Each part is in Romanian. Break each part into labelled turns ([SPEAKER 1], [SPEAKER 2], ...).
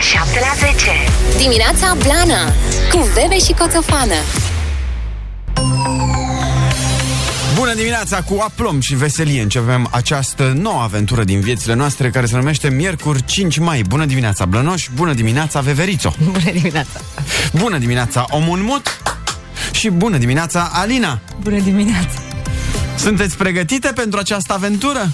[SPEAKER 1] 7 la 10.
[SPEAKER 2] Dimineața Blana Cu Bebe și Coțofană
[SPEAKER 3] Bună dimineața cu aplomb și veselie Începem această nouă aventură din viețile noastre Care se numește Miercuri 5 mai Bună dimineața Blănoș, bună dimineața Veverițo
[SPEAKER 4] Bună dimineața!
[SPEAKER 3] Bună dimineața Omul Mut Și bună dimineața Alina
[SPEAKER 5] Bună dimineața!
[SPEAKER 3] Sunteți pregătite pentru această aventură?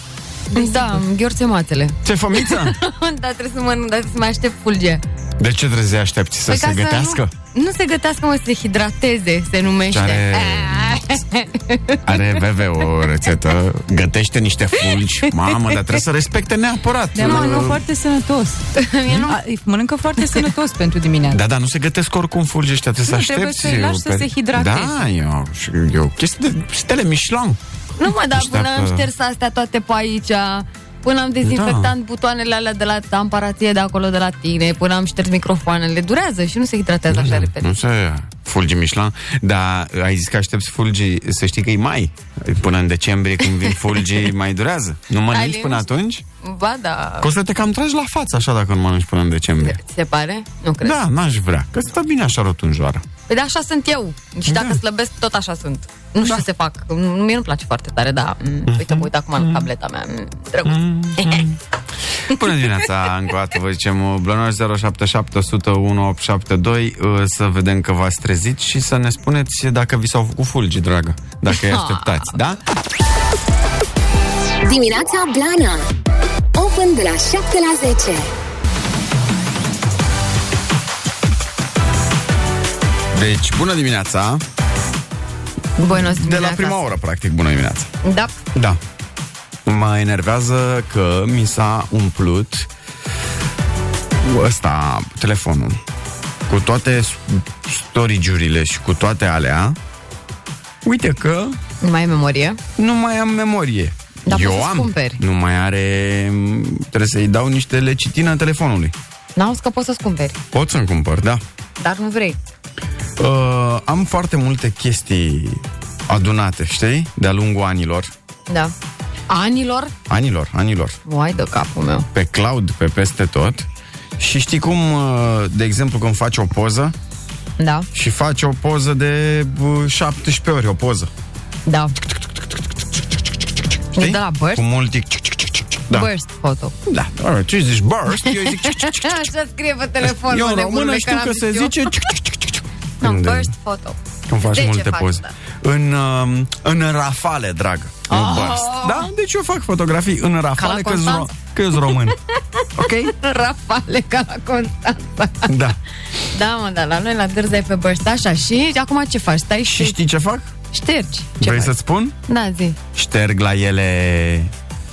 [SPEAKER 4] Da, gheorțe matele.
[SPEAKER 3] Ce fămiță?
[SPEAKER 4] da, trebuie să mă, da, trebuie să mă aștept fulge.
[SPEAKER 3] De ce trebuie să aștepți să
[SPEAKER 4] Păi ca
[SPEAKER 3] se gătească?
[SPEAKER 4] Nu, nu se gătească, mă, să se hidrateze, se numește.
[SPEAKER 3] Care- Are VV o rețetă, gătește niște fulgi Mamă, dar trebuie să respecte neapărat
[SPEAKER 4] Da,
[SPEAKER 5] De mănâncă e foarte sănătos.
[SPEAKER 6] E
[SPEAKER 5] A, e, mănâncă foarte sănătos pentru dimineață.
[SPEAKER 3] Da, da, nu se gătesc oricum fulgi ăștia, trebuie
[SPEAKER 5] Nu,
[SPEAKER 3] să
[SPEAKER 5] trebuie
[SPEAKER 3] aștepți.
[SPEAKER 5] să-i lași să
[SPEAKER 3] pe-
[SPEAKER 5] se hidrateze.
[SPEAKER 3] Da, e o, e o chestie de stele Michelin.
[SPEAKER 4] Nu mă, dar
[SPEAKER 3] Deci
[SPEAKER 4] până
[SPEAKER 3] dacă-
[SPEAKER 4] am șters astea toate pe aici, până am dezinfectat
[SPEAKER 3] Da.
[SPEAKER 4] butoanele alea de la tamparație de acolo de la tine, până am șters microfoanele, durează și nu se hidratează așa repede.
[SPEAKER 3] Nu se fulgi Michelin, dar ai zis că aștepți fulgi, să știi că e mai. Până în decembrie când vin fulgii mai durează. Nu mănânci
[SPEAKER 4] Ai
[SPEAKER 3] până
[SPEAKER 4] liniște.
[SPEAKER 3] atunci?
[SPEAKER 4] Ba da,
[SPEAKER 3] Că o să te cam tragi la față așa dacă nu mănânci până în decembrie.
[SPEAKER 4] ți se pare? Nu cred.
[SPEAKER 3] Da, n-aș vrea, că stă bine așa rotunjoară.
[SPEAKER 4] Păi de așa sunt eu. Și dacă
[SPEAKER 3] Da.
[SPEAKER 4] slăbesc, tot așa sunt. Nu știu ce se fac. Nu, mie nu-mi place foarte tare, da. Mm,
[SPEAKER 3] Mhm.
[SPEAKER 4] Uite, mă uit acum la tableta mea. Mm, Drăguț.
[SPEAKER 3] Bună dimineața, încă o dată vă zicem Blănoș 077 101 872 uh, Să vedem că v-ați trezit Și să ne spuneți dacă vi s-au făcut fulgi, dragă Dacă îi așteptați, da?
[SPEAKER 2] Dimineața Blana Open de la 7 la 10
[SPEAKER 3] Deci, bună dimineața
[SPEAKER 4] Buenos
[SPEAKER 3] De la
[SPEAKER 4] dimineața.
[SPEAKER 3] prima oră, practic, bună dimineața
[SPEAKER 4] Da.
[SPEAKER 3] Da Mă enervează că mi s-a umplut ăsta, telefonul cu toate storage și cu toate alea uite că
[SPEAKER 4] Nu mai ai memorie.
[SPEAKER 3] nu mai am memorie.
[SPEAKER 4] Dar
[SPEAKER 3] Eu
[SPEAKER 4] poți să-ți
[SPEAKER 3] am.
[SPEAKER 4] cumperi.
[SPEAKER 3] Nu mai are... Trebuie să-i dau niște lecitină telefonului.
[SPEAKER 4] N-auzi că poți să-ți cumperi,
[SPEAKER 3] Pot să-mi cumpăr, da.
[SPEAKER 4] dar nu vrei.
[SPEAKER 3] Uh, am foarte multe chestii adunate, știi? De-a lungul anilor.
[SPEAKER 4] Da. Anilor?
[SPEAKER 3] Anilor, anilor.
[SPEAKER 4] Uai de capul meu.
[SPEAKER 3] Pe cloud, pe peste tot. Și știi cum, uh, de exemplu, când faci o poză
[SPEAKER 4] Da,
[SPEAKER 3] și faci o poză de uh, 17 ori, o poză.
[SPEAKER 4] da.
[SPEAKER 3] Știi?
[SPEAKER 4] De la Burst?
[SPEAKER 3] Cu multi... Da.
[SPEAKER 4] Burst photo.
[SPEAKER 3] Da. Alright, ce zici? Burst? Eu zic...
[SPEAKER 4] Așa scrie pe telefon.
[SPEAKER 3] Eu
[SPEAKER 4] mă,
[SPEAKER 3] în
[SPEAKER 4] nebunule,
[SPEAKER 3] română știu că
[SPEAKER 4] n-am
[SPEAKER 3] se
[SPEAKER 4] zis eu.
[SPEAKER 3] zice...
[SPEAKER 4] Nu,
[SPEAKER 3] Când-
[SPEAKER 4] Burst photo.
[SPEAKER 3] Când faci
[SPEAKER 4] De ce
[SPEAKER 3] multe
[SPEAKER 4] faci
[SPEAKER 3] poze.
[SPEAKER 4] asta?
[SPEAKER 3] În, um, în rafale, dragă. Nu burst. Da? Deci eu fac fotografii în rafale că
[SPEAKER 4] Constanța?
[SPEAKER 3] sunt român. ok?
[SPEAKER 4] Rafale ca la Constanța.
[SPEAKER 3] Da.
[SPEAKER 4] Da, mă, da, la noi la Dârza e pe bărți, așa, și acum ce faci? Stai
[SPEAKER 3] Și
[SPEAKER 4] și,
[SPEAKER 3] știi ce fac?
[SPEAKER 4] ștergi.
[SPEAKER 3] Ce
[SPEAKER 4] Deci, Ce
[SPEAKER 3] Vrei
[SPEAKER 4] faci?
[SPEAKER 3] să-ți spun?
[SPEAKER 4] Da, zi.
[SPEAKER 3] Șterg la ele...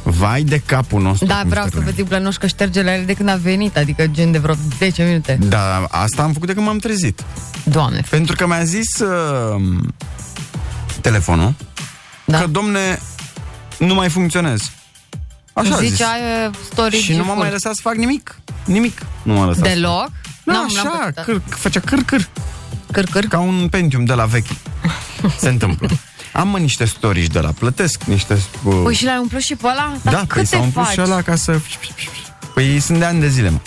[SPEAKER 3] Vai de capul nostru.
[SPEAKER 4] Da,
[SPEAKER 3] cum
[SPEAKER 4] vreau să
[SPEAKER 3] șterg
[SPEAKER 4] vă
[SPEAKER 3] la ele.
[SPEAKER 4] zic blănoș că șterge la ele de când a venit, adică gen de vreo 10 minute.
[SPEAKER 3] Da, Păi, asta am făcut de când m-am trezit.
[SPEAKER 4] Doamne, f-
[SPEAKER 3] Pentru că mi-a zis uh, telefonul
[SPEAKER 4] Da.
[SPEAKER 3] că, domne, nu mai funcționez. Așa a zis.
[SPEAKER 4] zicea e, story
[SPEAKER 3] Și nu m-a mai lăsat să fac nimic. Nimic. Nu m-a lăsat. să fac.
[SPEAKER 4] Deloc?
[SPEAKER 3] Da,
[SPEAKER 4] N-am- n-am
[SPEAKER 3] așa,
[SPEAKER 4] putut.
[SPEAKER 3] câr, făcea câr, câr,
[SPEAKER 4] Câr, câr.
[SPEAKER 3] ca un Pentium de la vechi. Se întâmplă. Am mă, niște storici de la plătesc, niște... Uh,
[SPEAKER 4] Păi și l-ai umplut și pe ăla? Dar
[SPEAKER 3] da,
[SPEAKER 4] cât
[SPEAKER 3] păi
[SPEAKER 4] te
[SPEAKER 3] s-au umplut
[SPEAKER 4] faci?
[SPEAKER 3] și ăla ca să... Păi sunt de ani de zile, mă.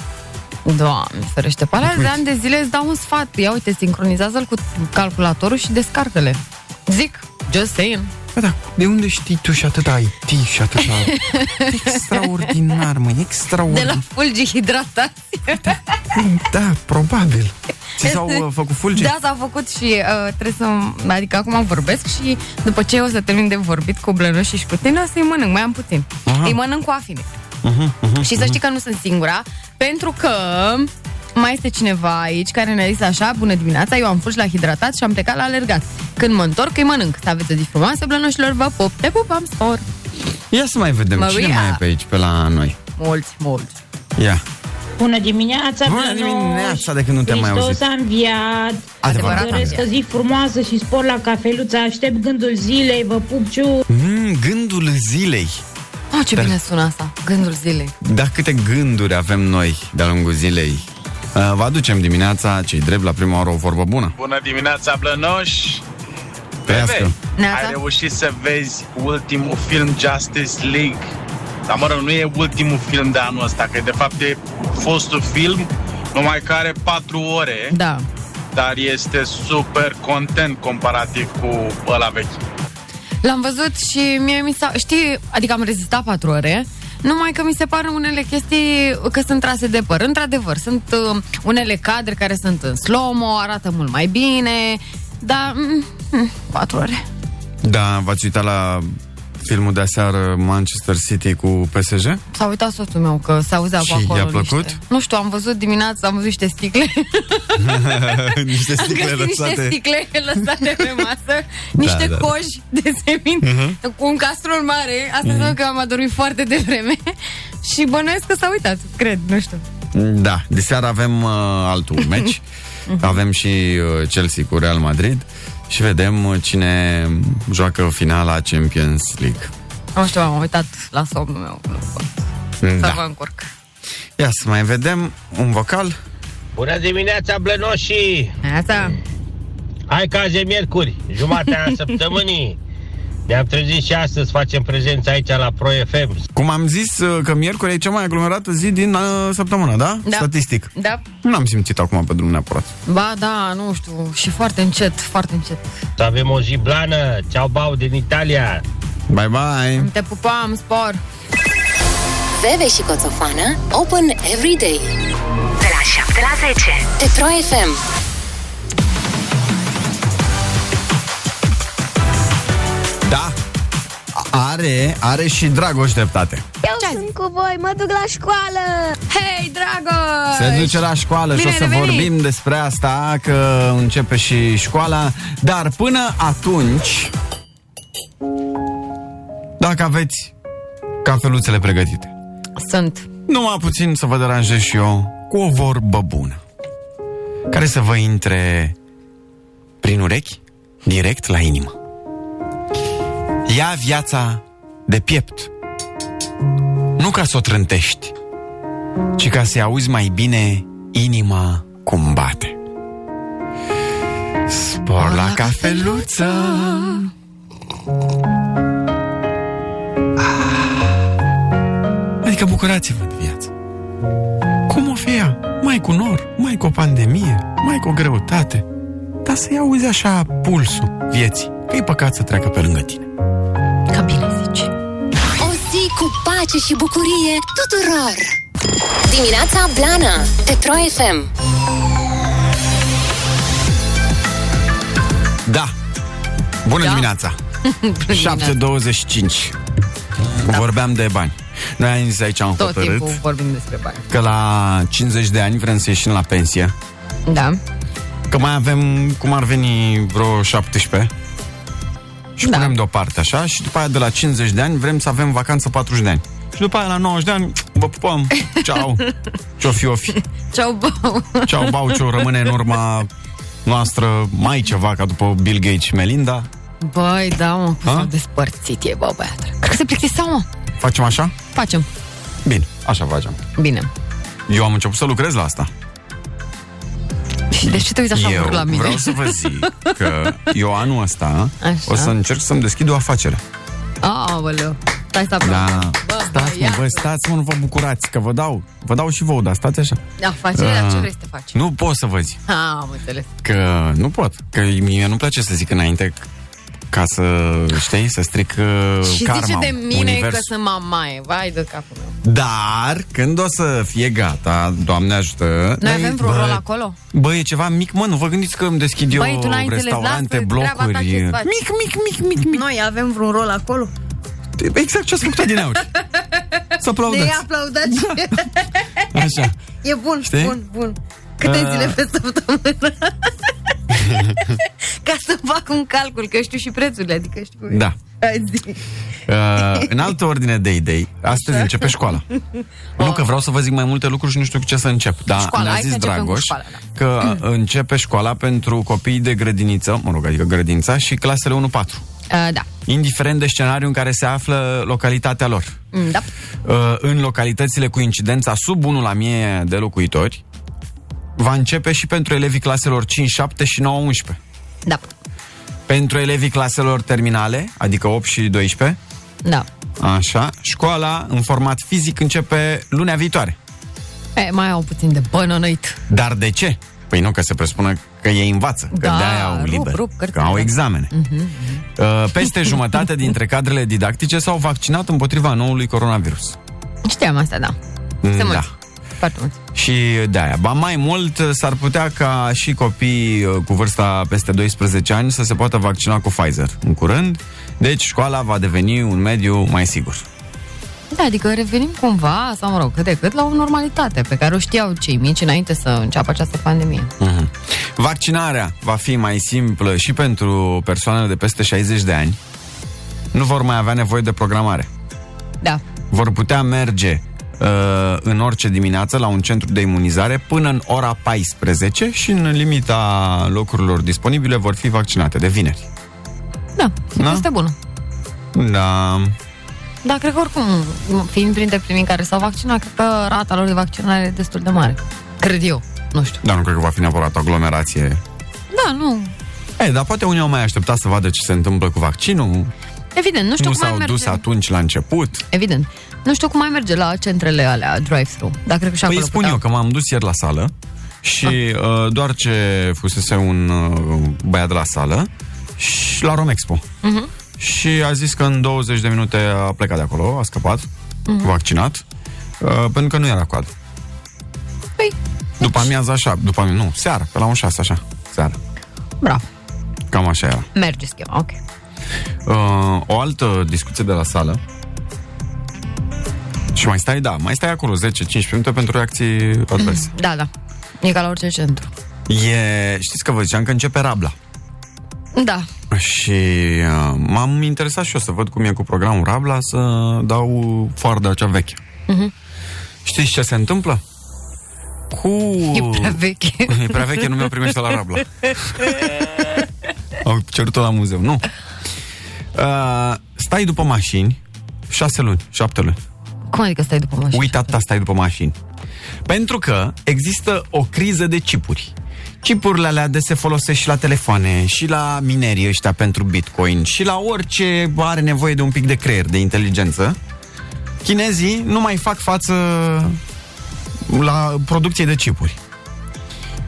[SPEAKER 4] Doamne, ferește, pe
[SPEAKER 3] Păi-
[SPEAKER 4] alea de ani de zile îți dau un sfat. Ia uite, sincronizează-l cu calculatorul și descarcă-le. Zic, just saying.
[SPEAKER 3] Bă, dar Păi da, de unde știi tu și atâta IT și atâta... extraordinar, mă,
[SPEAKER 4] De
[SPEAKER 3] extraordinar.
[SPEAKER 4] la fulgi hidratat.
[SPEAKER 3] Da, probabil. Ți s-au uh, făcut fulgi?
[SPEAKER 4] Da, s-a făcut și uh, trebuie să... Adică acum vorbesc și după ce o să termin de vorbit cu blănoșii și cu tine, o să-i mănânc, mai am puțin.
[SPEAKER 3] Aha.
[SPEAKER 4] Îi mănânc cu afine. și să știi că nu sunt singura, pentru că mai este cineva aici care ne-a zis așa, bună dimineața, eu am fost la hidratat și am plecat la alergat. Când mă întorc, îi mănânc. Să aveți o zi frumoasă, blănoșilor, vă pup, te pup, am spor.
[SPEAKER 3] Ia să mai vedem
[SPEAKER 4] Maria.
[SPEAKER 3] cine mai e pe aici, pe la noi.
[SPEAKER 4] Mulți, mulți.
[SPEAKER 3] Ia.
[SPEAKER 6] Bună dimineața,
[SPEAKER 3] Bună
[SPEAKER 6] Blănoș!
[SPEAKER 3] dimineața, Păi, de când nu te-am mai
[SPEAKER 6] Hristos
[SPEAKER 3] auzit.
[SPEAKER 6] a înviat!
[SPEAKER 3] Adevărat, a
[SPEAKER 6] Doresc
[SPEAKER 3] înviat.
[SPEAKER 6] o zi frumoasă și spor la cafeluță, aștept gândul zilei, vă pup ciu!
[SPEAKER 3] Mm, gândul zilei.
[SPEAKER 4] Oh, ce bine sună asta, gândul zilei.
[SPEAKER 3] Da, câte gânduri avem noi de-a lungul zilei. Uh, Vă aducem dimineața, cei drept, la prima oră o vorbă bună.
[SPEAKER 7] Bună dimineața, Blănoș!
[SPEAKER 3] Trăiască.
[SPEAKER 4] Neața.
[SPEAKER 7] ai reușit să vezi ultimul film Justice League. Dar mă rog, nu e ultimul film de anul ăsta, că de fapt e fostul film numai că are 4 ore,
[SPEAKER 4] Da.
[SPEAKER 7] dar este super content comparativ cu ăla vechi.
[SPEAKER 4] L-am văzut și mie mi s-a... Știi, adică am rezistat patru ore, numai că mi se par unele chestii că sunt trase de păr. Într-adevăr, sunt uh, unele cadre care sunt în slow arată mult mai bine, dar... mm, mm, patru ore.
[SPEAKER 3] Da, v-ați uitat la filmul de aseară Manchester City cu PSG?
[SPEAKER 4] S-a uitat soțul meu că se auzea
[SPEAKER 3] Și
[SPEAKER 4] pe acolo
[SPEAKER 3] i-a plăcut?
[SPEAKER 4] Niște... Nu știu, am văzut dimineața, am văzut niște sticle.
[SPEAKER 3] niște
[SPEAKER 4] Am
[SPEAKER 3] sticle
[SPEAKER 4] găsit niște
[SPEAKER 3] lăsate.
[SPEAKER 4] sticle lăsate pe masă, niște
[SPEAKER 3] da, Mhm. da.
[SPEAKER 4] coji de semin, cu un castrol mare. Asta
[SPEAKER 3] Mhm.
[SPEAKER 4] înseamnă că am adormit foarte devreme și bănuiesc că s-a uitat, cred, nu știu.
[SPEAKER 3] Da, de seară avem uh, altul meci. avem și uh, Chelsea cu Real Madrid și vedem uh, cine joacă finala Champions League.
[SPEAKER 4] Nu știu, am uitat la somnul meu. Nu pot să mă
[SPEAKER 3] Da.
[SPEAKER 4] încurc.
[SPEAKER 3] Ia să mai vedem un vocal.
[SPEAKER 1] Bună dimineața, blănoșii!
[SPEAKER 4] Asta,
[SPEAKER 1] Hai că azi e miercuri, jumatea săptămânii. Ne-am trezit și astăzi, facem prezența aici la Pro FM.
[SPEAKER 3] Cum am zis uh, că miercuri e cea mai aglomerată zi din uh, săptămână, da?
[SPEAKER 4] Da.
[SPEAKER 3] Statistic.
[SPEAKER 4] da?
[SPEAKER 3] Nu am simțit acum pe drum neapărat.
[SPEAKER 4] Ba, da, nu știu, și foarte încet, foarte încet.
[SPEAKER 1] Să avem o jiblană, ceau bau din Italia.
[SPEAKER 3] Bye bye.
[SPEAKER 4] Te pupam, spor!
[SPEAKER 2] Bebe și Coțofană Open every day De la 7 la 10 Pe Pro FM
[SPEAKER 3] Da. Are, are și Dragoș dreptate.
[SPEAKER 8] Eu sunt cu voi, mă duc la școală!
[SPEAKER 4] Hei, Dragoș!
[SPEAKER 3] Se duce la școală și o
[SPEAKER 4] Bine
[SPEAKER 3] să
[SPEAKER 4] ai revenit!
[SPEAKER 3] vorbim despre asta, că începe și școala. Dar până atunci, dacă aveți cafeluțele pregătite,
[SPEAKER 4] Sunt.
[SPEAKER 3] numai puțin să vă deranjez și eu cu o vorbă bună, care să vă intre prin urechi, direct la inimă. Ia viața de piept. Nu ca să o trântești, ci ca să-i auzi mai bine inima cum bate. Spor la cafeluță Ah. Adică bucurați-vă de viață Cum o fi ea? Mai cu nor, mai cu o pandemie Mai cu o greutate Dar să-i auzi așa pulsul vieții Că-i păcat să treacă pe lângă tine
[SPEAKER 4] Că bine zici.
[SPEAKER 2] O zi cu pace și bucurie tuturor Dimineața Blana Pe Pro FM
[SPEAKER 3] Da. Bună da.
[SPEAKER 4] Da.
[SPEAKER 3] dimineața. 7.25. Da. Vorbeam de bani. Noi am zis aici, am
[SPEAKER 4] Tot
[SPEAKER 3] hotărât
[SPEAKER 4] timpul vorbim despre bani.
[SPEAKER 3] că la 50 de ani vrem să ieșim la pensie.
[SPEAKER 4] Da.
[SPEAKER 3] Că mai avem, cum ar veni, vreo 17. Și da.
[SPEAKER 4] Da.
[SPEAKER 3] punem deoparte așa și după aia de la 50 de ani vrem să avem vacanță 40 de ani. Și după aia la 90 de ani vă pupăm. Ceau. Ce-o fi, o fi.
[SPEAKER 4] Ceau, bau.
[SPEAKER 3] Ceau, bau, ce rămâne în urma noastră mai ceva ca după Bill Gates și Melinda.
[SPEAKER 4] Băi, da, mă, cum
[SPEAKER 3] A?
[SPEAKER 4] s-au despărțit e, bă, băiatul. Cred că se plictiseau, mă.
[SPEAKER 3] Facem așa?
[SPEAKER 4] Facem.
[SPEAKER 3] Bine, așa facem.
[SPEAKER 4] Bine.
[SPEAKER 3] Eu am început să lucrez la asta.
[SPEAKER 4] Și de ce te uiți așa
[SPEAKER 3] eu
[SPEAKER 4] urât la mine?
[SPEAKER 3] vreau să vă zic că eu anul ăsta
[SPEAKER 4] Așa.
[SPEAKER 3] o să încerc să-mi deschid o afacere.
[SPEAKER 4] Aoleu. Stai să aproape.
[SPEAKER 3] Da.
[SPEAKER 4] Bă,
[SPEAKER 3] Stați, mă,
[SPEAKER 4] băiatul.
[SPEAKER 3] vă, stați, mă, nu vă bucurați, că vă dau. Vă dau și vouă, dar stați așa.
[SPEAKER 4] Da, faci, dar ce
[SPEAKER 3] Ah.
[SPEAKER 4] vrei să te faci?
[SPEAKER 3] Nu pot să vă zic,
[SPEAKER 4] Ah, am înțeles.
[SPEAKER 3] că nu pot. Că mie nu place să zic înainte ca să, știi, să stric uh,
[SPEAKER 4] Și
[SPEAKER 3] karma,
[SPEAKER 4] zice de mine
[SPEAKER 3] universul.
[SPEAKER 4] că sunt mamaie. Vai de capul meu.
[SPEAKER 3] Dar când o să fie gata, Doamne ajută...
[SPEAKER 4] Noi avem vreun rol acolo?
[SPEAKER 3] Bă, e ceva mic, mă, nu vă gândiți că îmi deschid eu
[SPEAKER 4] Băi, tu n-ai înțeles,
[SPEAKER 3] restaurante,
[SPEAKER 4] lasă treaba ta
[SPEAKER 3] blocuri...
[SPEAKER 4] ce-ți faci.
[SPEAKER 3] Mic, mic, mic, mic, mic.
[SPEAKER 4] Noi avem vreun rol acolo?
[SPEAKER 3] Exact ce ați făcut din aur.
[SPEAKER 4] Ne
[SPEAKER 3] Să aplaudați.
[SPEAKER 4] aplaudați.
[SPEAKER 3] Așa.
[SPEAKER 4] e bun,
[SPEAKER 3] Da. Știi?
[SPEAKER 4] bun, bun. Câte
[SPEAKER 3] Ah.
[SPEAKER 4] zile pe săptămână? Ca să fac un calcul, că eu știu și prețurile, adică știu cum e.
[SPEAKER 3] Da.
[SPEAKER 4] Hai, zi.
[SPEAKER 3] Uh, în altă ordine de idei, astăzi începe școala. Nu că vreau să vă zic mai multe lucruri și nu știu cu ce să încep. Dar
[SPEAKER 4] Școala,
[SPEAKER 3] ne-a
[SPEAKER 4] hai
[SPEAKER 3] zis
[SPEAKER 4] să începem cu
[SPEAKER 3] Dragoș
[SPEAKER 4] școala, da.
[SPEAKER 3] că uh, începe școala pentru copiii de grădiniță, mă rog, adică grădința și clasele 1-4.
[SPEAKER 4] Uh, da.
[SPEAKER 3] Indiferent de scenariul în care se află localitatea lor.
[SPEAKER 4] Mm, Da.
[SPEAKER 3] Uh, în localitățile cu incidența sub 1 la mie de locuitori, va începe și pentru elevii claselor 5-7 și 9-11.
[SPEAKER 4] Da.
[SPEAKER 3] Pentru elevii claselor terminale, adică 8 și 12,
[SPEAKER 4] Da.
[SPEAKER 3] așa, școala în format fizic începe lunea viitoare.
[SPEAKER 4] E, mai au puțin de bănănăit.
[SPEAKER 3] Dar de ce? Păi nu, că se presupune că ei învață, că
[SPEAKER 4] Da,
[SPEAKER 3] de-aia au
[SPEAKER 4] rup,
[SPEAKER 3] liber,
[SPEAKER 4] rup
[SPEAKER 3] că
[SPEAKER 4] cărțile,
[SPEAKER 3] au
[SPEAKER 4] da.
[SPEAKER 3] examene. Uh, Peste jumătate dintre cadrele didactice s-au vaccinat împotriva noului coronavirus.
[SPEAKER 4] Știam asta, da. Se mulți. Foarte mulți.
[SPEAKER 3] Și de-aia. Ba mai mult, s-ar putea ca și copii uh, cu vârsta peste 12 ani să se poată vaccina cu Pfizer în curând. Deci școala va deveni un mediu mai sigur.
[SPEAKER 4] Da, adică revenim cumva, sau mă rog, cât de cât, la o normalitate pe care o știau cei mici înainte să înceapă această pandemie.
[SPEAKER 3] Mhm. Vaccinarea va fi mai simplă și pentru persoanele de peste 60 de ani. Nu vor mai avea nevoie de programare.
[SPEAKER 4] Da.
[SPEAKER 3] Vor putea merge uh, în orice dimineață la un centru de imunizare până în ora 14 și în limita locurilor disponibile vor fi vaccinate de vineri.
[SPEAKER 4] Da,
[SPEAKER 3] Da?
[SPEAKER 4] da? este bună.
[SPEAKER 3] Da.
[SPEAKER 4] Dar cred că oricum, fiind printre primii care s-au vaccinat, cred că rata lor de vaccinare e destul de mare. Cred eu. Nu știu.
[SPEAKER 3] Dar nu cred că va fi neapărat o aglomerație.
[SPEAKER 4] Da, nu.
[SPEAKER 3] Ei, dar poate unii au mai așteptat să vadă ce se întâmplă cu vaccinul.
[SPEAKER 4] Evident, nu știu
[SPEAKER 3] nu
[SPEAKER 4] cum mai
[SPEAKER 3] s-au
[SPEAKER 4] merge.
[SPEAKER 3] dus atunci la început.
[SPEAKER 4] Evident. Nu știu cum mai merge la centrele alea drive-thru. Dar cred că și
[SPEAKER 3] Păi
[SPEAKER 4] acolo
[SPEAKER 3] îi spun
[SPEAKER 4] puteau.
[SPEAKER 3] eu că m-am dus ieri la sală și uh, doar ce fusese un uh, băiat de la sală și la Romexpo. Uh-huh. Și a zis că în 20 de minute a plecat de acolo, a scăpat, uh-huh. vaccinat, uh, pentru că nu era coadă.
[SPEAKER 4] Păi,
[SPEAKER 3] După amiază așa, după amiază, nu, seara, pe la un 6 așa, seara.
[SPEAKER 4] bravo.
[SPEAKER 3] Cam așa era.
[SPEAKER 4] Merge schema, ok.
[SPEAKER 3] Uh, o altă discuție de la sală. Și mai stai, da, mai stai acolo 10-15 minute pentru reacții adverse.
[SPEAKER 4] Da, da. E ca la orice centru.
[SPEAKER 3] E, știți că vă ziceam că începe rabla.
[SPEAKER 4] Da.
[SPEAKER 3] Și uh, m-am interesat și eu să văd cum e cu programul Rabla, să dau foarda cea veche. Uh-huh.
[SPEAKER 4] Mhm.
[SPEAKER 3] Știți ce se întâmplă? Cu...
[SPEAKER 4] E prea veche.
[SPEAKER 3] E prea veche, nu mi-o primește la Rabla. Au cerut-o la muzeu, nu. Uh, stai după mașini, șase luni, șapte luni.
[SPEAKER 4] Cum adică stai după mașină?
[SPEAKER 3] Uite atâta stai după mașini. Pentru că există o criză de chipuri. Chipurile alea de se folosesc și la telefoane, și la minerii ăștia pentru bitcoin, și la orice are nevoie de un pic de creier, de inteligență. Chinezii nu mai fac față la producție de chipuri.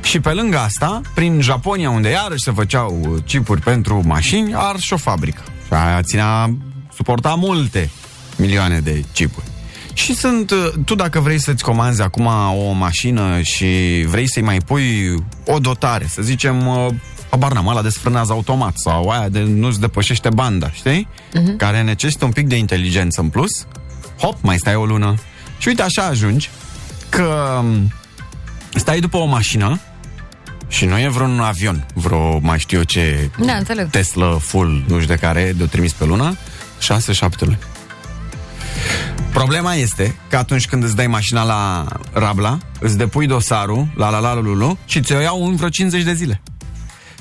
[SPEAKER 3] Și pe lângă asta, prin Japonia, unde iarăși se făceau chipuri pentru mașini, ar și o fabrică. Și aia ținea, suporta multe milioane de chipuri. Și sunt, uh, tu dacă vrei să-ți comanzi acum o mașină și vrei să-i mai pui o dotare, să zicem, uh, habar n-am, ăla desfrânează automat sau aia de nu-ți depășește banda, știi? Uh-huh. Care necesită un pic de inteligență în plus, hop, mai stai o lună. Și uite așa ajungi că um, stai după o mașină și nu e vreun avion, vreo mai știu eu ce
[SPEAKER 4] Da, înțeleg.
[SPEAKER 3] Tesla full, nu știu de care, de-o trimis pe lună, 6-7 luni. Problema este că atunci când îți dai mașina la Rabla, îți depui dosarul la la la lulu și ți-o iau în vreo 50 de zile.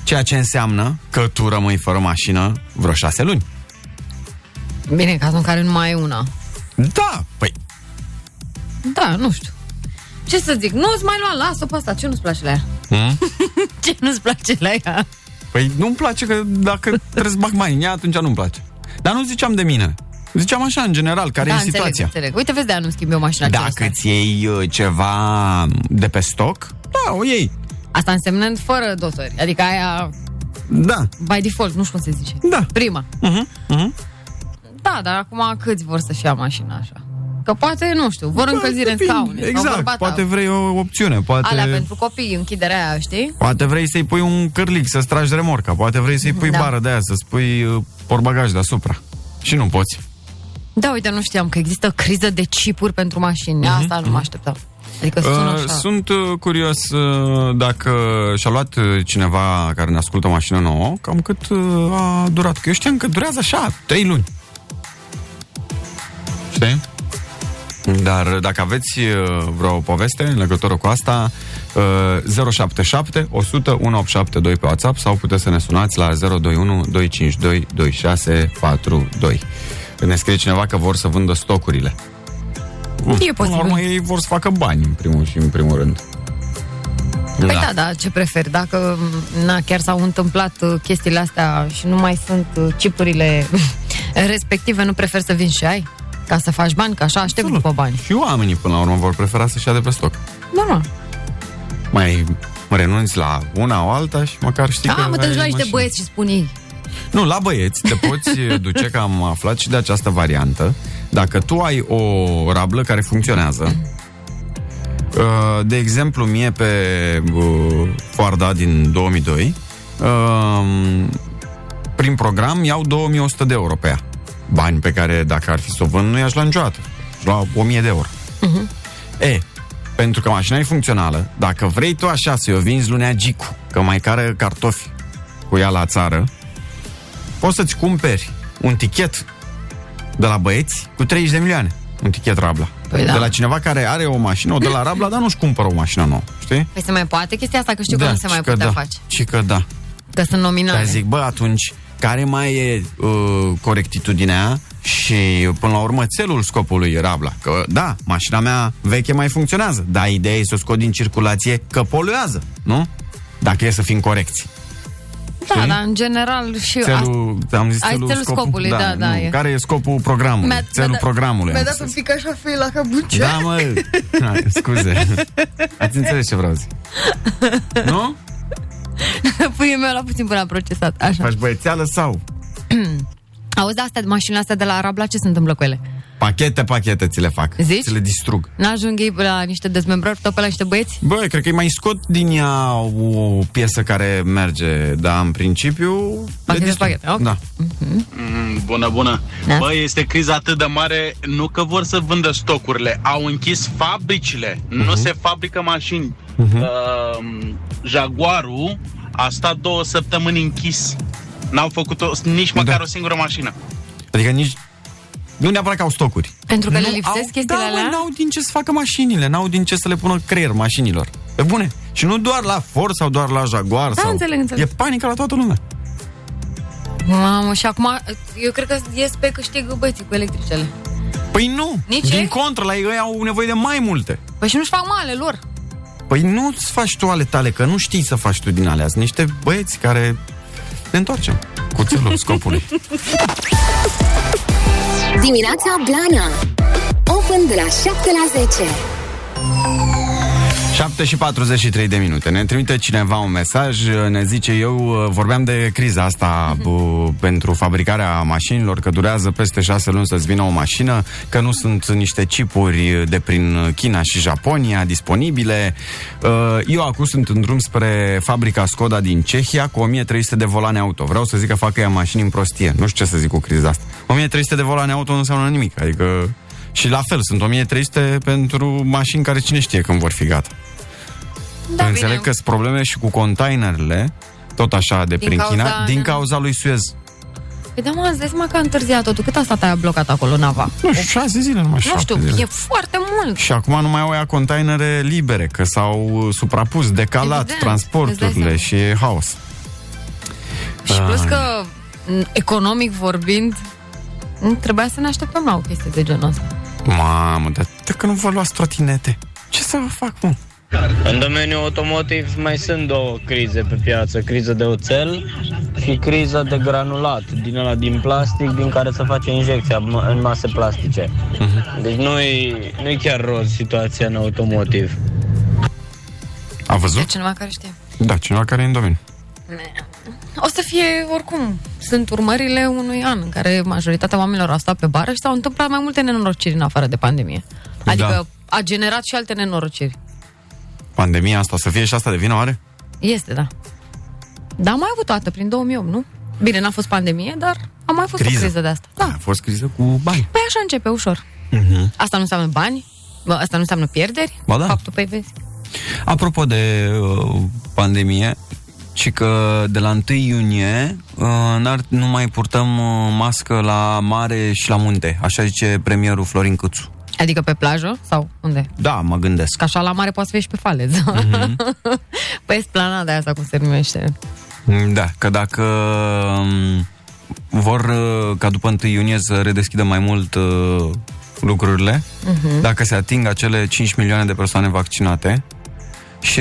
[SPEAKER 3] Ceea ce înseamnă că tu rămâi fără mașină vreo 6 luni.
[SPEAKER 4] Bine, în cazul în care nu mai e una.
[SPEAKER 3] Da, păi
[SPEAKER 4] Da, nu știu. Ce să zic? Nu-ți mai lua, las-o pe asta. Ce nu-ți place la ea?
[SPEAKER 3] Hmm?
[SPEAKER 4] Ce nu-ți place la ea?
[SPEAKER 3] Păi nu-mi place că dacă trebuie să bag mai în ea, atunci nu-mi place. Dar nu ziceam de mine. Ziceam așa, în general, care
[SPEAKER 4] da,
[SPEAKER 3] e
[SPEAKER 4] înțeleg,
[SPEAKER 3] situația. Da,
[SPEAKER 4] înțeleg. Uite, vezi, de-aia nu schimb eu mașina
[SPEAKER 3] Dacă
[SPEAKER 4] aceasta.
[SPEAKER 3] îți iei uh, ceva de pe stoc, da, o iei.
[SPEAKER 4] Asta însemnând fără dotări. Adică aia
[SPEAKER 3] Da.
[SPEAKER 4] by default, nu știu cum se zice.
[SPEAKER 3] Da.
[SPEAKER 4] Prima.
[SPEAKER 3] Uh-huh, uh-huh.
[SPEAKER 4] Da, dar acum câți vor să-și ia mașina așa? Că poate, nu știu, vor încălzire în scaune. sau vor
[SPEAKER 3] Exact,
[SPEAKER 4] bata
[SPEAKER 3] poate vrei o opțiune,
[SPEAKER 4] Alea
[SPEAKER 3] poate...
[SPEAKER 4] pentru copii, închiderea aia, știi?
[SPEAKER 3] Poate vrei să-i pui un cârlic, să-ți tragi remorca, poate vrei să-i pui da.
[SPEAKER 4] Da.
[SPEAKER 3] bară de aia, să-ți pui uh, porbagaj deasupra. Și nu poți.
[SPEAKER 4] Da, uite, nu știam că există criză de chipuri pentru mașini. Mm-hmm. Asta nu mă așteptam. Adică sună
[SPEAKER 3] Mhm, Uh,
[SPEAKER 4] așa.
[SPEAKER 3] Sunt uh, curios uh, dacă și-a luat uh, cineva care ne ascultă o mașină nouă, cam cât uh, a durat. Că eu știam că durează așa, 3 luni. Știi? Dar uh, dacă aveți uh, vreo poveste în legătură cu asta, uh, 077 100 1872 pe WhatsApp sau puteți să ne sunați la 021 252 2642. Ne scrie cineva că vor să vândă stocurile.
[SPEAKER 4] E
[SPEAKER 3] Până la
[SPEAKER 4] posibil.
[SPEAKER 3] urmă, ei vor să facă bani, în primul și în primul rând.
[SPEAKER 4] Păi da. da, da, ce preferi? Dacă na, chiar s-au întâmplat uh, chestiile astea și nu mai sunt uh, chipurile respective, nu prefer să vin și ai? Ca să faci bani, că așa aștept după bani.
[SPEAKER 3] Și oamenii, până la urmă, vor prefera să-și ia de pe stoc.
[SPEAKER 4] Normal.
[SPEAKER 3] Adică Mai renunți la una o alta și măcar știi că
[SPEAKER 4] A, Da, Ah, mă, te
[SPEAKER 3] ai
[SPEAKER 4] duci la niște
[SPEAKER 3] mașină.
[SPEAKER 4] băieți și spun ei.
[SPEAKER 3] Nu, la băieți te poți eh, duce, că am aflat și de această variantă. Dacă tu ai o rablă care funcționează, uh, de exemplu, mie pe uh, Foarda din 2002, um, prin program iau 2100 de euro pe ea. Bani pe care, dacă ar fi să o vând, nu i-aș lua niciodată. Aș lua 1000 de euro.
[SPEAKER 4] Mhm.
[SPEAKER 3] E, pentru că mașina e funcțională, dacă vrei tu așa să-i o vinzi lunea Gicu, că mai care cartofi cu ea la țară, poți să-ți cumperi un tichet de la băieți cu 30 de milioane. Un tichet Rabla.
[SPEAKER 4] Păi da.
[SPEAKER 3] De la cineva care are o mașină, o de la Rabla, dar nu-și cumpără o mașină nouă, știi?
[SPEAKER 4] Păi se mai poate chestia asta, că știu că nu se
[SPEAKER 3] și
[SPEAKER 4] mai
[SPEAKER 3] că
[SPEAKER 4] putea
[SPEAKER 3] da,
[SPEAKER 4] face.
[SPEAKER 3] Și că da.
[SPEAKER 4] Că sunt
[SPEAKER 3] Dar
[SPEAKER 4] nominale.
[SPEAKER 3] zic, bă, atunci, care mai e uh, corectitudinea și, uh, până la urmă, țelul scopului Rabla? Că, da, mașina mea veche mai funcționează, dar ideea e să o scot din circulație că poluează, nu? Dacă e să fim corecți.
[SPEAKER 4] Da, dar în general și asta.
[SPEAKER 3] Țelul, am zis
[SPEAKER 4] Ai
[SPEAKER 3] țelul,
[SPEAKER 4] țelul scopului, da, da,
[SPEAKER 3] nu,
[SPEAKER 4] e.
[SPEAKER 3] Care e scopul programului?
[SPEAKER 4] Mi-a-
[SPEAKER 3] țelul
[SPEAKER 4] mi-a dat-
[SPEAKER 3] programului.
[SPEAKER 4] Mi-a
[SPEAKER 3] am
[SPEAKER 4] dat
[SPEAKER 3] zis.
[SPEAKER 4] un pic așa fei la căbuce.
[SPEAKER 3] Da, mă, da, scuze. Ați înțeles ce vreau să zic. Nu?
[SPEAKER 4] Păi mi-a luat puțin până a procesat. Așa.
[SPEAKER 3] Faci băiețeală sau?
[SPEAKER 4] Auzi, dar astea, mașinile astea de la Rabla, ce se întâmplă cu ele?
[SPEAKER 3] Pachete, pachete ți le fac.
[SPEAKER 4] Zici?
[SPEAKER 3] Ți le distrug.
[SPEAKER 4] N-ajung ei la niște dezmembrări, tot pe la niște băieți?
[SPEAKER 3] Bă, cred că îi mai scot din ea o piesă care merge, dar în principiu...
[SPEAKER 4] Pachete,
[SPEAKER 3] le distrug.
[SPEAKER 4] pachete, ok.
[SPEAKER 3] Da.
[SPEAKER 7] Mm, bună, bună.
[SPEAKER 4] Da.
[SPEAKER 7] Bă, este criza atât de mare, nu că vor să vândă stocurile, au închis fabricile, nu se fabrică mașini. Uh, Jaguarul a stat două săptămâni închis. N-au făcut o, nici măcar o singură mașină.
[SPEAKER 3] Adică nici... Nu neapărat că au stocuri.
[SPEAKER 4] Pentru că
[SPEAKER 3] nu
[SPEAKER 4] le lipsesc
[SPEAKER 3] au,
[SPEAKER 4] chestiile
[SPEAKER 3] da,
[SPEAKER 4] alea?
[SPEAKER 3] Mă, n-au din ce să facă mașinile, n-au din ce să le pună creier mașinilor. Pe bune. Și nu doar la Ford sau doar la Jaguar.
[SPEAKER 4] Da,
[SPEAKER 3] sau...
[SPEAKER 4] înțeleg, înțeleg.
[SPEAKER 3] E panică la toată lumea.
[SPEAKER 4] Mamă, și acum eu cred că ies pe câștig băieții cu electricele.
[SPEAKER 3] Păi nu.
[SPEAKER 4] Nici
[SPEAKER 3] din
[SPEAKER 4] ei?
[SPEAKER 3] contră, la ei ei au nevoie de mai multe.
[SPEAKER 4] Păi și nu-și fac male lor.
[SPEAKER 3] Păi nu-ți faci tu ale tale, că nu știi să faci tu din alea. Sunt niște băieți care ne întoarcem cu țelul scopului.
[SPEAKER 2] Dimineața Blana Open de la 7 la 10
[SPEAKER 3] 7 și 43 de minute. Ne trimite cineva un mesaj, ne zice eu, uh, vorbeam de criza asta bu, pentru fabricarea mașinilor, că durează peste 6 luni să-ți vină o mașină, că nu sunt niște chipuri de prin China și Japonia disponibile. Uh, Eu acum sunt în drum spre fabrica Skoda din Cehia cu 1300 de volane auto. Vreau să zic că fac ea mașini în prostie. Nu știu ce să zic cu criza asta. 1300 de volane auto nu înseamnă nimic. Adică și la fel, sunt 1300 pentru mașini care cine știe când vor fi gata.
[SPEAKER 4] Da,
[SPEAKER 3] Înțeleg
[SPEAKER 4] bine.
[SPEAKER 3] că sunt probleme și cu containerele, tot așa de
[SPEAKER 4] Din
[SPEAKER 3] prin
[SPEAKER 4] cauza-
[SPEAKER 3] China, din cauza lui Suez.
[SPEAKER 4] Păi da, mă, îți dai seama că a întârziat totul. Cât asta te-a blocat acolo, nava?
[SPEAKER 3] Nu știu, șase zile numai
[SPEAKER 4] Deci, Nu
[SPEAKER 3] șapte
[SPEAKER 4] știu,
[SPEAKER 3] zile.
[SPEAKER 4] e foarte mult.
[SPEAKER 3] Și acum nu mai au ea containere libere, că s-au uh, suprapus,
[SPEAKER 4] Evident, Exact,
[SPEAKER 3] decalat
[SPEAKER 4] îți dai seama.
[SPEAKER 3] transporturile și e haos.
[SPEAKER 4] Și plus că, m, economic vorbind, m, trebuia să ne așteptăm la o chestie de genul ăsta.
[SPEAKER 3] Mamă, dar de că nu vă luați trotinete? Ce să vă fac, mă?
[SPEAKER 9] În domeniul automotiv mai sunt două crize pe piață, criza de oțel și criza de granulat, din ăla din plastic, din care se face injecția m- în mase plastice. Deci nu-i, nu-i chiar roz situația în automotiv.
[SPEAKER 3] A
[SPEAKER 4] E
[SPEAKER 3] văzut?
[SPEAKER 4] cineva care știe.
[SPEAKER 3] Da, cineva care e în domeniu.
[SPEAKER 4] O să fie oricum. Sunt urmările unui an în care majoritatea oamenilor au stat pe bară și s-au întâmplat mai multe nenorociri în afară de pandemie. Adică a generat și alte nenorociri.
[SPEAKER 3] Pandemia asta, să fie și asta de vină, are?
[SPEAKER 4] Este, da. Dar am mai avut toată prin 2008, nu? Bine, n-a fost pandemie, dar a mai fost
[SPEAKER 3] Criză.
[SPEAKER 4] o criză de asta. Da.
[SPEAKER 3] A fost criză cu bani.
[SPEAKER 4] Păi așa începe ușor.
[SPEAKER 3] Mhm.
[SPEAKER 4] Asta nu înseamnă bani, bă, asta nu înseamnă pierderi,
[SPEAKER 3] Ba da.
[SPEAKER 4] faptul pe vezi.
[SPEAKER 3] Apropo de uh, pandemie, și că de la 1 iunie uh, n-ar, nu mai purtăm uh, mască la mare și la munte, așa zice premierul Florin Câțu.
[SPEAKER 4] Adică pe plajă sau unde?
[SPEAKER 3] Da, mă gândesc.
[SPEAKER 4] Că așa la mare poți să fii și pe falez.
[SPEAKER 3] Mhm.
[SPEAKER 4] Mm-hmm. păi esplanada aia sau cum se numește.
[SPEAKER 3] Da, că dacă um, vor uh, ca după 1 iunie să redeschidă mai mult uh, lucrurile, dacă se ating acele 5 milioane de persoane vaccinate și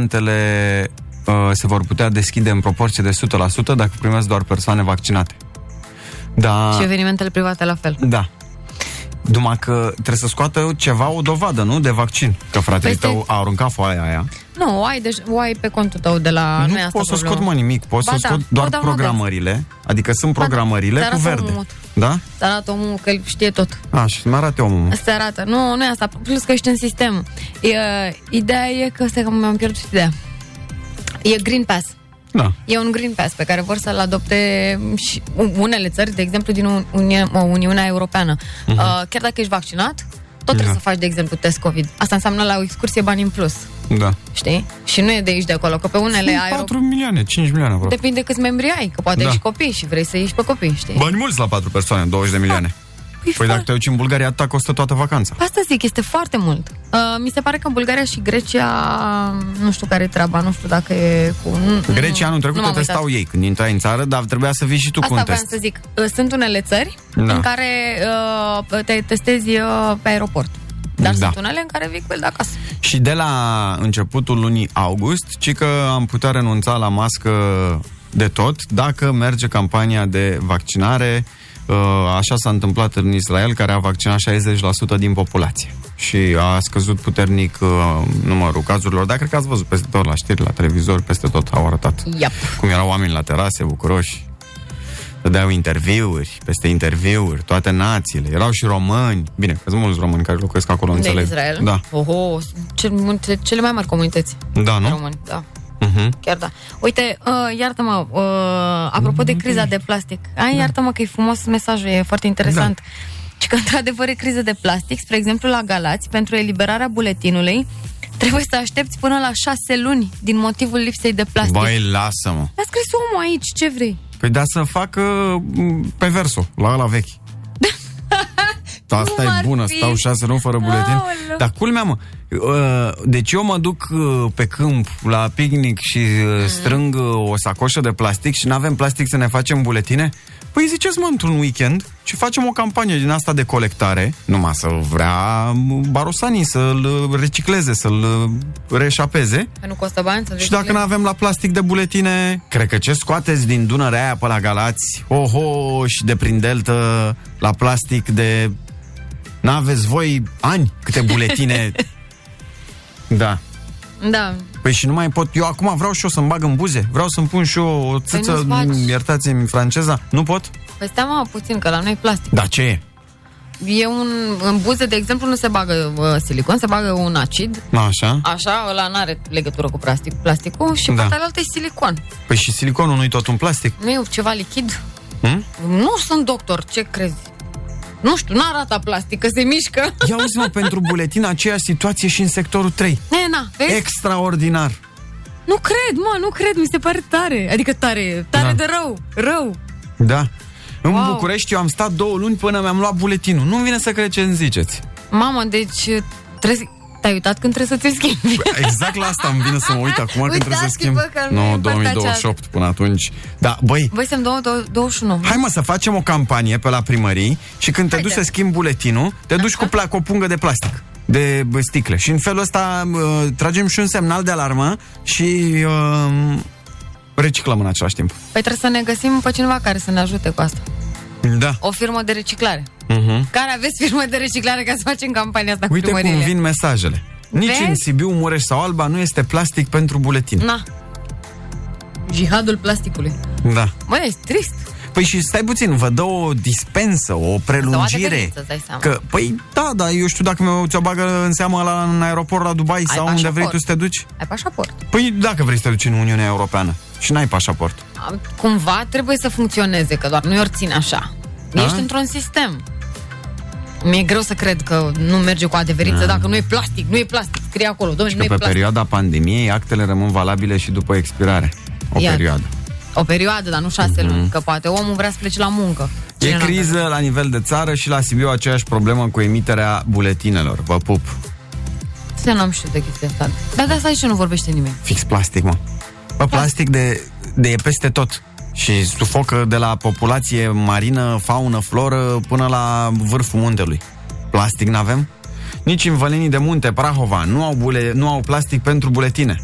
[SPEAKER 3] restaurantele uh, se vor putea deschide în proporție de 100% dacă primesc doar persoane vaccinate. Da,
[SPEAKER 4] Și evenimentele private la fel.
[SPEAKER 3] da. Numai că trebuie să scoată ceva, o dovadă, nu? De vaccin. Că fratele
[SPEAKER 4] Peste-
[SPEAKER 3] tău a aruncat foaia aia.
[SPEAKER 4] Nu, o ai, deci, o ai pe contul tău de la...
[SPEAKER 3] nu
[SPEAKER 4] e asta
[SPEAKER 3] pot să
[SPEAKER 4] problema.
[SPEAKER 3] scot, mă, nimic. Pot
[SPEAKER 4] Ba
[SPEAKER 3] să
[SPEAKER 4] da,
[SPEAKER 3] scot
[SPEAKER 4] o
[SPEAKER 3] doar
[SPEAKER 4] downloadez.
[SPEAKER 3] programările. Adică sunt
[SPEAKER 4] Ba da,
[SPEAKER 3] programările
[SPEAKER 4] ți
[SPEAKER 3] cu
[SPEAKER 4] arată
[SPEAKER 3] verde.
[SPEAKER 4] omul.
[SPEAKER 3] Da?
[SPEAKER 4] Să arată omul că el știe tot.
[SPEAKER 3] Așa, mi arate omul.
[SPEAKER 4] Asta arată. Nu, nu e asta. Plus că ești în sistem. E, ideea e că stai că mi-am pierdut ideea. E Green Pass.
[SPEAKER 3] Da.
[SPEAKER 4] E un Green Pass pe care vor să-l adopte și unele țări, de exemplu, din Uni- Uni- Uniunea Europeană. Uh-huh.
[SPEAKER 3] Mhm.
[SPEAKER 4] Uh, chiar dacă ești vaccinat, tot trebuie
[SPEAKER 3] Da.
[SPEAKER 4] să faci, de exemplu, test COVID. Asta înseamnă la o excursie bani în plus,
[SPEAKER 3] Da.
[SPEAKER 4] știi? Și nu e de aici, de acolo, că pe unele
[SPEAKER 3] Sunt
[SPEAKER 4] aer...
[SPEAKER 3] 4 milioane, 5 milioane aproape.
[SPEAKER 4] Depinde câți membri ai, că poate
[SPEAKER 3] Da.
[SPEAKER 4] da. ești copii și vrei să ieși pe copii, știi?
[SPEAKER 3] Bani mulți la 4 persoane, 20 de
[SPEAKER 4] Ah,
[SPEAKER 3] milioane. Păi
[SPEAKER 4] fa-
[SPEAKER 3] dacă te duci în Bulgaria, atâta costă toată vacanța.
[SPEAKER 4] Asta zic, este foarte mult. Uh, mi se pare că în Bulgaria și Grecia, nu știu care e treaba, nu știu dacă e cu... nu-
[SPEAKER 3] Grecia anul trecut
[SPEAKER 4] nu m-am
[SPEAKER 3] te
[SPEAKER 4] uitat.
[SPEAKER 3] testau ei când intrai în țară, dar trebuia să vii și tu cu
[SPEAKER 4] Asta
[SPEAKER 3] un
[SPEAKER 4] vreau
[SPEAKER 3] test.
[SPEAKER 4] să zic. Uh, Sunt unele țări
[SPEAKER 3] Da.
[SPEAKER 4] da. în care uh, te testezi uh, pe aeroport. Dar
[SPEAKER 3] Da.
[SPEAKER 4] da. sunt unele în care vii cu el de acasă.
[SPEAKER 3] Și de la începutul lunii august, ci că am putea renunța la mască de tot dacă merge campania de vaccinare. Uh, Așa s-a întâmplat în Israel, care a vaccinat 60% din populație. Și a scăzut puternic uh, numărul cazurilor, dar cred că ați văzut peste tot la știri, la televizor, peste tot au arătat
[SPEAKER 4] Yep.
[SPEAKER 3] cum erau oameni la terase, bucuroși. Dădeau interviuri, peste interviuri, toate națiile. Erau și români. Bine, că sunt mulți români care locuiesc acolo,
[SPEAKER 4] În
[SPEAKER 3] înțeleg.
[SPEAKER 4] Israel.
[SPEAKER 3] Da,
[SPEAKER 4] Oho, sunt cel, multe, cele mai mari comunități
[SPEAKER 3] da, nu?
[SPEAKER 4] români. Da.
[SPEAKER 3] Mhm.
[SPEAKER 4] Chiar da. Uite, uh, iartă-mă, uh, apropo de criza de plastic. Ai,
[SPEAKER 3] Da.
[SPEAKER 4] iartă-mă că e frumos mesajul, e foarte interesant. Și că, într-adevăr, e criză de plastic. Spre exemplu, la Galați, pentru eliberarea buletinului, trebuie să aștepți până la șase luni din motivul lipsei de plastic.
[SPEAKER 3] Băi, lasă-mă.
[SPEAKER 4] Mi-a scris omul aici, ce vrei?
[SPEAKER 3] Păi da să facă m, pe verso, la ăla vechi. Da. Asta
[SPEAKER 4] Cum
[SPEAKER 3] e
[SPEAKER 4] ar
[SPEAKER 3] bună,
[SPEAKER 4] fi?
[SPEAKER 3] stau șase luni fără buletin.
[SPEAKER 4] Aoleu.
[SPEAKER 3] Dar culmea, mă, uh, deci eu mă duc uh, pe câmp la picnic și uh, strâng uh, o sacoșă de plastic și n-avem plastic să ne facem buletine? Păi ziceți, mă, într-un weekend și facem o campanie din asta de colectare, numai să vrea m, barosanii să-l recicleze, să-l uh, reșapeze.
[SPEAKER 4] Că nu costă bani? Să
[SPEAKER 3] Și dacă nu avem la plastic de buletine, cred că ce scoateți din Dunărea aia pe la Galați, oho, și de prin Delta, la plastic de... N-aveți voi ani câte buletine... da.
[SPEAKER 4] Da.
[SPEAKER 3] Păi și nu mai pot, eu acum vreau și eu să-mi bag în buze, vreau să-mi pun și eu o țâță,
[SPEAKER 4] nu-ți faci.
[SPEAKER 3] m, iertați-mi franceza, nu pot?
[SPEAKER 4] Păi stai mă puțin, că la noi e plastic.
[SPEAKER 3] Da, ce e?
[SPEAKER 4] E un... În buze, de exemplu, nu se bagă uh, silicon, se bagă un acid.
[SPEAKER 3] Așa?
[SPEAKER 4] Așa, ăla n-are legătură cu plastic, plasticul și
[SPEAKER 3] Da.
[SPEAKER 4] da. partea altă e silicon.
[SPEAKER 3] Păi și siliconul nu-i tot un plastic?
[SPEAKER 4] Nu e ceva lichid?
[SPEAKER 3] Hm?
[SPEAKER 4] Nu sunt doctor, ce crezi? Nu știu, n-arată plastic, că se mișcă.
[SPEAKER 3] Ia uite-mă, pentru buletin aceeași situație și în sectorul 3.
[SPEAKER 4] E, na, vezi? Ex-
[SPEAKER 3] Extraordinar.
[SPEAKER 4] nu cred, mă, nu cred, mi se pare tare. Adică tare, tare
[SPEAKER 3] Da.
[SPEAKER 4] da. de rău, rău.
[SPEAKER 3] Da. În wow.
[SPEAKER 4] Wow.
[SPEAKER 3] București eu am stat două luni până mi-am luat buletinul. Nu-mi vine să cred ce îmi ziceți.
[SPEAKER 4] Mamă, deci trebuie să... Te-ai uitat când trebuie să ți schimbi.
[SPEAKER 3] Exact la asta îmi vine să mă uit acum când trebuie să
[SPEAKER 4] Uitați-vă
[SPEAKER 3] schimb.
[SPEAKER 4] că nu e
[SPEAKER 3] Nu,
[SPEAKER 4] în partea
[SPEAKER 3] 2028 până atunci. Da, băi,
[SPEAKER 4] Voi suntem 21.
[SPEAKER 3] hai mă să facem o campanie pe la primării și când te duci să schimbi buletinul, te duci cu, pla- cu o pungă de plastic de bă, sticle. Și în felul ăsta uh, tragem și un semnal de alarmă și uh, reciclăm în același timp.
[SPEAKER 4] Păi trebuie să ne găsim pe cineva care să ne ajute cu asta.
[SPEAKER 3] Da.
[SPEAKER 4] O firmă de reciclare.
[SPEAKER 3] Uh-huh.
[SPEAKER 4] Care aveți firmă de reciclare ca să facem campania asta
[SPEAKER 3] Uite
[SPEAKER 4] cu
[SPEAKER 3] cum
[SPEAKER 4] primările?
[SPEAKER 3] vin mesajele. Nici
[SPEAKER 4] Vezi?
[SPEAKER 3] în Sibiu, Mureș sau Alba nu este plastic pentru buletin.
[SPEAKER 4] Na. Jihadul plasticului.
[SPEAKER 3] Da.
[SPEAKER 4] Băi, e trist.
[SPEAKER 3] Păi și stai puțin, vă dă o dispensă, o prelungire.
[SPEAKER 4] adeverință, îți dai seama.
[SPEAKER 3] Că, păi, da, da, eu știu dacă mi-o ți-o bagă în seamă la, în aeroport la Dubai sau unde
[SPEAKER 4] pașaport.
[SPEAKER 3] vrei tu să te duci.
[SPEAKER 4] Ai pașaport.
[SPEAKER 3] Păi dacă vrei să te duci în Uniunea Europeană și n-ai pașaport.
[SPEAKER 4] Am- Cumva trebuie să funcționeze, că doar nu-i ține așa.
[SPEAKER 3] Da?
[SPEAKER 4] Ești într-un sistem. Mi-e greu să cred că nu merge cu adeverință dacă nu e plastic, nu e plastic, scrie acolo,
[SPEAKER 3] Da. Și
[SPEAKER 4] domnule,
[SPEAKER 3] că
[SPEAKER 4] nu
[SPEAKER 3] pe
[SPEAKER 4] e plastic.
[SPEAKER 3] perioada pandemiei actele rămân valabile și după expirare. O
[SPEAKER 4] Iată.
[SPEAKER 3] perioadă. Mhm.
[SPEAKER 4] O perioadă, dar nu șase luni, că poate omul vrea să plece la muncă.
[SPEAKER 3] E
[SPEAKER 4] Cine n-a
[SPEAKER 3] criză la nivel de țară și la Sibiu aceeași problemă cu emiterea buletinelor. Vă pup.
[SPEAKER 4] vrut? Cine n-am știut de chestia asta? Dar de asta aici nu vorbește nimeni.
[SPEAKER 3] Fix plastic, mă. Bă, plastic de, de e peste tot. Și sufocă de la populație marină, faună, floră, până la vârful muntelui. Plastic n-avem? Nici în Vălenii de Munte, Prahova, nu au, bule, nu au plastic pentru buletine.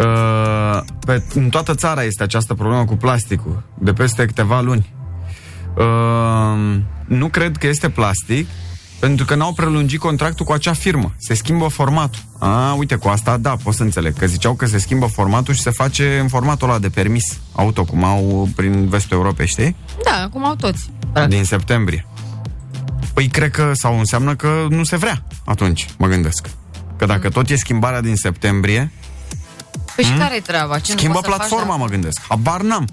[SPEAKER 3] Uh, pe, în toată țara este această problemă cu plasticul, Ehm, de peste câteva luni. Uh, nu cred că este plastic, Pentru că n-au prelungit contractul cu acea firmă. Se schimbă formatul. A, uite, cu asta, da, pot să înțeleg. Că ziceau că se schimbă formatul și se face în formatul ăla de permis auto, cum au prin vestul Europei, știi?
[SPEAKER 4] Da, acum au toți.
[SPEAKER 3] Din septembrie. Păi cred că, sau înseamnă că nu se vrea atunci, mă gândesc. Că dacă tot e schimbarea din septembrie,
[SPEAKER 4] Păi și care-i treaba? Ce nu
[SPEAKER 3] Mhm. Schimbă
[SPEAKER 4] poți să
[SPEAKER 3] platforma,
[SPEAKER 4] faci, da?
[SPEAKER 3] mă gândesc. Habar n-am.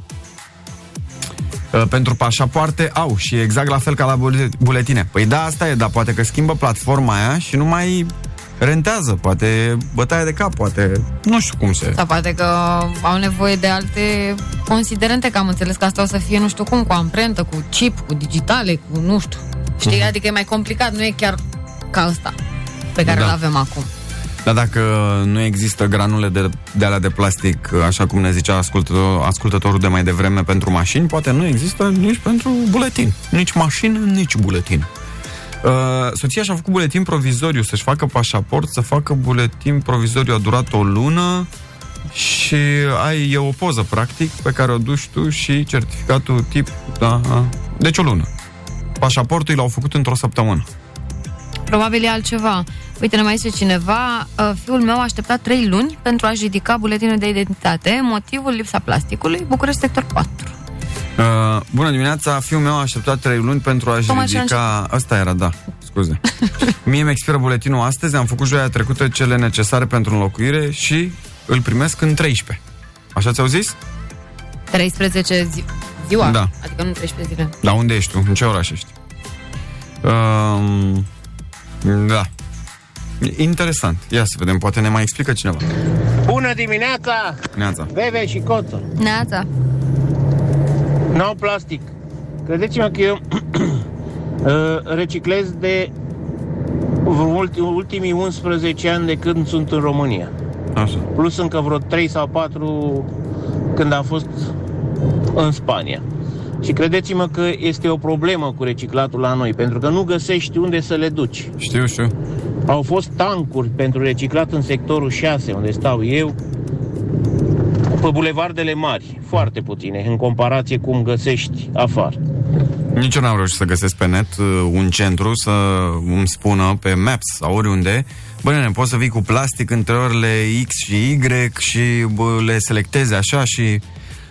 [SPEAKER 3] Uh, Pentru pașapoarte au și e exact la fel ca la bule- buletine. Păi da, asta e, dar poate că schimbă platforma aia și nu mai rentează. Poate e bătaie de cap, poate... Nu știu cum se...
[SPEAKER 4] da. Sau poate că au nevoie de alte considerente, că am înțeles că asta o să fie nu știu cum, cu amprentă, cu chip, cu digitale, cu nu știu. Știi?
[SPEAKER 3] Mhm.
[SPEAKER 4] Adică e mai complicat, nu e chiar ca asta pe care
[SPEAKER 3] Da.
[SPEAKER 4] da. îl avem acum.
[SPEAKER 3] Dar dacă nu există granule de, de alea de plastic, așa cum ne zicea ascultător, ascultătorul de mai devreme pentru mașini, poate nu există nici pentru buletin. Nici mașină, nici buletin. Uh, soția și-a făcut buletin provizoriu, să-și facă pașaport, să facă buletin provizoriu, a durat o lună și ai, e o poză, practic, pe care o duci tu și certificatul tip, da, a. deci o lună. Pașaportul l-au făcut într-o săptămână.
[SPEAKER 4] Probabil e altceva. Uite, ne mai zice cineva, "Uh, fiul meu a așteptat 3 luni pentru a-și ridica buletinul de identitate, motivul lipsa plasticului, București sector 4.
[SPEAKER 3] Uh, bună dimineața, fiul meu a așteptat 3 luni pentru a-și
[SPEAKER 4] Tocmai și a
[SPEAKER 3] ridica... Asta era, da, scuze. Mie mi expiră buletinul astăzi, am făcut joia trecută cele necesare pentru înlocuire și îl primesc în 13. Așa ți-au zis?
[SPEAKER 4] 13 zi- ziua,
[SPEAKER 3] Da.
[SPEAKER 4] adică nu 13 zile.
[SPEAKER 3] La Da, unde ești tu? În ce oraș ești? Um, da. Interesant. Ia să vedem, poate ne mai explică cineva.
[SPEAKER 9] Bună dimineața,
[SPEAKER 3] Neața.
[SPEAKER 9] Bebe și Coță.
[SPEAKER 4] Neața.
[SPEAKER 9] n plastic. Credeți-mă că eu uh, reciclez de ulti- ultimii 11 ani de când sunt în România.
[SPEAKER 3] Așa.
[SPEAKER 9] Plus încă vreo 3 sau 4 când am fost în Spania. Și credeți-mă că este o problemă cu reciclatul la noi, pentru că nu găsești unde să le duci.
[SPEAKER 3] Știu, știu.
[SPEAKER 9] Au fost tancuri pentru reciclat în sectorul 6, unde stau eu, pe bulevardele mari, foarte puține, în comparație cu cum găsești afară.
[SPEAKER 3] Nici eu n-am reușit să găsesc pe net uh, un centru să îmi spună pe Maps sau oriunde Bă, nene, poți să vii cu plastic între orele X și Y și bă, le selectezi așa și...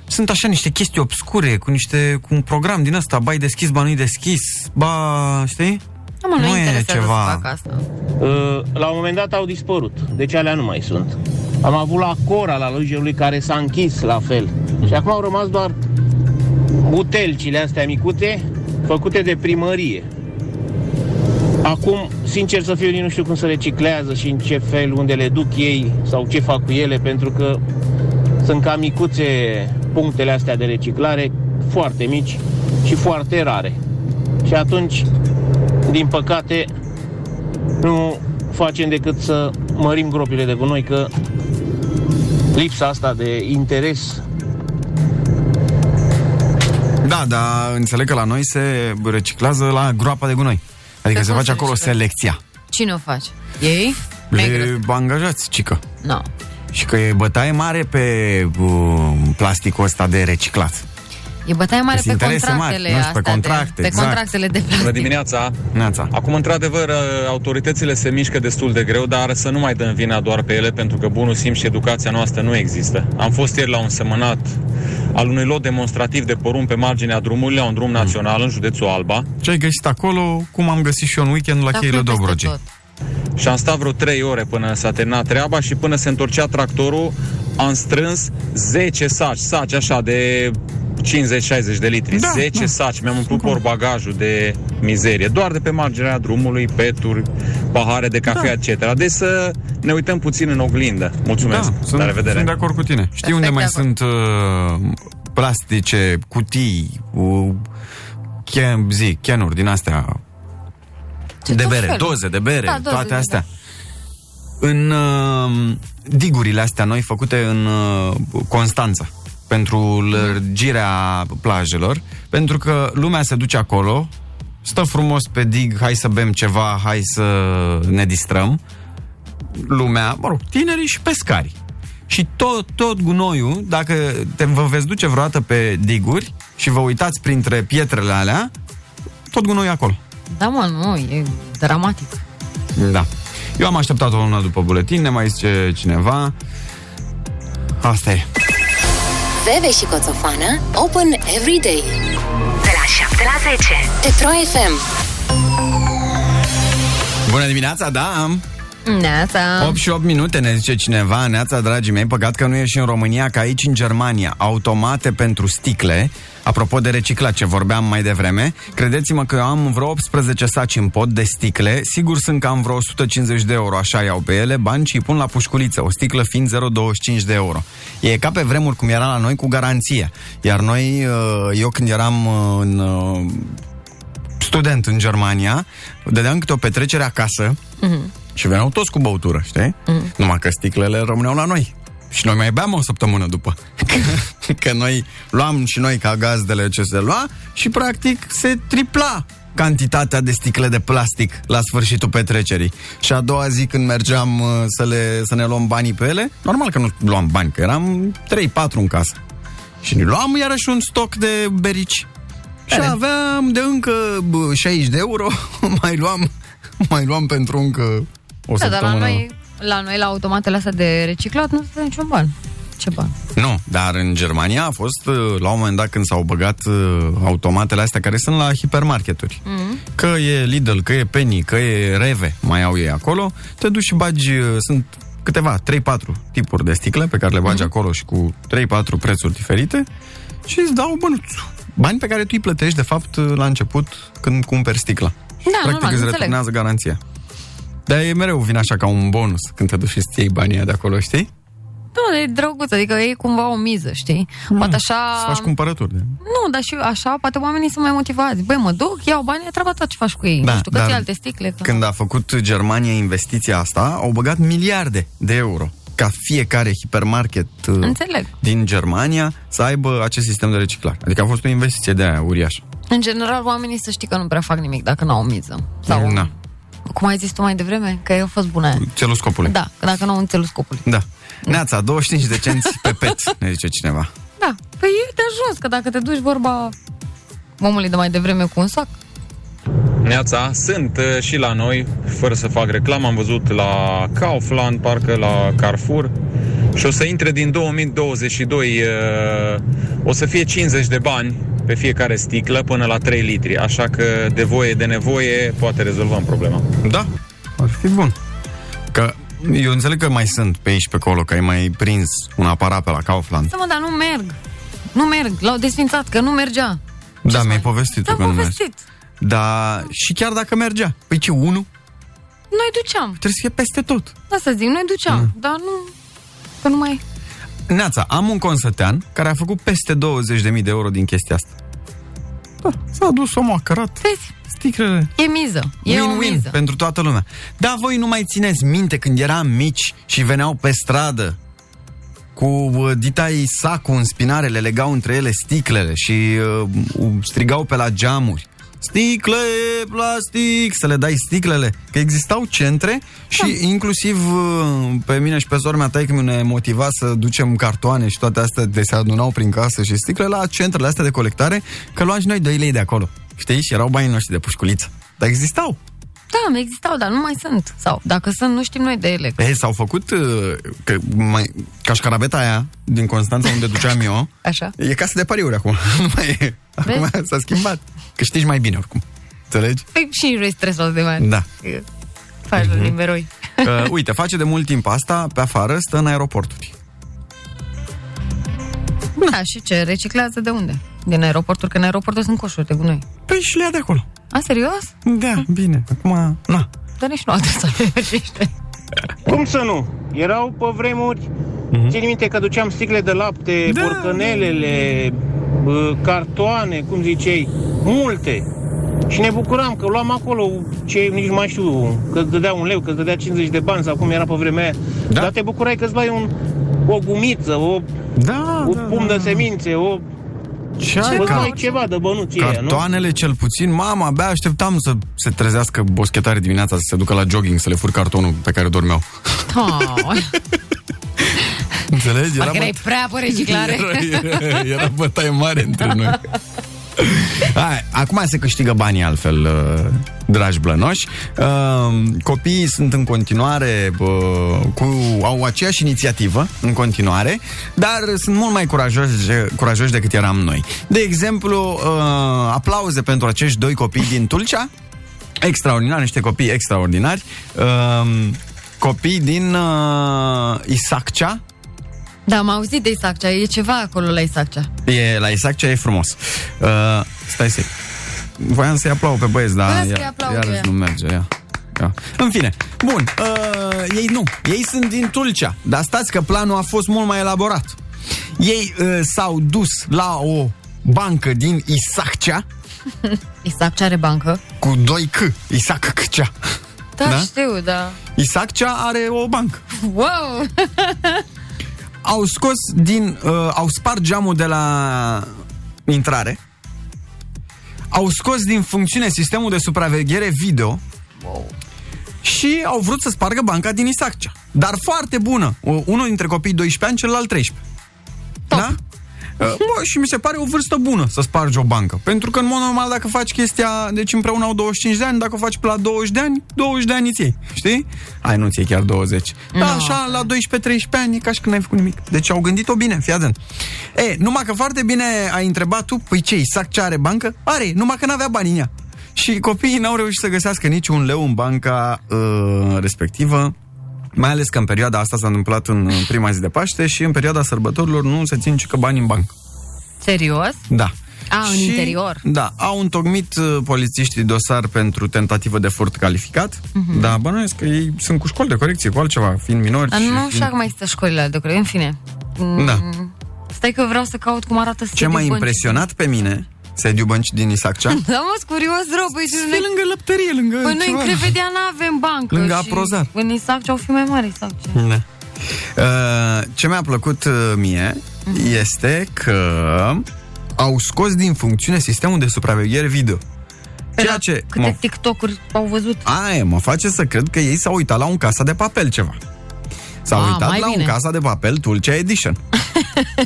[SPEAKER 3] Sunt așa niște chestii obscure, cu niște cu un program din ăsta, ba e deschis, ba nu-i deschis, ba, știi?
[SPEAKER 4] Da, mă, nu,
[SPEAKER 3] Nu e
[SPEAKER 4] interesează
[SPEAKER 3] ceva.
[SPEAKER 4] să fac asta.
[SPEAKER 9] Uh, La un moment dat au dispărut, deci alea nu mai sunt. Am avut la Cora, la lui care s-a închis la fel. Și acum au rămas doar butelcile astea micute, făcute de primărie. Acum, sincer să fiu, nici nu știu cum se reciclează și în ce fel, unde le duc ei sau ce fac cu ele, pentru că sunt cam micuțe punctele astea de reciclare, foarte mici și foarte rare. Și atunci, din păcate, nu facem decât să mărim gropile de gunoi că lipsa asta de interes
[SPEAKER 3] Da, dar înțeleg că la noi se reciclează la groapa de gunoi. Adică
[SPEAKER 4] Pe
[SPEAKER 3] se
[SPEAKER 4] cum
[SPEAKER 3] face
[SPEAKER 4] se
[SPEAKER 3] acolo
[SPEAKER 4] reciclează?
[SPEAKER 3] selecția.
[SPEAKER 4] Cine o faci? Ei? Mi-ai
[SPEAKER 3] Le
[SPEAKER 4] crezut?
[SPEAKER 3] angajați, cică.
[SPEAKER 4] Nu. No.
[SPEAKER 3] Și că e bătaie mare pe uh, plasticul ăsta de reciclat.
[SPEAKER 4] E bătaie mare
[SPEAKER 3] Sunt
[SPEAKER 4] pe
[SPEAKER 3] Deci interese
[SPEAKER 4] contractele
[SPEAKER 3] mari, nu știu, pe
[SPEAKER 4] astea de-
[SPEAKER 3] contracte,
[SPEAKER 4] pe
[SPEAKER 3] exact.
[SPEAKER 4] contractele de
[SPEAKER 10] Bună
[SPEAKER 4] plastic.
[SPEAKER 10] dimineața!
[SPEAKER 3] Neața.
[SPEAKER 10] Acum, într-adevăr, autoritățile se mișcă destul de greu, dar să nu mai dăm vina doar pe ele, pentru că bunul simț și educația noastră nu există. Am fost ieri la un semănat al unui lot demonstrativ de porumb pe marginea drumului, la un drum național în județul Alba,
[SPEAKER 3] Ce ai găsit acolo, cum am găsit și eu în weekend la
[SPEAKER 4] Dar
[SPEAKER 3] cheile
[SPEAKER 4] Da, peste
[SPEAKER 3] Dobrogei.
[SPEAKER 4] tot.
[SPEAKER 10] și am stat vreo 3 ore până s-a terminat treaba și până se întorcea tractorul am strâns 10 saci, saci așa de 50-60 de litri,
[SPEAKER 3] Da,
[SPEAKER 10] da, 10
[SPEAKER 3] da.
[SPEAKER 10] da. saci, mi-am umplut porbagajul de mizerie, doar de pe marginea drumului, peturi, pahare de cafea, da. etc. Deci să ne uităm puțin în oglindă. Mulțumesc!
[SPEAKER 3] Da, sunt,
[SPEAKER 10] La revedere!
[SPEAKER 3] sunt de acord cu tine. Știi
[SPEAKER 4] Perfect da,
[SPEAKER 3] unde mai
[SPEAKER 4] de acord.
[SPEAKER 3] sunt uh, plastice, cutii, uh, chem, zi, chenuri din astea
[SPEAKER 4] Ce
[SPEAKER 3] de
[SPEAKER 4] tot
[SPEAKER 3] bere,
[SPEAKER 4] felul.
[SPEAKER 3] doze de bere,
[SPEAKER 4] Da, doze,
[SPEAKER 3] toate
[SPEAKER 4] da,
[SPEAKER 3] astea. În uh, digurile astea noi făcute în uh, Constanța pentru lărgirea plajelor, pentru că lumea se duce acolo, stă frumos pe dig, hai să bem ceva, hai să ne distrăm. Lumea, mă rog, tinerii și pescari. Și tot, tot gunoiul, dacă te, vă veți duce vreodată pe diguri și vă uitați printre pietrele alea, tot gunoiul e acolo.
[SPEAKER 4] Da, mă, nu, e dramatic.
[SPEAKER 3] Da. Eu am așteptat o lună după buletin, ne mai zice cineva. Asta e.
[SPEAKER 2] Veve și Coțofană Open every day De la 7 la 10 Pe Pro FM
[SPEAKER 3] Bună dimineața, da, am.
[SPEAKER 4] Neața.
[SPEAKER 3] 8 și 8 minute, ne zice cineva. Neața, dragii mei, păcat că nu ești în România, ca aici în Germania. Automate pentru sticle. Apropo de reciclat ce vorbeam mai devreme, credeți-mă că eu am vreo 18 saci în pod de sticle. Sigur sunt că am vreo 150 de euro, așa iau pe ele, bani și îi pun la pușculiță, o sticlă fiind 0,25 de euro. E ca pe vremuri cum era la noi cu garanție. Iar noi, uh, eu când eram în uh, student în Germania, dădeam câte o petrecere acasă,
[SPEAKER 4] Mhm.
[SPEAKER 3] și veneau toți cu băutură, știi? Mm. Numai că sticlele rămâneau la noi. Și noi mai beam o săptămână după. Că- că noi luam și noi ca gazdele ce se lua și practic se tripla cantitatea de sticle de plastic la sfârșitul petrecerii. Și a doua zi când mergeam uh, să, le, să ne luăm banii pe ele, normal că nu luam bani, că eram 3-4 în casă. Și ne luam iarăși un stoc de berici. Și aveam de încă bă, 60 de euro, mai luam, mai luam pentru încă o
[SPEAKER 4] da, dar la
[SPEAKER 3] săptămână.
[SPEAKER 4] noi, la noi, la automatele astea de reciclat, nu se dă niciun ban. Ce ban?
[SPEAKER 3] Nu, dar în Germania a fost uh, la un moment dat când s-au băgat uh, automatele astea care sunt la hipermarketuri.
[SPEAKER 4] Mm.
[SPEAKER 3] Că e Lidl, că e Penny, că e Reve, mai au ei acolo, te duci și bagi, uh, sunt câteva, 3-4 tipuri de sticle pe care le
[SPEAKER 4] Mm-hmm.
[SPEAKER 3] bagi acolo și cu 3-4 prețuri diferite și îți dau bănuțul. Bani pe care tu îi plătești, de fapt, uh, la început când cumperi sticla.
[SPEAKER 4] Da,
[SPEAKER 3] Practic
[SPEAKER 4] normal,
[SPEAKER 3] îți
[SPEAKER 4] înțeleg.
[SPEAKER 3] returnează garanția. Dar e mereu vin așa ca un bonus când te duci și îți iei banii aia de acolo, știi?
[SPEAKER 4] Nu, e drăguț, adică e cumva o miză, știi? Poate
[SPEAKER 3] Hmm. Să
[SPEAKER 4] așa...
[SPEAKER 3] faci cumpărături de...
[SPEAKER 4] Nu, dar și așa, poate oamenii sunt mai motivați. Băi, mă duc, iau bani, e treaba ta ce faci cu ei.
[SPEAKER 3] Da,
[SPEAKER 4] nu știu, că
[SPEAKER 3] dar
[SPEAKER 4] ți alte sticle. Că...
[SPEAKER 3] Când a făcut Germania investiția asta, au băgat miliarde de euro ca fiecare hipermarket uh,
[SPEAKER 4] Înțeleg.
[SPEAKER 3] din Germania să aibă acest sistem de reciclare. Adică a fost o investiție de aia uriașă.
[SPEAKER 4] În general, oamenii să știi că nu prea fac nimic dacă nu au miză. Sau,
[SPEAKER 3] Da.
[SPEAKER 4] cum ai zis tu mai devreme, că eu a fost bună aia.
[SPEAKER 3] Celul scopului.
[SPEAKER 4] Da, că dacă nu au înțeles scopul.
[SPEAKER 3] da. Neața, 25 de cenți pe pet, ne zice cineva.
[SPEAKER 4] Da, păi e de jos, că dacă te duci vorba omului de mai devreme cu un sac,
[SPEAKER 10] Neața, sunt uh, și la noi, fără să fac reclamă, am văzut la Kaufland, parcă la Carrefour și o să intre din 2022, uh, o să fie 50 de bani pe fiecare sticlă până la 3 litri, așa că de voie, de nevoie, poate rezolvăm problema.
[SPEAKER 3] Da, ar fi bun. Că eu înțeleg că mai sunt pe aici pe acolo, că ai mai prins un aparat pe la Kaufland.
[SPEAKER 4] să Da, mă, dar nu merg. Nu merg, l-au desfințat, că nu mergea.
[SPEAKER 3] da, mi-ai povestit tu
[SPEAKER 4] Am
[SPEAKER 3] că nu mergi.
[SPEAKER 4] povestit.
[SPEAKER 3] Da, și chiar dacă mergea, păi ce, unul?
[SPEAKER 4] Noi duceam,
[SPEAKER 3] Trebuie să fie peste tot.
[SPEAKER 4] asta zic, noi duceam,
[SPEAKER 3] Mm.
[SPEAKER 4] dar nu, că nu mai...
[SPEAKER 3] Neața, am un consătean care a făcut peste 20.000 de euro din chestia asta. Da, s-a dus omul, a cărat
[SPEAKER 4] Vezi,
[SPEAKER 3] sticlele.
[SPEAKER 4] e miză, e o
[SPEAKER 3] Win-win
[SPEAKER 4] miză.
[SPEAKER 3] pentru toată lumea. Da, voi nu mai țineți minte când eram mici și veneau pe stradă cu uh, ditai sacul în spinare, le legau între ele sticlele și uh, u- strigau pe la geamuri. Sticle, plastic, să le dai sticlele. Că existau centre și inclusiv uh, pe mine și pe sora mea taică ne motiva să ducem cartoane și toate astea de se adunau prin casă și sticle la centrele astea de colectare, că luam și noi 2 lei de acolo. Știi? Și erau banii noștri de pușculiță. Dar existau.
[SPEAKER 4] Da, existau, dar nu mai sunt. Sau, dacă sunt, nu știm noi de ele.
[SPEAKER 3] E, s-au făcut uh, că, mai, cașcarabeta aia din Constanța unde duceam eu.
[SPEAKER 4] Așa?
[SPEAKER 3] E casă de pariuri acum. Nu mai e. Acum s-a schimbat. Câștigi mai bine oricum. Înțelegi?
[SPEAKER 4] Păi și nu e stresul de mai.
[SPEAKER 3] Da. Mm-hmm.
[SPEAKER 4] Faci la liberoi.
[SPEAKER 3] Uh, uite, face de mult timp asta, pe afară, stă în aeroporturi.
[SPEAKER 4] Da, și ce? Reciclează de unde? Din aeroporturi, că în aeroporturi sunt coșuri de gunoi.
[SPEAKER 3] Păi și le ia de acolo.
[SPEAKER 4] A, serios?
[SPEAKER 3] Da, bine. Acum, na.
[SPEAKER 4] Dar nici nu adresa pe
[SPEAKER 11] Cum să nu? Erau pe vremuri, mm-hmm. țin minte că duceam sticle de lapte, da, borcanelele, bă, cartoane, cum zicei, multe. Și ne bucuram că luam acolo ce nici nu mai știu, că îți dădea un leu, că îți dădea 50 de bani sau cum era pe vremea aia. Da. Dar te bucurai că îți luai un, o gumiță, o,
[SPEAKER 3] da,
[SPEAKER 11] un da, pum de semințe, o...
[SPEAKER 3] Ce ai,
[SPEAKER 11] îți
[SPEAKER 3] ca-
[SPEAKER 11] luai ceva de bănuții aia, nu?
[SPEAKER 3] Cartoanele cel puțin, mama, abia așteptam să se trezească boschetare dimineața, să se ducă la jogging, să le fur cartonul pe care dormeau. Înțelegi?
[SPEAKER 4] Parcă
[SPEAKER 3] bă-
[SPEAKER 4] erai prea pe reciclare.
[SPEAKER 3] Era, era, era bătaie mare între noi. Hai, acum se câștigă banii altfel, uh, dragi blănoși. Uh, Copiii sunt în continuare uh, cu, au aceeași inițiativă în continuare, dar sunt mult mai curajoși, curajoși decât eram noi. De exemplu, uh, aplauze pentru acești doi copii din Tulcea, extraordinar, niște copii extraordinari, Uh, copii din uh, Isaccea,
[SPEAKER 4] da, am auzit de Isaccea, e ceva acolo la Isaccea.
[SPEAKER 3] E, la Isaccea e frumos. Uh, stai să Voiam să-i aplau pe băieți, dar ia, iarăși nu merge. Ia. Ia. În fine, bun, uh, ei nu, ei sunt din Tulcea, dar stați că planul a fost mult mai elaborat. Ei uh, s-au dus la o bancă din Isaccea.
[SPEAKER 4] Isaccea are bancă?
[SPEAKER 3] Cu 2 C, Isaccea.
[SPEAKER 4] Da, da, știu, da.
[SPEAKER 3] Isaccea are o bancă.
[SPEAKER 4] Wow!
[SPEAKER 3] au scos din... Uh, au spart geamul de la intrare. Au scos din funcțiune sistemul de supraveghere video. Wow. Și au vrut să spargă banca din Isaccea. Dar foarte bună. Uh, unul dintre copii 12 ani, celălalt 13. Top. Da? Uh, bă, și mi se pare o vârstă bună să spargi o bancă. Pentru că, în mod normal, dacă faci chestia... Deci împreună au 25 de ani, dacă o faci pe la 20 de ani, 20 de ani îți iei. Știi? Ai, nu ți iei chiar 20. No. Da, așa, la 12-13 ani, e ca și când n-ai făcut nimic. Deci au gândit-o bine, fii atent. E, numai că foarte bine ai întrebat tu, păi ce, Isaac ce are bancă? Are, numai că n-avea bani în ea. Și copiii n-au reușit să găsească niciun leu în banca uh, respectivă. Mai ales că în perioada asta s-a întâmplat în prima zi de Paște și în perioada sărbătorilor nu se țin că bani în bancă.
[SPEAKER 4] Serios?
[SPEAKER 3] Da.
[SPEAKER 4] A, în și, interior?
[SPEAKER 3] Da, au întocmit uh, polițiștii dosar pentru tentativă de furt calificat, uh-huh. dar bănuiesc că ei sunt cu școli de corecție, cu altceva, fiind minori.
[SPEAKER 4] Dar Mhm. nu așa cum mai există școlile de corecție, în fine.
[SPEAKER 3] Da.
[SPEAKER 4] Stai că vreau să caut cum arată
[SPEAKER 3] Ce m-a impresionat pe mine Sediu bănci din Isaccea?
[SPEAKER 4] Da, mă, curios rău, băi, și
[SPEAKER 3] noi... lângă lăptărie, lângă
[SPEAKER 4] Păi noi în Crevedea nu avem bancă.
[SPEAKER 3] Lângă Aprozar.
[SPEAKER 4] În Isaccea au fi mai mare Isaccea. Da.
[SPEAKER 3] Uh, ce mi-a plăcut uh, mie
[SPEAKER 4] Mhm.
[SPEAKER 3] uh-huh. este că au scos din funcțiune sistemul de supraveghere video.
[SPEAKER 4] Ceea Era ce Păi da, câte mă... TikTok-uri au văzut.
[SPEAKER 3] Aia, mă face să cred că ei s-au uitat la un casa de papel ceva. S-a A, uitat la bine. un casa de papel Tulcea Edition.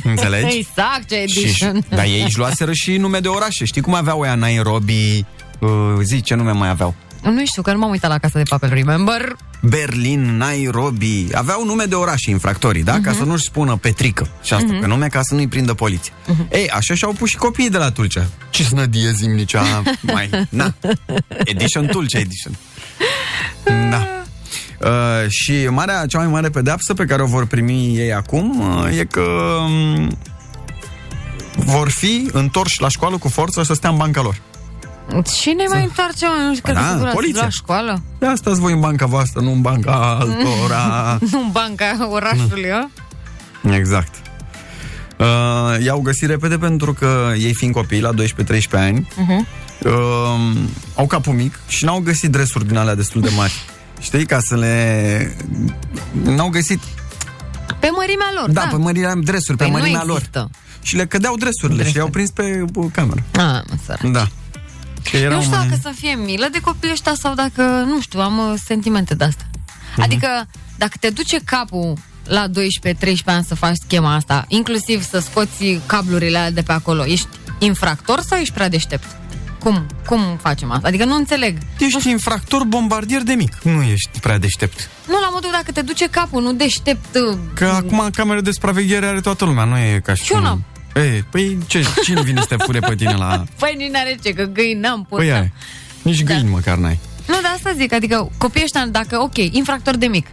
[SPEAKER 3] Înțelegi?
[SPEAKER 4] Exact, ce Edition.
[SPEAKER 3] Deci? Și, dar ei își luaseră și nume de orașe. Știi cum aveau ea Nairobi? Uh, zi, ce nume mai aveau?
[SPEAKER 4] Nu știu, că nu m-am uitat la Casa de Papel, remember?
[SPEAKER 3] Berlin, Nairobi. Aveau nume de orașe infractorii, da? Uh-huh. Ca să nu-și spună Petrică și asta, uh-huh. pe nume ca să nu-i prindă poliția. Uh-huh. Ei, așa și-au pus și copiii de la Tulcea. Cisnădie zimnicea, mai, na. Edition Tulcea Edition. Da. Uh, și marea, cea mai mare pedeapsă pe care o vor primi ei acum uh, e că um, vor fi întorși la școală cu forță să stea în banca lor.
[SPEAKER 4] Și ne mai întoarce, nu știu, da, cred că poliția. la școală.
[SPEAKER 3] De asta voi în banca voastră, nu în banca altora.
[SPEAKER 4] nu în banca orașului, nu.
[SPEAKER 3] No. Exact. Uh, i-au găsit repede pentru că ei fiind copii la 12-13 ani, uh-huh. uh, au capul mic și n-au găsit dresuri din alea destul de mari. Știi, ca să le... N-au găsit...
[SPEAKER 4] Pe mărimea lor,
[SPEAKER 3] da. Da, pe mărimea dresuri, păi pe mărimea lor. Și le cădeau dresurile Dresuri. și le-au prins pe cameră.
[SPEAKER 4] Ah, săraci.
[SPEAKER 3] Da.
[SPEAKER 4] Că nu știu mai... dacă să fie milă de copilul ăștia sau dacă, nu știu, am uh, sentimente de asta. Uh-huh. Adică, dacă te duce capul la 12-13 ani să faci schema asta, inclusiv să scoți cablurile alea de pe acolo, ești infractor sau ești prea deștept? cum, cum facem asta? Adică nu înțeleg.
[SPEAKER 3] Ești nu... infractor bombardier de mic. Nu ești prea deștept.
[SPEAKER 4] Nu, la modul dacă te duce capul, nu deștept. uh,
[SPEAKER 3] Că acum camera de supraveghere are toată lumea, nu e ca și
[SPEAKER 4] Și cum...
[SPEAKER 3] Ei, păi ce, cine vine să te fure pe tine la...
[SPEAKER 4] Păi nici n-are ce, că găini n-am pus.
[SPEAKER 3] Păi ai, nici găini da. măcar n-ai.
[SPEAKER 4] Nu, dar asta zic, adică copiii ăștia, dacă, ok, infractor de mic,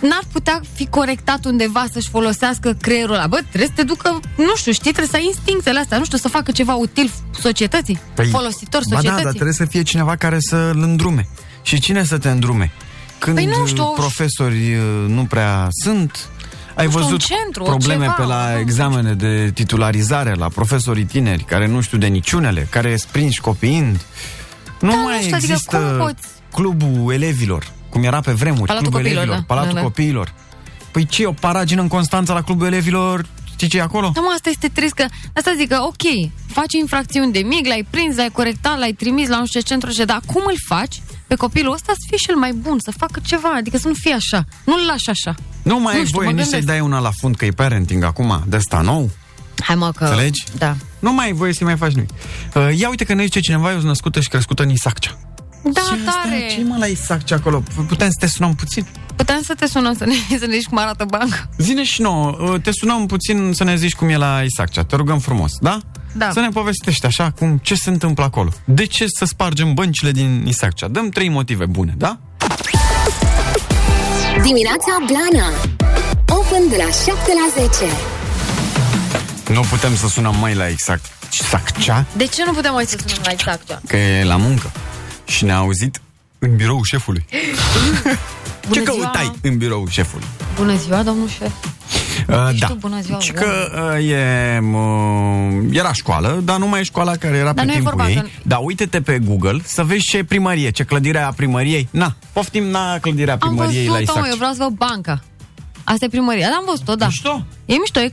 [SPEAKER 4] n-ar putea fi corectat undeva să-și folosească creierul ăla. Bă, trebuie să te ducă, nu știu, știi, trebuie să ai instinctele astea, nu știu, să facă ceva util societății, păi, folositor societății. Ba
[SPEAKER 3] da, dar trebuie să fie cineva care să-l îndrume. Și cine să te îndrume? Când păi nu știu, profesori uh, nu prea sunt, ai știu, văzut centru, probleme ceva, pe la examene de titularizare, la profesorii tineri care nu știu de niciunele, care sprinși copiind. Nu
[SPEAKER 4] da,
[SPEAKER 3] mai
[SPEAKER 4] nu știu,
[SPEAKER 3] există
[SPEAKER 4] adică cum poți?
[SPEAKER 3] clubul elevilor cum era pe vremuri,
[SPEAKER 4] Palatul
[SPEAKER 3] Clubul
[SPEAKER 4] Copiilor,
[SPEAKER 3] Elevilor,
[SPEAKER 4] da.
[SPEAKER 3] Palatul
[SPEAKER 4] da, da.
[SPEAKER 3] Copiilor. Păi ce, o paragină în Constanța la Clubul Elevilor, știi ce e acolo?
[SPEAKER 4] Da, mă, asta este trist, că asta zic că, ok, faci infracțiuni de mic, l-ai prins, l-ai corectat, l-ai trimis la nu știu ce centru, ce, dar cum îl faci pe copilul ăsta să fie și el mai bun, să facă ceva, adică să nu fie așa, nu-l lași așa.
[SPEAKER 3] Nu mai nu ai știu, voie nici să-i dai una la fund că e parenting acum, de asta nou.
[SPEAKER 4] Hai mă că...
[SPEAKER 3] Înțelegi?
[SPEAKER 4] Da.
[SPEAKER 3] Nu mai ai voie să mai faci nimic. Uh, ia uite că ne zice cineva, eu sunt născută și crescută în Isaccea.
[SPEAKER 4] Da,
[SPEAKER 3] ce
[SPEAKER 4] tare.
[SPEAKER 3] Ce mă la Isaccea acolo? Putem să te sunăm puțin?
[SPEAKER 4] Putem să te sunăm să ne, să ne zici cum arată banca.
[SPEAKER 3] Zine și nouă, uh, te sunăm puțin să ne zici cum e la Isaccea. Te rugăm frumos, da?
[SPEAKER 4] Da.
[SPEAKER 3] Să ne povestești așa cum ce se întâmplă acolo. De ce să spargem băncile din Isaccea? Dăm trei motive bune, da?
[SPEAKER 2] Dimineața Blana Open de la 7 la 10
[SPEAKER 3] Nu putem să sunăm mai la exact Isaccea,
[SPEAKER 4] De ce nu putem mai să sunăm la Exacta?
[SPEAKER 3] că e la muncă. Și ne-a auzit în birou șefului. ce
[SPEAKER 4] ziua!
[SPEAKER 3] căutai în birou șefului?
[SPEAKER 4] Bună ziua, domnul șef.
[SPEAKER 3] Uh,
[SPEAKER 4] Și
[SPEAKER 3] da.
[SPEAKER 4] tu, bună ziua,
[SPEAKER 3] Și că uh, e, uh, era școală, dar nu mai e școala care era
[SPEAKER 4] Dar
[SPEAKER 3] pe
[SPEAKER 4] nu e
[SPEAKER 3] timpul
[SPEAKER 4] vorba
[SPEAKER 3] ei.
[SPEAKER 4] că-
[SPEAKER 3] Dar uite-te pe Google să vezi ce e primărie, ce clădire a primăriei. Na, poftim na clădirea
[SPEAKER 4] Am
[SPEAKER 3] primăriei la
[SPEAKER 4] văzut-o, mă, eu
[SPEAKER 3] Isaccea.
[SPEAKER 4] vreau să văd banca. Asta e primăria, dar am văzut-o, da.
[SPEAKER 3] Mișto?
[SPEAKER 4] E mișto, e...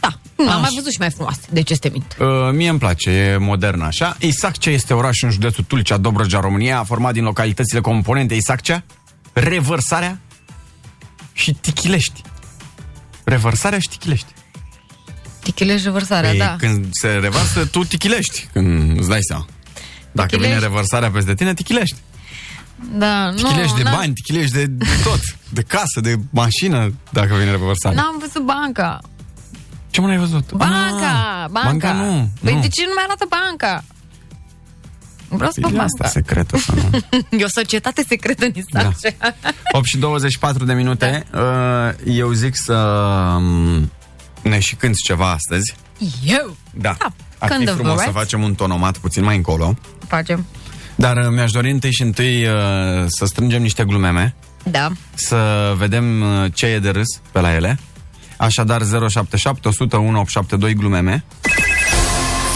[SPEAKER 4] Da, nu, am mai văzut și mai frumoasă. De ce este mint?
[SPEAKER 3] Uh, mie îmi place, e modern așa. Isaccea este oraș în județul Tulcea, Dobrogea, România, format din localitățile componente Isaccea, Revărsarea și Tichilești. Revărsarea și Tichilești.
[SPEAKER 4] Tichilești revărsarea,
[SPEAKER 3] Păi
[SPEAKER 4] da.
[SPEAKER 3] când se revarsă, tu tichilești, când îți dai seama. Dacă
[SPEAKER 4] Tichilești.
[SPEAKER 3] vine revărsarea peste tine, tichilești.
[SPEAKER 4] Da, nu,
[SPEAKER 3] Tichilești de
[SPEAKER 4] n-am-
[SPEAKER 3] bani, tichilești de tot. De casă, de mașină, dacă vine revărsarea.
[SPEAKER 4] N-am văzut banca.
[SPEAKER 3] Ce mă n-ai văzut?
[SPEAKER 4] Banca,
[SPEAKER 3] Ah,
[SPEAKER 4] banca.
[SPEAKER 3] Banca nu,
[SPEAKER 4] Păi
[SPEAKER 3] nu.
[SPEAKER 4] de ce nu mai arată banca? Vreau să văd
[SPEAKER 3] E
[SPEAKER 4] banca.
[SPEAKER 3] Păi asta Da. secretă. sau nu?
[SPEAKER 4] E o societate secretă în Isaccea.
[SPEAKER 3] 8 și 24 de minute. Uh, Eu zic să um, ne și cânti ceva astăzi.
[SPEAKER 4] Eu
[SPEAKER 3] Da. Ar fi
[SPEAKER 4] când vă
[SPEAKER 3] frumos să
[SPEAKER 4] vreți.
[SPEAKER 3] facem un tonomat puțin mai încolo.
[SPEAKER 4] facem.
[SPEAKER 3] Dar uh, mi-aș dori întâi și întâi uh, să strângem niște glumeme.
[SPEAKER 4] Da.
[SPEAKER 3] să vedem uh, ce e de râs pe la ele. Așadar 077 100 1872 glumeme.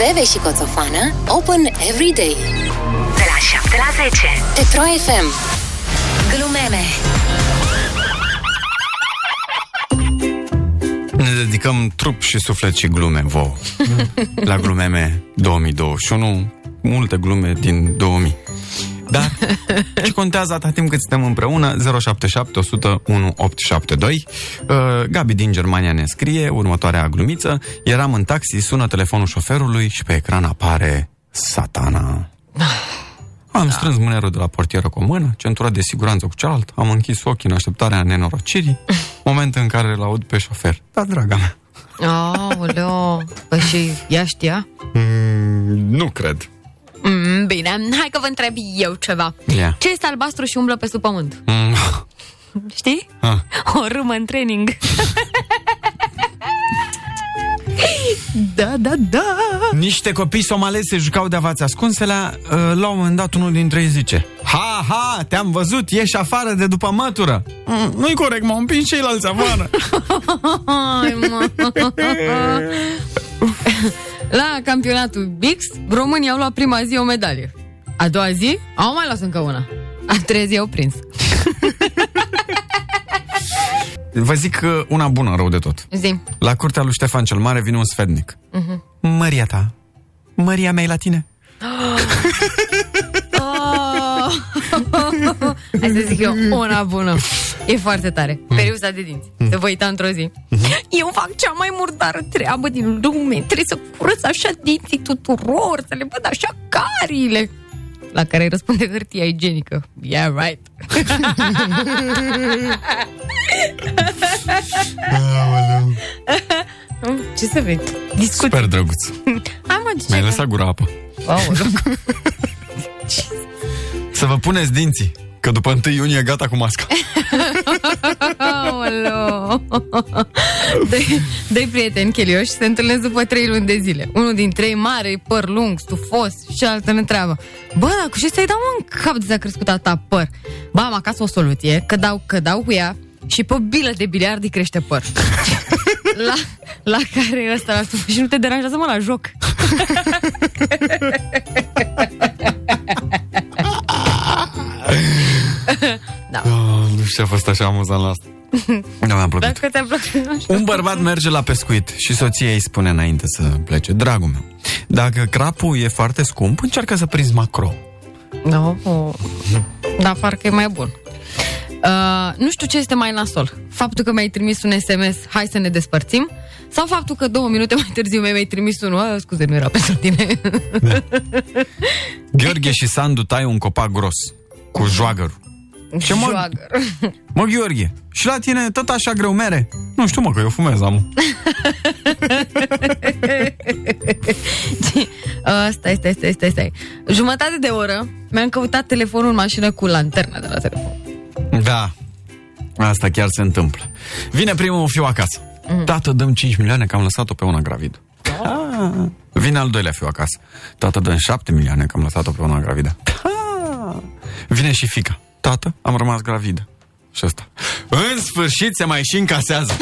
[SPEAKER 2] Veve și Coțofană Open every day De la 7 la 10 Petro FM Glumeme
[SPEAKER 3] Ne dedicăm trup și suflet și glume vouă. la glumeme 2021, multe glume din 2000. Dar ce contează atât timp cât suntem împreună? 077 100 1872. Uh, Gabi din Germania ne scrie următoarea glumiță. Eram în taxi, sună telefonul șoferului și pe ecran apare satana. Am strâns mânerul de la portieră cu o mână, centura de siguranță cu cealaltă, am închis ochii în așteptarea nenorocirii, moment în care îl aud pe șofer. Da, draga mea.
[SPEAKER 4] Aoleo, păi și ea știa?
[SPEAKER 3] Mm, nu cred.
[SPEAKER 4] Mm, bine, hai că vă întreb eu ceva.
[SPEAKER 3] Ia.
[SPEAKER 4] Ce este albastru și umblă pe sub pământ?
[SPEAKER 3] Mm,
[SPEAKER 4] Știi?
[SPEAKER 3] ah.
[SPEAKER 4] O râmă în training. da, da, da.
[SPEAKER 3] Niște copii somalezi se jucau de avați ascunse la, uh, la un moment dat unul dintre ei zice Ha, ha, te-am văzut, ieși afară de după mătură. Mm, nu-i corect, m-au împins ceilalți afară.
[SPEAKER 4] Ai, mă. La campionatul Bix, românii au luat prima zi o medalie. A doua zi au mai luat încă una. A treia zi au prins.
[SPEAKER 3] Vă zic uh, una bună în rău de tot.
[SPEAKER 4] Zi.
[SPEAKER 3] La curtea lui Ștefan cel Mare vine un sfednic. Măria ta, măria mea e la tine.
[SPEAKER 4] Oh! Hai să zic eu, una bună. E foarte tare. Periuța de dinți. Te voi uita într-o zi. Eu fac cea mai murdară treabă din lume. Trebuie să curăț așa dinții tuturor, să le văd așa cariile. La care îi răspunde hârtia igienică. Yeah, right. Ce să vezi? Discut.
[SPEAKER 3] Super drăguț.
[SPEAKER 4] Hai mă, de ce?
[SPEAKER 3] Mi-ai lăsat gura apă.
[SPEAKER 4] Aoleu.
[SPEAKER 3] Să vă puneți dinții, că după 1 iunie gata cu masca.
[SPEAKER 4] Aoleu. Doi, doi prieteni chelioși se întâlnesc după trei luni de zile. Unul din trei mare, păr lung, stufos și altul ne întreabă. Bă, dar cu ce să-i dau mă, în cap de ți-a crescut atâta păr? Bă, am acasă o soluție, că dau, că dau cu ea și pe bilă de biliard îi crește păr. La, la care ăsta la stufos și nu te deranjează mă la joc.
[SPEAKER 3] Oh, nu știu ce a fost așa amuzant la asta. Nu mi-a plăcut.
[SPEAKER 4] Dacă te-a plăcut, nu știu.
[SPEAKER 3] Un bărbat merge la pescuit și soția îi spune înainte să plece, dragul meu, dacă crapul e foarte scump, încearcă să prinzi macro.
[SPEAKER 4] No, o... dar parcă e mai bun. Uh, nu știu ce este mai nasol. Faptul că mi-ai trimis un SMS, hai să ne despărțim, sau faptul că două minute mai târziu mi-ai trimis unul, "Ah, scuze, nu era pentru tine.
[SPEAKER 3] Gheorghe și Sandu tai un copac gros cu joagărul. Ce mă,
[SPEAKER 4] Joagă.
[SPEAKER 3] mă, Gheorghe, și la tine tot așa greu mere? Nu știu, mă, că eu fumez, am.
[SPEAKER 4] Uh, stai, stai, stai, stai, stai. Jumătate de oră mi-am căutat telefonul în mașină cu lanterna de la telefon.
[SPEAKER 3] Da, asta chiar se întâmplă. Vine primul fiu acasă.
[SPEAKER 4] Mhm.
[SPEAKER 3] Tată, dăm 5 milioane că am lăsat-o pe una gravidă.
[SPEAKER 4] Da.
[SPEAKER 3] Ah. Vine al doilea fiu acasă. Tată, dăm 7 milioane că am lăsat-o pe una gravidă. Vine și fica. Tată, am rămas gravidă. Și asta. În sfârșit se mai și încasează.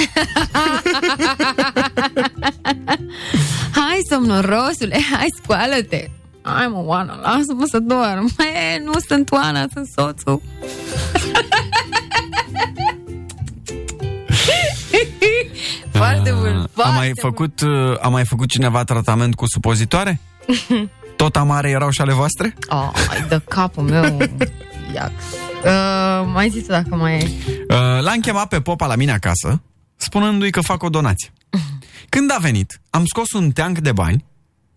[SPEAKER 4] Hai, somnorosule, hai, scoală-te. Hai, mă, Oana, lasă-mă să doarm. E, nu sunt Oana, sunt soțul. Foarte bun,
[SPEAKER 3] A
[SPEAKER 4] foarte
[SPEAKER 3] Ah, mai făcut, uh, a mai făcut cineva tratament cu supozitoare? Tot amare erau și ale voastre?
[SPEAKER 4] Oh, ai de capul meu. Iac. Uh, mai zis dacă mai e.
[SPEAKER 3] Uh, L-am chemat pe popa la mine acasă, spunându-i că fac o donație. Când a venit, am scos un teanc de bani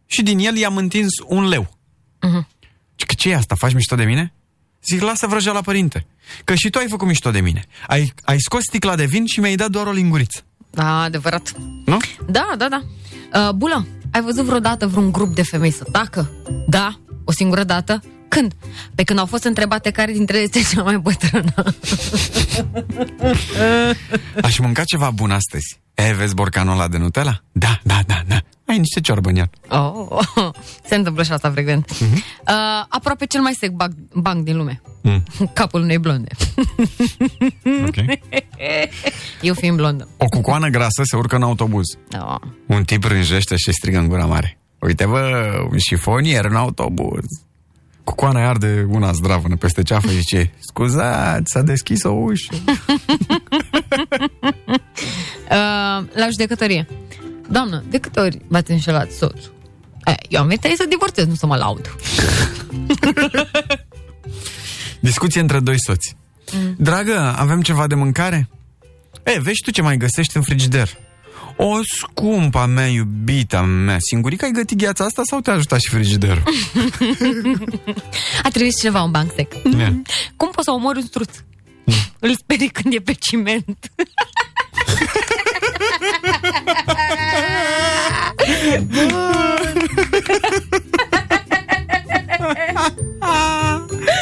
[SPEAKER 3] și din el i-am întins un leu. Zic, Că ce e asta? Faci mișto de mine? Zic, lasă vrăja la părinte, că și tu ai făcut mișto de mine. Ai, ai scos sticla de vin și mi-ai dat doar o linguriță.
[SPEAKER 4] Da, adevărat.
[SPEAKER 3] Nu?
[SPEAKER 4] Da, da, da. Uh, Bulă, ai văzut vreodată vreun grup de femei să tacă? Da, o singură dată. Când? Pe când au fost întrebate care dintre ele este cea mai bătrână.
[SPEAKER 3] Aș mânca ceva bun astăzi. E, vezi borcanul ăla de Nutella? Da, da, da, da. Ai niște ciorbă în el.
[SPEAKER 4] Oh, se întâmplă și asta frecvent. Uh, aproape cel mai sec bag, banc din lume.
[SPEAKER 3] Mm.
[SPEAKER 4] Capul unei blonde.
[SPEAKER 3] Ok.
[SPEAKER 4] Eu fiind blondă.
[SPEAKER 3] O cucoană grasă se urcă în autobuz.
[SPEAKER 4] Oh.
[SPEAKER 3] Un tip rânjește și strigă în gura mare. Uite bă, un șifonier în autobuz. Cucoana îi arde una zdravână peste ceafă și zice Scuzați, s-a deschis o ușă.
[SPEAKER 4] Uh, la judecătorie. Doamnă, de câte ori v-ați înșelat soțul? Eh, eu am venit aici să divorțez, nu să mă laud.
[SPEAKER 3] Discuție între doi soți. Dragă, avem ceva de mâncare? E, vezi tu ce mai găsești în frigider. O scumpa mea, iubita mea, singurica ai gătit gheața asta sau te-a ajutat și frigiderul?
[SPEAKER 4] A trimis cineva un banc sec.
[SPEAKER 3] Ia.
[SPEAKER 4] Cum poți să omori un struț? Îl speri când e pe ciment.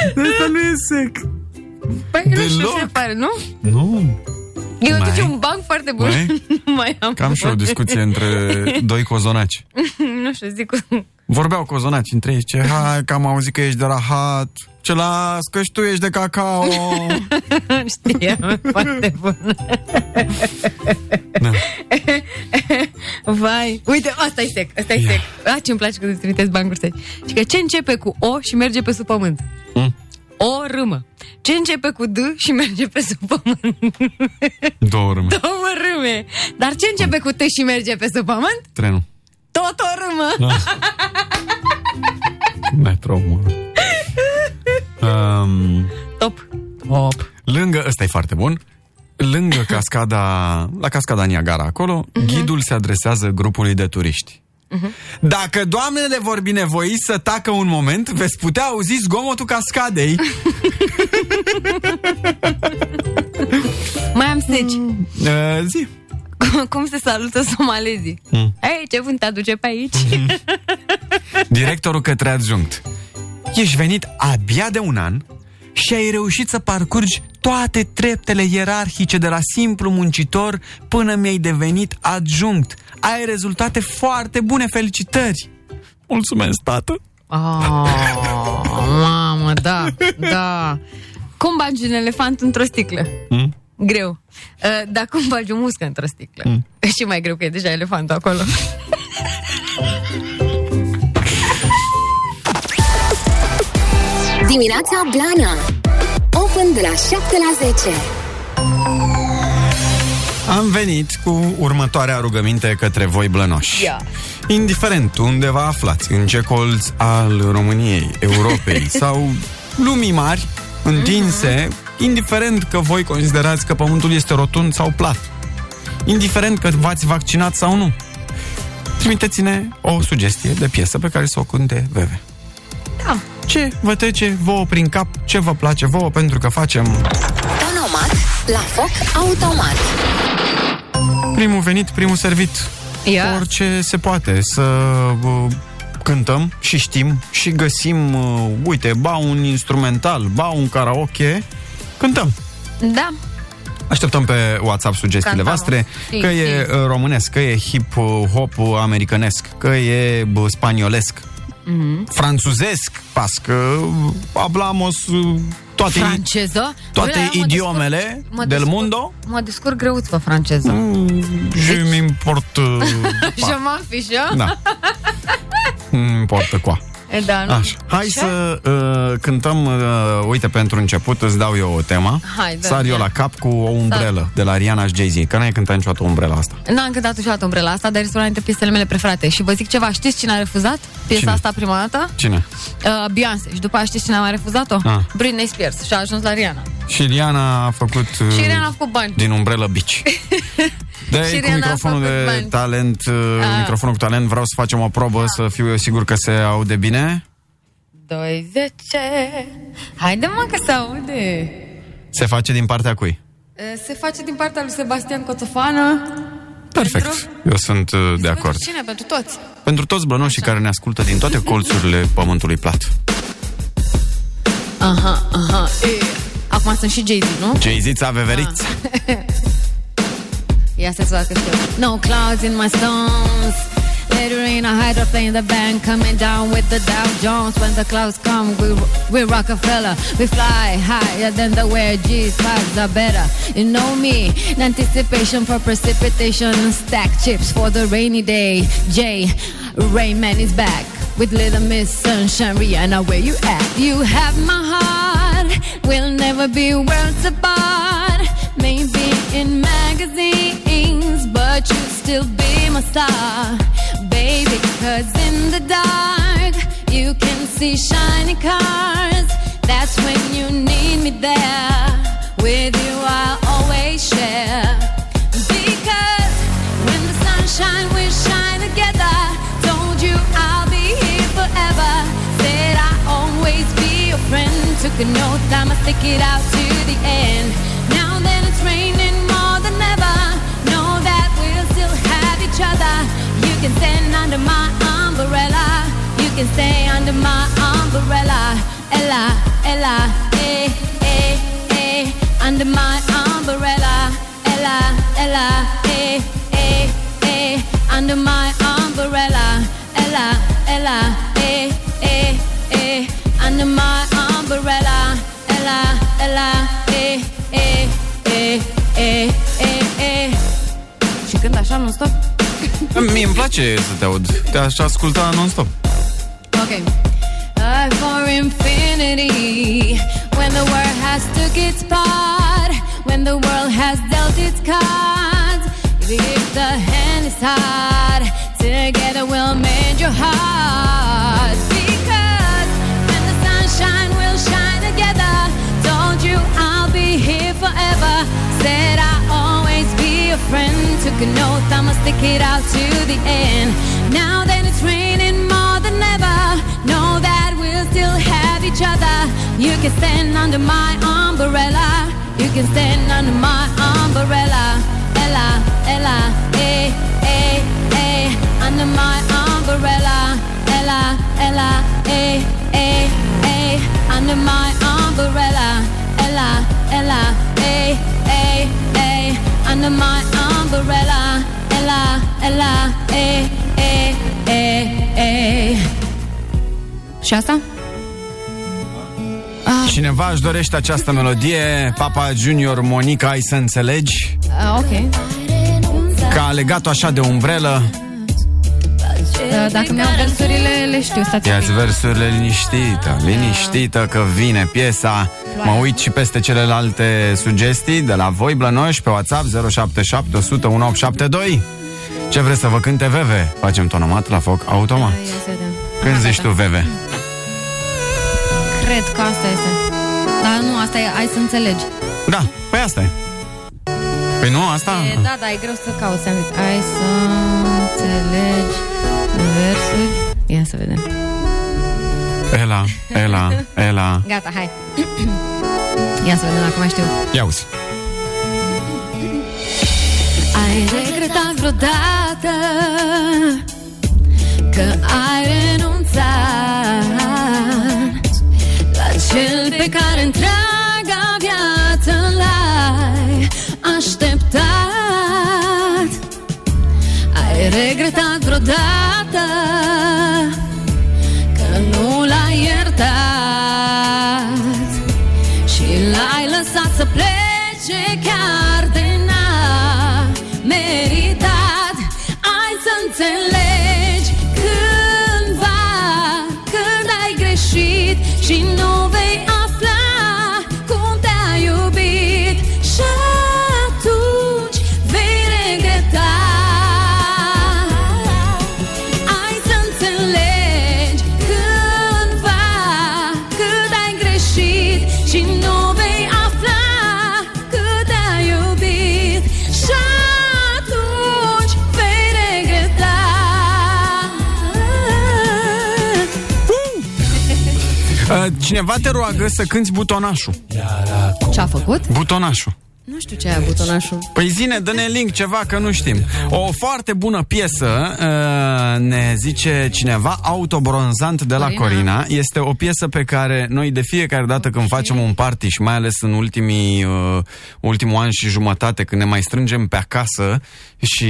[SPEAKER 3] Asta nu e sec.
[SPEAKER 4] Păi nu știu
[SPEAKER 3] Deloc.
[SPEAKER 4] ce se pare, nu?
[SPEAKER 3] Nu.
[SPEAKER 4] Eu
[SPEAKER 3] Mai
[SPEAKER 4] mai?
[SPEAKER 3] ai?
[SPEAKER 4] un banc foarte bun.
[SPEAKER 3] Mai ai?
[SPEAKER 4] Nu mai am.
[SPEAKER 3] Cam și o discuție între doi cozonaci.
[SPEAKER 4] nu știu, zic...
[SPEAKER 3] Vorbeau cozonaci între ei, ce, hai că am auzit că ești de rahat, ce las, că și tu ești de cacao.
[SPEAKER 4] Știam, foarte bun.
[SPEAKER 3] Da,
[SPEAKER 4] Vai, uite, asta e sec, asta e sec. A, ce-mi place când îți trimiteți bancuri sec. Și că ce începe cu O și merge pe sub pământ?
[SPEAKER 3] Mm.
[SPEAKER 4] O râmă. Ce începe cu D și merge pe sub pământ?
[SPEAKER 3] Două râme,
[SPEAKER 4] Două râme. Dar ce începe cu T și merge pe sub pământ?
[SPEAKER 3] trenul.
[SPEAKER 4] Tot o râmă.
[SPEAKER 3] Da. Metro, mă. Um,
[SPEAKER 4] Top.
[SPEAKER 3] Op. Lângă, ăsta e foarte bun, lângă cascada, la cascada Niagara acolo, ghidul se adresează grupului de turiști. Dacă doamnele vor binevoi să tacă un moment, veți putea auzi zgomotul cascadei.
[SPEAKER 4] Mai am seci.
[SPEAKER 3] Uh, zi.
[SPEAKER 4] Cum se salută somalezii?
[SPEAKER 3] Mm.
[SPEAKER 4] Ei, ce vânt te aduce pe aici?
[SPEAKER 3] Directorul către adjunct. Ești venit abia de un an și ai reușit să parcurgi toate treptele ierarhice de la simplu muncitor până mi-ai devenit adjunct. Ai rezultate foarte bune, felicitări! Mulțumesc, tată!
[SPEAKER 4] Oh, mamă, da, da. Cum bagi un elefant într-o sticlă?
[SPEAKER 3] Mm?
[SPEAKER 4] Greu. Uh, Dar cum bagi o muscă într-o sticlă?
[SPEAKER 3] Hmm.
[SPEAKER 4] Mm. Și mai greu că e deja elefantul acolo.
[SPEAKER 2] Dimineața Blana Open de la 7 la 10
[SPEAKER 3] Am venit cu următoarea rugăminte către voi, blănoși.
[SPEAKER 4] Ia.
[SPEAKER 3] Indiferent unde vă aflați, în ce colț al României, Europei sau lumii mari, întinse, indiferent că voi considerați că pământul este rotund sau plat, indiferent că v-ați vaccinat sau nu. Trimiteți-ne o sugestie de piesă pe care să o cânte Veve.
[SPEAKER 12] Da.
[SPEAKER 3] Ce vă trece vouă prin cap, ce vă place vouă, pentru că facem...
[SPEAKER 2] Danomat la foc automat.
[SPEAKER 3] Primul venit, primul servit.
[SPEAKER 12] Ia.
[SPEAKER 3] Orice se poate să uh, cântăm și știm și găsim, uh, uite, ba un instrumental, ba un karaoke, cântăm.
[SPEAKER 12] Da.
[SPEAKER 3] Așteptăm pe WhatsApp sugestiile
[SPEAKER 12] Cantamon.
[SPEAKER 3] voastre,
[SPEAKER 12] Știi,
[SPEAKER 3] că e
[SPEAKER 12] știi.
[SPEAKER 3] uh, românesc, că e hip-hop americanesc, că e bă, spaniolesc,
[SPEAKER 12] Mhm.
[SPEAKER 3] franțuzesc, pas că uh, hablamos uh, toate...
[SPEAKER 12] Franceză?
[SPEAKER 3] toate
[SPEAKER 12] Băi, la ea mă
[SPEAKER 3] idiomele
[SPEAKER 12] descurc- mă
[SPEAKER 3] del
[SPEAKER 12] descurc-
[SPEAKER 3] mundo? Hmm. Deci-
[SPEAKER 12] Mă descurc greuț pe franceză.
[SPEAKER 3] Je m'import... uh,
[SPEAKER 12] Je m'en fiche.
[SPEAKER 3] Da. Importă cu
[SPEAKER 12] Da, nu?
[SPEAKER 3] Așa. Hai să uh, cântăm, uh, uite, pentru început îți dau eu o tema.
[SPEAKER 12] Hai, dă-mi Da.
[SPEAKER 3] Sar eu
[SPEAKER 12] ea.
[SPEAKER 3] la cap cu o umbrelă de la Rihanna și Jay-Z, că n-ai cântat niciodată umbrela asta.
[SPEAKER 12] N-am cântat niciodată umbrela asta, dar este una dintre piesele mele preferate. Și vă zic ceva, știți cine a refuzat piesa
[SPEAKER 3] Cine?
[SPEAKER 12] asta prima dată?
[SPEAKER 3] Cine?
[SPEAKER 12] Uh, Beyoncé. Și după aia știți cine a mai refuzat-o?
[SPEAKER 3] Ah.
[SPEAKER 12] Britney Spears. Și a ajuns la Rihanna.
[SPEAKER 3] Și Rihanna a făcut... uh,
[SPEAKER 12] Și Rihanna a făcut bani.
[SPEAKER 3] Din umbrelă bici.
[SPEAKER 12] Și
[SPEAKER 3] de cu
[SPEAKER 12] Rihanna a
[SPEAKER 3] microfonul
[SPEAKER 12] făcut
[SPEAKER 3] de
[SPEAKER 12] bani.
[SPEAKER 3] talent, uh,
[SPEAKER 12] Ah.
[SPEAKER 3] microfonul cu talent, vreau să facem o probă, să fiu eu sigur că se aude bine.
[SPEAKER 12] 20. Haide mă că se aude.
[SPEAKER 3] Se face din partea cui?
[SPEAKER 12] Uh, Se face din partea lui Sebastian Coțofană.
[SPEAKER 3] Perfect. Eu sunt uh, de acord.
[SPEAKER 12] Cine? Pentru toți.
[SPEAKER 3] Pentru toți blănoșii care ne ascultă din toate colțurile pământului plat.
[SPEAKER 12] Aha, aha. E. Acum sunt și Jay-Z, nu?
[SPEAKER 3] Jay-Z a veverit.
[SPEAKER 12] Ia să că știu. No clouds in my stones. Later in a hydroplane, the band coming down with the Dow Jones. When the clouds come, we, we Rockefeller. We fly higher than the where G's vibes are better. You know me, in anticipation for precipitation. Stack chips for the rainy day. Jay, Rayman is back. With Little Miss Sunshine, Rihanna, where you at? You have my heart. We'll never be worlds apart. Maybe in magazines, but you'll still be my star, baby. Cause in the dark, you can see shiny cars. That's when you need me there. With you, I'll always share. Because when the sunshine we shine together, told you I'll be here forever. Said I'll always be your friend. Took a note, I'ma stick it out to the end. Now then it's raining more than ever. Know that we'll still have each other. You can stand under my umbrella. You can stay under my umbrella. Ella, Ella, eh, eh, eh. Under my umbrella. Ella, Ella, eh, eh, eh. Under my umbrella. Ella, Ella, eh, eh, eh. Under my umbrella. Ella, Ella, eh, eh, eh, eh, eh, eh. Și când așa nu stop?
[SPEAKER 5] Ah.
[SPEAKER 3] Mie îmi place să te aud. Te-aș asculta non-stop.
[SPEAKER 12] Okay. I for infinity. When the world has took its part, when the world has dealt its cards, if the hand is hard, together we'll mend your heart. Because when the sunshine will shine together, told you I'll be here forever. Said I'll always be your friend. Took an oath, I'ma stick it out to the end. Now that it's raining more than ever, know that we'll still have each other. You can stand under my umbrella. You can stand under my umbrella. Ella, Ella, eh, eh, eh. Under my umbrella. Ella, Ella, eh, eh, eh. Under my umbrella. Ella, Ella, eh, eh, eh. Under my umbrella. Ella, Ella, eh, eh, eh, eh. Și asta?
[SPEAKER 3] Cineva își dorește această melodie, Papa Junior Monica, ai să înțelegi,
[SPEAKER 12] Ah, ok.
[SPEAKER 3] că a legat-o așa de umbrelă.
[SPEAKER 5] Ă,
[SPEAKER 12] Da, Dacă mi-au versurile, le știu. Stați
[SPEAKER 3] Ia-ți versurile liniștită, liniștită că vine piesa. Mă uit și peste celelalte sugestii de la voi, Blănoși, pe WhatsApp 077 100 1872. Ce vreți să vă cânte, Veve? Facem tonomat la foc automat.
[SPEAKER 5] da.
[SPEAKER 12] Ia să vedem.
[SPEAKER 3] Când zici tu, Veve?
[SPEAKER 12] Cred că asta este.
[SPEAKER 5] Dar nu, asta e, ai să înțelegi.
[SPEAKER 3] Da, păi asta e. Păi nu, asta...
[SPEAKER 5] E, da, da, e greu să cauți. Am zis, ai să înțelegi versuri. Ia să vedem.
[SPEAKER 3] Ela, Ela, Ela.
[SPEAKER 5] Gata, hai. Ia să vedem dacă mai știu.
[SPEAKER 3] Ia uzi.
[SPEAKER 12] Ai regretat vreodată Că ai renunțat La cel pe care întreaga viață l-ai așteptat Ai regretat vreodată Că nu l-ai iertat Și l-ai lăsat să plece chiar de n-a meritat Ai să înțelegi cândva Când ai greșit și nu vei afla Cum te-a iubit Și atunci vei regreta Ai să înțelegi cândva Cât ai greșit și nu vei afla Cât ai iubit Și atunci vei regreta
[SPEAKER 3] Uh, Cineva te roagă să cânti butonașul.
[SPEAKER 5] Ce-a făcut?
[SPEAKER 3] Butonașul.
[SPEAKER 5] Nu știu ce ai butonașul.
[SPEAKER 3] Păi zine, dă-ne link ceva că nu știm. O foarte bună piesă uh, ne zice cineva, Autobronzant de la Corina.
[SPEAKER 13] Corina.
[SPEAKER 3] Corina. Este o piesă pe care noi de fiecare dată când facem un party și mai ales în ultimii, uh, ultimul an și jumătate când ne mai strângem pe acasă și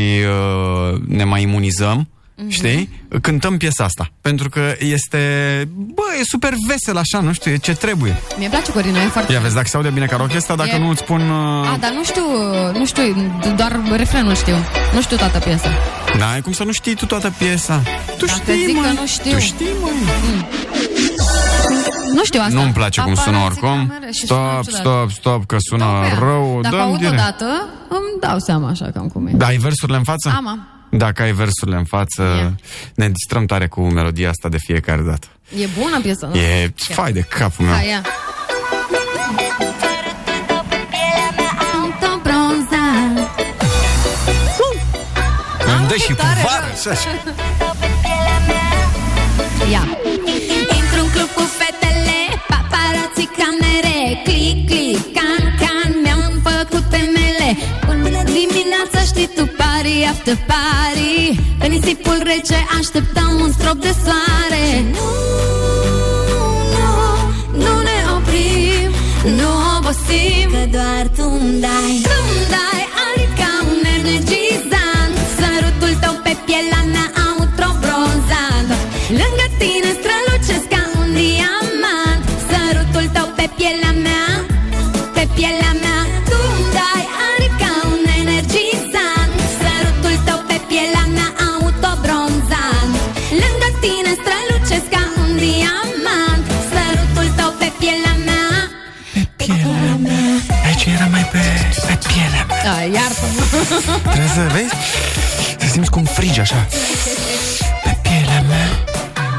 [SPEAKER 3] uh, ne mai imunizăm,
[SPEAKER 13] Mhm.
[SPEAKER 3] Știi? Cântăm piesa asta. Pentru că este... Bă, e super vesel așa, nu știu, e ce trebuie.
[SPEAKER 5] Mi-e place Corina, e foarte...
[SPEAKER 3] Ia vezi, dacă se aude bine ca orchestra, dacă
[SPEAKER 5] E-
[SPEAKER 3] nu îți pun... uh,
[SPEAKER 5] A, dar nu știu, nu știu, doar refrenul știu. Nu știu toată piesa.
[SPEAKER 3] N-ai cum să nu știi tu toată piesa. Tu
[SPEAKER 5] Dacă zic că nu știu.
[SPEAKER 3] Tu știi, mă.
[SPEAKER 5] Nu știu asta.
[SPEAKER 3] Nu-mi place cum
[SPEAKER 5] Apar
[SPEAKER 3] sună
[SPEAKER 5] alții
[SPEAKER 3] oricum.
[SPEAKER 5] camere și sună
[SPEAKER 3] Stop,
[SPEAKER 5] ciudat.
[SPEAKER 3] stop, stop, că sună Da, rău.
[SPEAKER 5] Dacă
[SPEAKER 3] Dăm
[SPEAKER 5] aud
[SPEAKER 3] direct.
[SPEAKER 5] odată, îmi dau seama așa cam cum e.
[SPEAKER 3] Da, ai versurile în față?
[SPEAKER 5] Am, am.
[SPEAKER 3] Dacă ai versurile în față, ne distrăm tare cu melodia asta de fiecare dată.
[SPEAKER 5] E bună piesa, nu?
[SPEAKER 3] E fai de capul meu.
[SPEAKER 5] Da, ia. Sunt bronzat.
[SPEAKER 3] Îmi dă și
[SPEAKER 12] tare,
[SPEAKER 3] vară.
[SPEAKER 12] da.
[SPEAKER 3] să așa.
[SPEAKER 12] Ia. Intr-un club cu fetele, paparazzi, camere, clic, clic, can, can, mi-am făcut temele. Până dimineața știi tu pari, after pari, în nisipul rece așteptam un strop de soare. Nu, nu, nu ne oprim, nu obosim, că doar tu îmi dai. Tu îmi dai aripi ca un energizant, sărutul tău pe pielea mea autobronzant. Lângă tine strălucesc ca un diamant, sărutul tău pe pielea mea, pe pielea mea. Tu îmi dai aripi ca un energizant, sărutul tău pe pielea mea autobronzant. Lângă tine strălucesc ca un diamant, sărutul tău pe pielea mea, pe pielea mea.
[SPEAKER 3] Aici era mai pe, pe pielea mea.
[SPEAKER 5] Da, iartă-mă.
[SPEAKER 3] Trebuie să vezi, să simți cum frigi așa.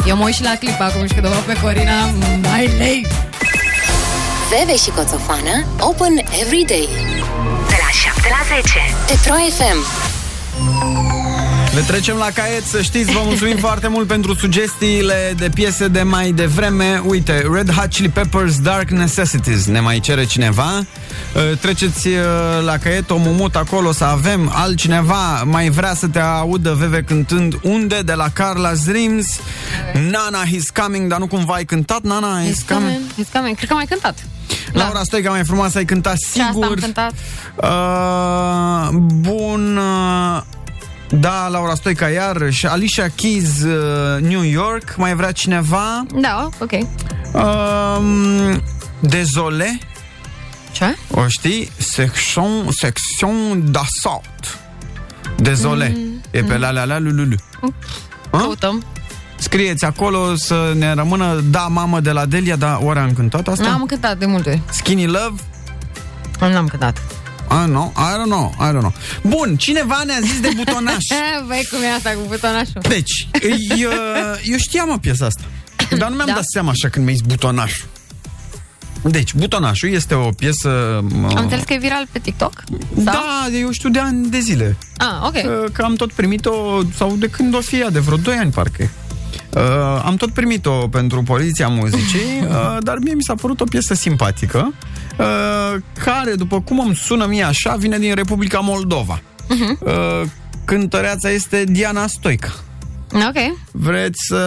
[SPEAKER 5] Eu mă uit și la clip acum și când o văd pe Corina, mai lei.
[SPEAKER 2] Bebe și Coțofană Open every day De la 7 la 10 Pe Pro FM
[SPEAKER 3] Le trecem la caiet, să știți, vă mulțumim foarte mult pentru sugestiile de piese de mai devreme. Uite, Red Hot Chili Peppers Dark Necessities ne mai cere cineva. Uh, Treceți uh, la caiet, o mumut acolo să avem. Altcineva mai vrea să te audă, Veve, cântând Unde? de la Carla Dreams. Nana, he's coming, dar nu cumva ai cântat, Nana, he's coming.
[SPEAKER 5] He's coming. Da. Cred că am mai cântat.
[SPEAKER 3] Laura Stoica, mai frumoasă, ai cântat
[SPEAKER 5] Și asta am
[SPEAKER 3] sigur.
[SPEAKER 5] cântat.
[SPEAKER 3] Uh, bun. uh, Da, Laura Stoica iarăși. Alicia Keys, uh, New York. Mai vrea cineva?
[SPEAKER 5] Da, ok.
[SPEAKER 3] Uh, Dezole.
[SPEAKER 5] Ce?
[SPEAKER 3] O știi? Section, section d'assault. Dezole.
[SPEAKER 5] Mm,
[SPEAKER 3] E pe
[SPEAKER 5] mm.
[SPEAKER 3] la la la lululu.
[SPEAKER 5] Căutăm.
[SPEAKER 3] Scrieți acolo să ne rămână Da, mamă, de la Delia, da, oare am cântat asta?
[SPEAKER 5] N-am cântat de multe ori.
[SPEAKER 3] Skinny Love?
[SPEAKER 5] N-am cântat.
[SPEAKER 3] I don't know, I don't know, I don't know. Bun, cineva ne-a zis de butonaș.
[SPEAKER 5] Băi, cum e asta cu butonașul?
[SPEAKER 3] Deci, eu, eu știam o piesă asta. Dar nu mi-am
[SPEAKER 5] Da.
[SPEAKER 3] dat seama așa când mi-ai zis butonaș. Deci, Butonașul este o piesă...
[SPEAKER 4] Am înțeles că e viral pe TikTok? Sau?
[SPEAKER 3] Da, eu știu de ani de zile. Uh,
[SPEAKER 4] Ah, ok.
[SPEAKER 3] Că am tot primit-o, sau de când o fi ea, de vreo 2 ani parcă. Uh, am tot primit-o pentru poliția muzicii, uh, dar mie mi s-a părut o piesă simpatică, uh, care, după cum îmi sună mie așa, vine din Republica Moldova.
[SPEAKER 4] Uh-huh.
[SPEAKER 3] Uh, cântăreața este Diana Stoica.
[SPEAKER 4] Ok.
[SPEAKER 3] Vreți să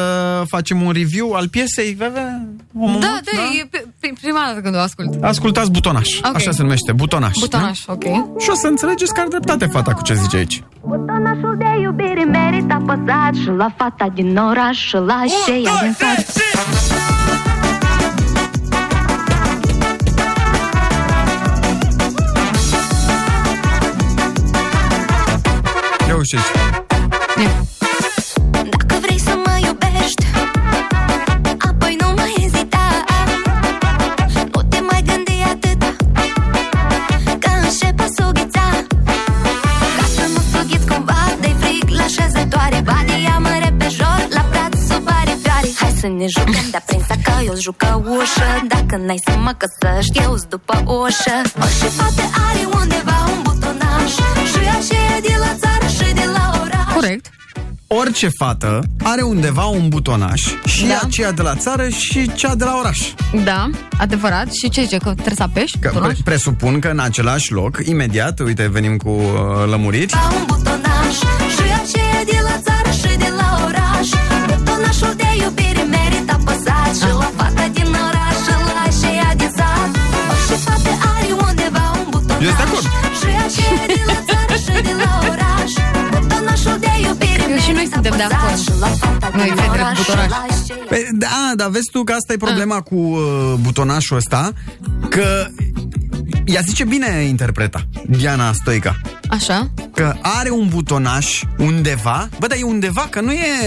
[SPEAKER 3] facem un review al piesei? Veve?
[SPEAKER 4] Omul da, da, e pe- pe- prima dată când o ascult.
[SPEAKER 3] Ascultați Butonaș,
[SPEAKER 4] Ok.
[SPEAKER 3] așa se numește, Butonaș.
[SPEAKER 4] Butonaș, ok.
[SPEAKER 3] Da? Și o să înțelegeți că are dreptate fata cu ce zice aici.
[SPEAKER 13] Butonașul de iubire merită apăsat Și la fata din oraș și la
[SPEAKER 4] Oh,
[SPEAKER 13] șeia din sat
[SPEAKER 3] Ia uite aici.
[SPEAKER 13] Dacă vrei să mă iubești Apoi nu mai ezita Nu te mai gândi atât Că începe să o ghița Ca să nu s-o ghiți cumva De frig la șezătoare Badia mă pe jor La braț sub aripioare Hai să ne jucăm de aprinsa Că eu jucă ușă Dacă n-ai să mă căsăști eu după ușă Orice poate are undeva un butonaș Și așa e de la țară și de la oraș
[SPEAKER 4] Corect
[SPEAKER 3] Orice fată are undeva un butonaș și da. aceea de la țară și cea de la oraș.
[SPEAKER 4] Da, adevărat. Și ce zice? Că trebuie să apeși?
[SPEAKER 3] Că pre- presupun că în același loc, imediat, uite, venim cu uh, lămuriri.
[SPEAKER 4] Da,
[SPEAKER 13] butonaș Și aceea de la țară și de la oraș Butonașul de iubire merită apăsat Și la fata din oraș și la aceea din sat Orice fată are undeva un butonaș
[SPEAKER 4] da.
[SPEAKER 3] Eu sunt de acord.
[SPEAKER 13] Și aceea de la țară și de la oraș Butonașul de iubire
[SPEAKER 4] Eu și noi suntem de acord. Noi, fetele cu butonaș.
[SPEAKER 3] Pe, da, dar vezi tu că asta e
[SPEAKER 4] Ah.
[SPEAKER 3] problema cu uh, butonașul ăsta, că ea zice bine interpreta, Diana Stoica,
[SPEAKER 4] Așa?
[SPEAKER 3] că are un butonaș undeva, bă, dar e undeva, că nu e...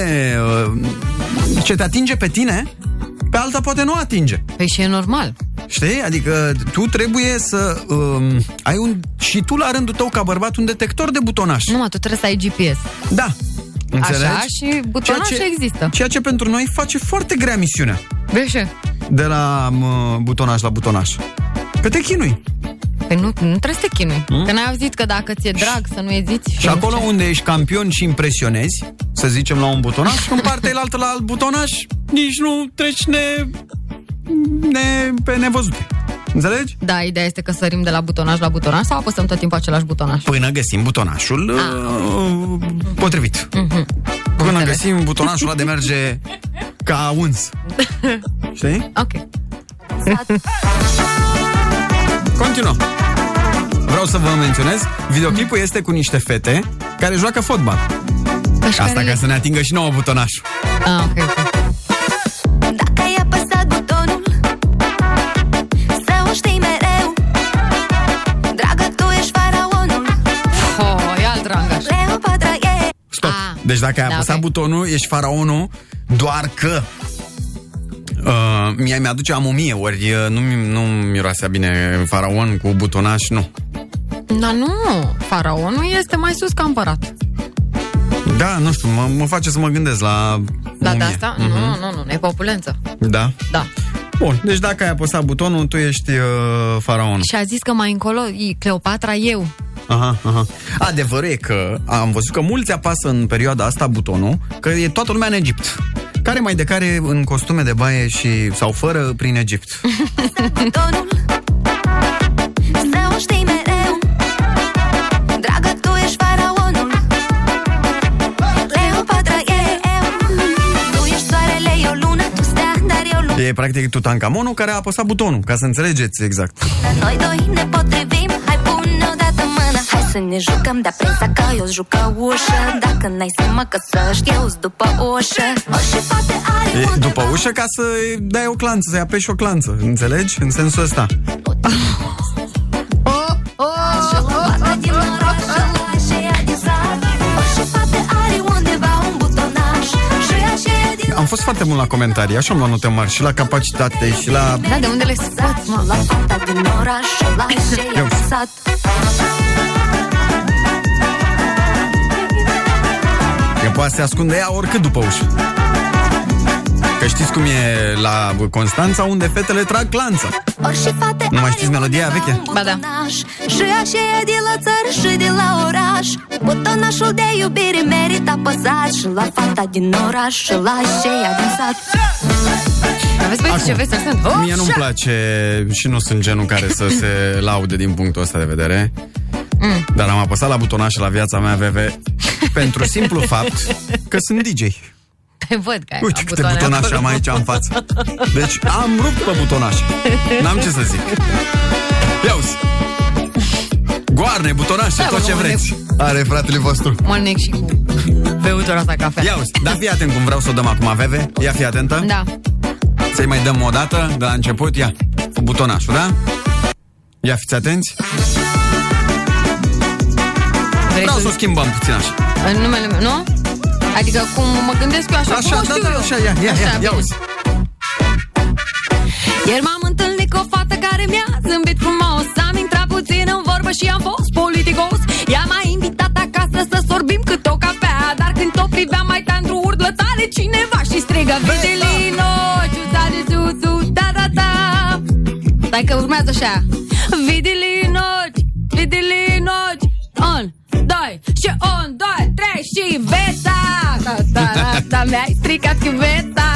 [SPEAKER 3] Uh, ce te atinge pe tine, pe alta poate nu atinge.
[SPEAKER 4] Păi și e normal.
[SPEAKER 3] Știi? Adică tu trebuie să um, ai un... și tu la rândul tău ca bărbat un detector de butonaș.
[SPEAKER 4] Numai tu trebuie să ai GPS.
[SPEAKER 3] Da. Înțelegi?
[SPEAKER 4] Așa și butonașul
[SPEAKER 3] Ceea ce-
[SPEAKER 4] există.
[SPEAKER 3] Ceea ce pentru noi face foarte grea misiunea.
[SPEAKER 4] Vezi ce?
[SPEAKER 3] De la mă, butonaș la butonaș. Că te chinui.
[SPEAKER 4] Păi nu, nu trebuie să te chinui.
[SPEAKER 3] Mm?
[SPEAKER 4] Că n-ai auzit că dacă ți-e drag să nu eziți...
[SPEAKER 3] Și
[SPEAKER 4] nu
[SPEAKER 3] acolo
[SPEAKER 4] știu.
[SPEAKER 3] unde ești campion și impresionezi, să zicem la un butonaș, în partea elaltă la alt butonaș, nici nu treci ne... ne... pe nevăzute. Înțelegi?
[SPEAKER 4] Da, ideea este că sărim de la butonaș la butonaș sau apăsăm tot timpul același butonaș?
[SPEAKER 3] Până găsim Păi butonașul uh, potrivit.
[SPEAKER 4] Ah. Mhm.
[SPEAKER 3] Până găsim butonașul ăla de merge ca uns. Știi?
[SPEAKER 4] Ok.
[SPEAKER 3] Continuăm. Vreau să vă menționez,
[SPEAKER 4] Mhm.
[SPEAKER 3] videoclipul este cu niște fete care joacă fotbal. Asta ca să ne atingă și nouă butonașul.
[SPEAKER 4] Ah, ok, ok.
[SPEAKER 13] Dacă ai apăsat butonul Să o știi mereu Dragă, tu ești faraonul
[SPEAKER 4] Oh, e alt rangaj
[SPEAKER 13] Cleopatra e
[SPEAKER 3] Stop. Deci dacă ai
[SPEAKER 13] da,
[SPEAKER 3] apăsat
[SPEAKER 13] ok.
[SPEAKER 3] butonul, ești faraonul, doar că Uh, mi-a, mi-aduce am o mie ori uh, nu, mi- nu miroasea bine faraon cu butonaș, nu
[SPEAKER 4] Dar nu, faraonul este mai sus ca împărat.
[SPEAKER 3] Da, nu știu, mă, mă face să mă gândesc la
[SPEAKER 4] Da,
[SPEAKER 3] o
[SPEAKER 4] de
[SPEAKER 3] mie.
[SPEAKER 4] asta?
[SPEAKER 3] Mhm.
[SPEAKER 4] Nu, nu, nu, e populență.
[SPEAKER 3] Da?
[SPEAKER 4] Da.
[SPEAKER 3] Bun, deci dacă ai apăsat butonul, tu ești uh, faraon.
[SPEAKER 4] Și a zis că mai încolo e Cleopatra eu.
[SPEAKER 3] Aha, aha. Adevărul e că am văzut că mulți apasă în perioada asta butonul, că e toată lumea în Egipt. Care mai de care în costume de baie și sau fără prin Egipt.
[SPEAKER 13] butonul Să o știi mereu Dragă, tu ești faraonul Cleopatra e eu Tu ești soarele, eu luna, tu stea, dar eu luna
[SPEAKER 3] E practic Tutankamonul care a apăsat butonul, ca să înțelegeți exact.
[SPEAKER 13] Noi doi ne potrivim Hai pune odată mâna Hai să ne jucăm de presa că eu jucă ușă Dacă n-ai să mă căsăști eu după ușă Orice poate are
[SPEAKER 3] E
[SPEAKER 4] da,
[SPEAKER 3] după ușă ca să dai o clanță, să-i apeși o clanță, înțelegi? În sensul ăsta.
[SPEAKER 13] Oh, oh, oh, din oraș, și ea din sat Orice poate are undeva un butonaș Și aceea din
[SPEAKER 3] Am fost foarte mult la comentarii, așa am luat note mari și la capacitate și la...
[SPEAKER 4] Da, de unde le scoți, mă?
[SPEAKER 13] La fata din oraș, la aceea din sat
[SPEAKER 3] Că poate să se ascunde ea oricât după ușă. Că știți cum e la Constanța, unde fetele trag clanța. Nu mai știți melodia veche?
[SPEAKER 4] Ba da.
[SPEAKER 13] Și așa e de la țară și de la oraș Butonașul de iubire merită apăsat Și la fata din oraș și la aceea din sat
[SPEAKER 4] Aveți băieți ce veți să sunt? Oh,
[SPEAKER 3] Mie nu-mi
[SPEAKER 4] șa!
[SPEAKER 3] place și nu sunt genul care să se laude din punctul ăsta de vedere.
[SPEAKER 4] Mm.
[SPEAKER 3] Dar am apăsat la butonașe la viața mea, VV, pentru simplu fapt că sunt DJ.
[SPEAKER 4] Te văd că ai
[SPEAKER 3] Uite
[SPEAKER 4] la
[SPEAKER 3] câte
[SPEAKER 4] butoane
[SPEAKER 3] butonașe
[SPEAKER 4] acolo.
[SPEAKER 3] am aici în față. Deci am rupt pe butonașe. N-am ce să zic. Ia uzi. Goarne, butonașe,
[SPEAKER 4] Da,
[SPEAKER 3] tot ce
[SPEAKER 4] mă,
[SPEAKER 3] vreți. Are fratele vostru.
[SPEAKER 4] Mă nec și cu băutura asta cafea.
[SPEAKER 3] Ia uzi, dar fii atent cum vreau să o dăm acum, Veve. Ia fi atentă.
[SPEAKER 4] Da.
[SPEAKER 3] Să-i mai dăm o dată de la început. Ia, cu butonașul, da? Ia fiți atenți.
[SPEAKER 4] Vrei
[SPEAKER 3] Vreau
[SPEAKER 4] să-
[SPEAKER 3] să o schimbăm puțin așa.
[SPEAKER 4] În numele meu, nu? Adică cum mă gândesc eu așa,
[SPEAKER 3] Așa,
[SPEAKER 4] cum o
[SPEAKER 3] da,
[SPEAKER 4] știu
[SPEAKER 3] da,
[SPEAKER 4] eu.
[SPEAKER 3] așa, ia, ia, ia, ia
[SPEAKER 4] bine.
[SPEAKER 3] uzi.
[SPEAKER 12] Ieri m-am întâlnit cu o fată care mi-a zâmbit frumos Am intrat puțin în vorbă și am fost politicos Ea m-a invitat acasă să sorbim cât o cafea Dar când o priveam mai tandru urlă tare cineva și strigă Videlino, ciuța de zuzu, da da da Stai că urmează așa Videlino, videlino, on, doi și on, doi, trei și veta Da da da, da mi-ai stricat chiuveta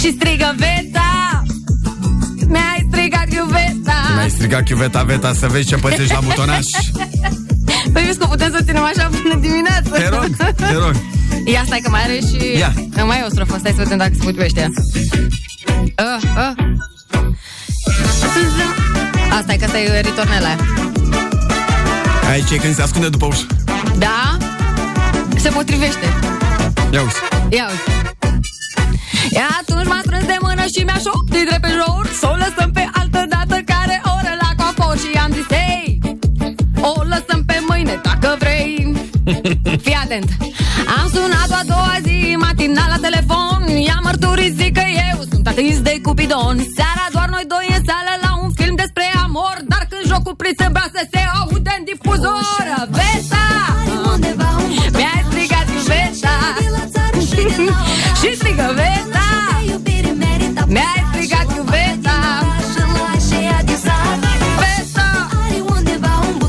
[SPEAKER 12] și strigă Veta Mi-ai strigat iubeta
[SPEAKER 3] Mi-ai strigat chiuveta veta să vezi ce pățești la butonaș.
[SPEAKER 4] Păi vezi că putem să ținem așa până dimineață.
[SPEAKER 3] Te rog, te rog.
[SPEAKER 4] Ia stai că mai are și...
[SPEAKER 3] Ia.
[SPEAKER 4] Mai e o strofă, stai să vedem dacă se potrivește ea. A, a. ă. Asta e că asta e ritornela aia.
[SPEAKER 3] Aici e când se ascunde după ușă.
[SPEAKER 4] Da? Se potrivește.
[SPEAKER 3] Ia uzi.
[SPEAKER 4] Ia uite. Ia atunci m-a strâns de mână și mi-a șoptit drept pe jur Să o lăsăm pe altă dată care oră la coafor Și am zis, hei, o lăsăm pe mâine dacă vrei Fii atent Am sunat a doua zi matinal la telefon I-am mărturisit că eu sunt atins de Cupidon Seara doar noi doi în sală la un film despre amor Dar când jocul prins în brațe se aude în difuzor Vesa Mi-ai strigat Vesa Și strigă Vesa Mi-ai strigat Vesa Vesa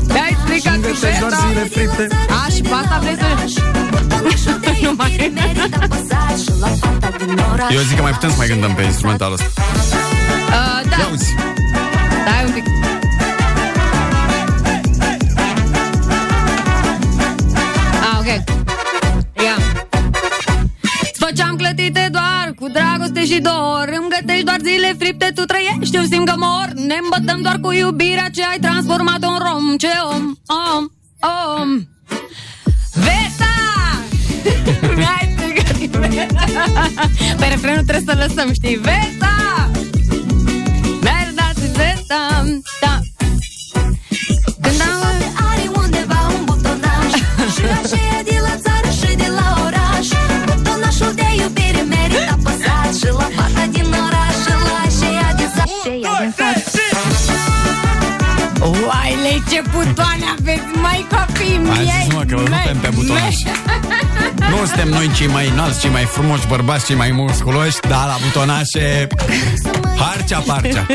[SPEAKER 4] Mi-ai strigat Vesa A, și pe asta vrei să... nu mai
[SPEAKER 3] Eu zic că mai putem să mai gândăm pe instrumentalul ăsta.
[SPEAKER 4] Uh, da. Ia
[SPEAKER 3] uzi.
[SPEAKER 4] Stai un pic. Ah, ok. Ia. Îți Făceam clătite doar cu dragoste și dor Îmi gătești doar zile fripte, tu trăiești, eu simt că mor Ne îmbătăm doar cu iubirea ce ai transformat în rom Ce om, om, om Veta! Mi-ai strigat Pe Păi refrenul trebuie să lăsăm, știi? Veta! Mi-ai dat Veta! Da! Când am... Oaile, ce butoane aveți, mai copii
[SPEAKER 3] Am
[SPEAKER 4] miei!
[SPEAKER 3] zis, mă, că vă rupem pe butonaș. Nu suntem noi cei mai înalți, cei mai frumoși bărbați, cei mai musculoși, dar la butonașe... Harcea, parcea.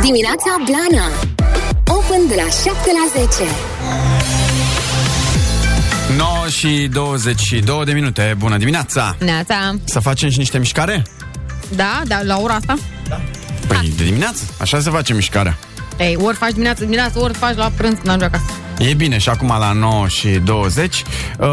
[SPEAKER 2] Dimineața Blana Open de la 7 la 10
[SPEAKER 3] 9 și 22 de minute. Bună dimineața!
[SPEAKER 4] Neața.
[SPEAKER 3] Să facem și niște mișcare?
[SPEAKER 4] Da, da, la ora asta?
[SPEAKER 3] Păi, de dimineață. Așa se face mișcarea.
[SPEAKER 4] Ei, ori faci dimineața, dimineața, ori faci la prânz când ajungi acasă.
[SPEAKER 3] E bine, și acum la 9 și 20 uh,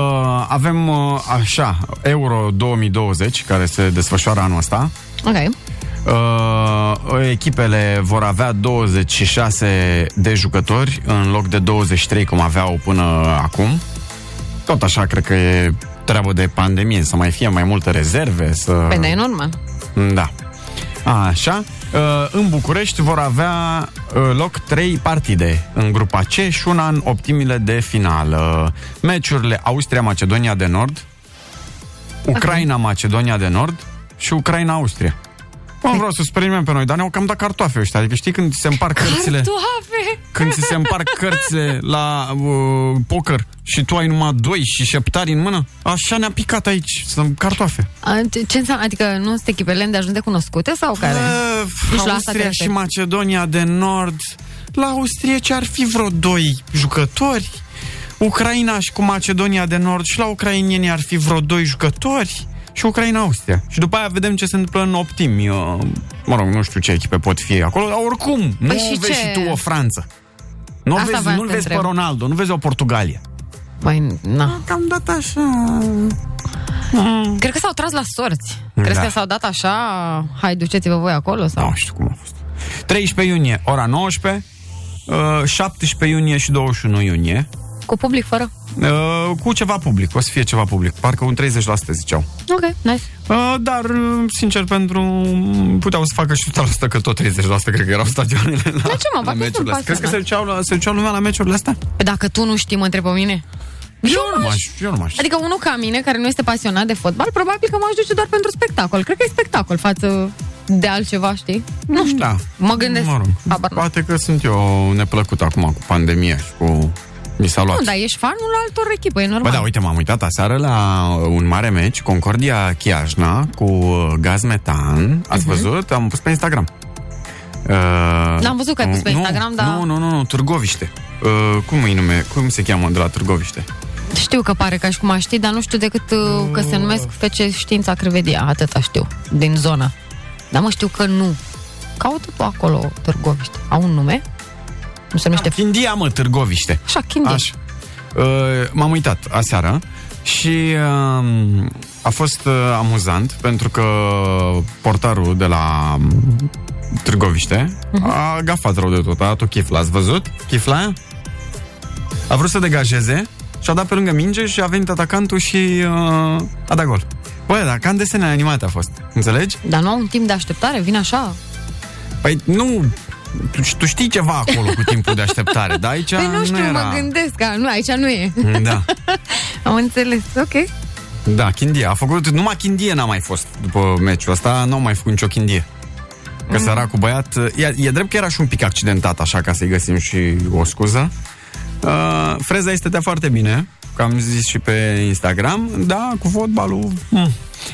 [SPEAKER 3] avem uh, așa Euro 2020 care se desfășoară anul ăsta.
[SPEAKER 4] Ok.
[SPEAKER 3] Uh, echipele vor avea 26 de jucători în loc de 23 cum aveau până acum. Tot așa cred că e treabă de pandemie, să mai fie mai multe rezerve, să
[SPEAKER 4] Păi, da, e normal.
[SPEAKER 3] da. Așa. Uh, În București vor avea uh, loc trei partide în grupa C și una în optimile de finală. Meciurile Austria-Macedonia de Nord, Ucraina-Macedonia de Nord și Ucraina-Austria. Mă, vreau să speriem pe noi, dar ne-au cam dat cartoafe ăștia. Adică știi când se împar cărțile...
[SPEAKER 4] Cartoafe!
[SPEAKER 3] Când ți se împar cărțile la uh, poker și tu ai numai doi și șeptari în mână, așa ne-a picat aici. Sunt cartoafe.
[SPEAKER 4] A, ce, ce înseamnă? Adică nu sunt echipele de ajuns de cunoscute sau care?
[SPEAKER 3] Uh, Austria și Macedonia de Nord... La austrieci ar fi vreo doi jucători. Ucraina și cu Macedonia de Nord și la ucrainieni ar fi vreo doi jucători și Ucraina-Austria. Și după aia vedem ce se întâmplă în optim. Eu, mă rog, nu știu ce echipe pot fi acolo, dar oricum, păi nu
[SPEAKER 4] și
[SPEAKER 3] vezi
[SPEAKER 4] ce-
[SPEAKER 3] și tu o Franță. Nu
[SPEAKER 4] Asta
[SPEAKER 3] vezi,
[SPEAKER 4] voiam
[SPEAKER 3] nu
[SPEAKER 4] să
[SPEAKER 3] vezi pe
[SPEAKER 4] întreb.
[SPEAKER 3] Ronaldo, nu vezi o Portugalia.
[SPEAKER 4] Mai, Păi, na.
[SPEAKER 3] Cam dat așa...
[SPEAKER 4] Cred că s-au tras la sorți.
[SPEAKER 3] Da.
[SPEAKER 4] Cred că s-au dat așa, hai duceți-vă voi acolo sau...
[SPEAKER 3] Nu știu cum a fost. 13 iunie, ora 19, uh, 17 iunie și 21 iunie,
[SPEAKER 4] Cu public fără?
[SPEAKER 3] uh, cu ceva public, o să fie ceva public, parcă un 30% ziceau.
[SPEAKER 4] Ok, nice.
[SPEAKER 3] Uh, Dar, uh, sincer, pentru... Puteau să facă și 100%, că tot 30% cred că erau stadioanele la,
[SPEAKER 4] Da, ce mă,
[SPEAKER 3] la
[SPEAKER 4] parcă sunt
[SPEAKER 3] meciurile astea. Crezi că se
[SPEAKER 4] pasionat.
[SPEAKER 3] duceau, la, se duceau lumea la meciurile astea?
[SPEAKER 4] Păi Dacă tu nu știi, mă întreb pe mine.
[SPEAKER 3] Eu nu m-aș, eu nu m-aș.
[SPEAKER 4] Adică unul ca mine, care nu este pasionat de fotbal, probabil că m-aș duce doar pentru spectacol. Cred că e spectacol față de altceva, știi? Nu știu.
[SPEAKER 3] Da.
[SPEAKER 4] Mă gândesc.
[SPEAKER 3] Mă rog, poate că sunt eu neplăcut acum cu pandemia și cu... Mi s-a luat.
[SPEAKER 4] Nu, dar ești fanul altor echipe, e
[SPEAKER 3] Bă,
[SPEAKER 4] normal.
[SPEAKER 3] da, uite, m-am uitat aseară la uh, un mare meci, Concordia Chiajna, cu uh, gaz metan.
[SPEAKER 4] Mhm.
[SPEAKER 3] Ați văzut? Am pus pe Instagram. Uh,
[SPEAKER 4] N-am văzut că ai pus pe
[SPEAKER 3] nu,
[SPEAKER 4] Instagram, dar-
[SPEAKER 3] Nu, nu, nu, nu Târgoviște. Uh, cum îi nume? Cum se cheamă de la Târgoviște?
[SPEAKER 4] Știu că pare ca și cum aș ști, dar nu știu decât uh, că
[SPEAKER 3] Mm.
[SPEAKER 4] se numesc Fece Știința Crevedia. Atâta știu, din zona. Dar mă știu că nu. Caută tu acolo Târgoviște. Au un nume? Nu se numește...
[SPEAKER 3] Chindia, mă, Târgoviște.
[SPEAKER 4] Așa, Chindia.
[SPEAKER 3] Așa. Uh, m-am uitat aseară și uh, a fost uh, amuzant pentru că portarul de la um, Târgoviște
[SPEAKER 4] Mhm.
[SPEAKER 3] a gafat rău de tot, a dat o chiflă. Ați văzut chifla aia? A vrut să degajeze și a dat pe lângă minge și a venit atacantul și uh, a dat gol. Băi, dar ca în desene animate a fost. Înțelegi?
[SPEAKER 4] Dar nu au un timp de așteptare? Vin așa?
[SPEAKER 3] Păi nu... Tu, tu știi ceva acolo cu timpul de așteptare, dar aici
[SPEAKER 4] păi nu știu,
[SPEAKER 3] Da, era...
[SPEAKER 4] mă gândesc. Că, nu, aici nu e.
[SPEAKER 3] Da.
[SPEAKER 4] Am înțeles, ok.
[SPEAKER 3] Da, Chindie. A făcut, numai Chindie n-a mai fost după meciul ăsta, n-au mai făcut nicio Chindie.
[SPEAKER 4] Mm.
[SPEAKER 3] Că săracul băiat, e, e drept că era și un pic accidentat, așa, ca să-i găsim și o scuză. Uh, freza este de foarte bine, că am zis și pe Instagram, da, cu fotbalul... Mm.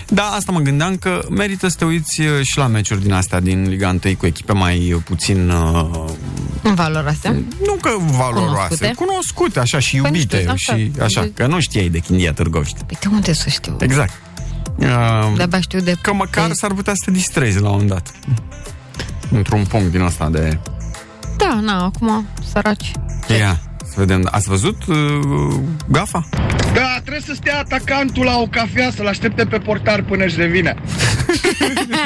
[SPEAKER 3] Da, asta mă gândeam că merită să te uiți uh, și la meciuri din astea, din Liga 1 cu echipe mai uh, puțin, uh,
[SPEAKER 4] În valoroase.
[SPEAKER 3] nu că valoroase,
[SPEAKER 4] Cunoscute.
[SPEAKER 3] cunoscute, așa, și
[SPEAKER 4] Păi nu
[SPEAKER 3] iubite,
[SPEAKER 4] știu, asta-
[SPEAKER 3] și așa, că nu știai de Chindia Târgoviște.
[SPEAKER 4] Păi de unde să știu?
[SPEAKER 3] Exact. Uh,
[SPEAKER 4] De-abia știu de...
[SPEAKER 3] Că măcar s-ar putea să te distrezi la un moment dat. Într-un punct din asta de...
[SPEAKER 4] Da, na, acum, săraci.
[SPEAKER 3] Ia, să vedem. Ați văzut uh, gafa?
[SPEAKER 14] Da, trebuie să stea atacantul la o cafea să-l aștepte pe portar până își revine.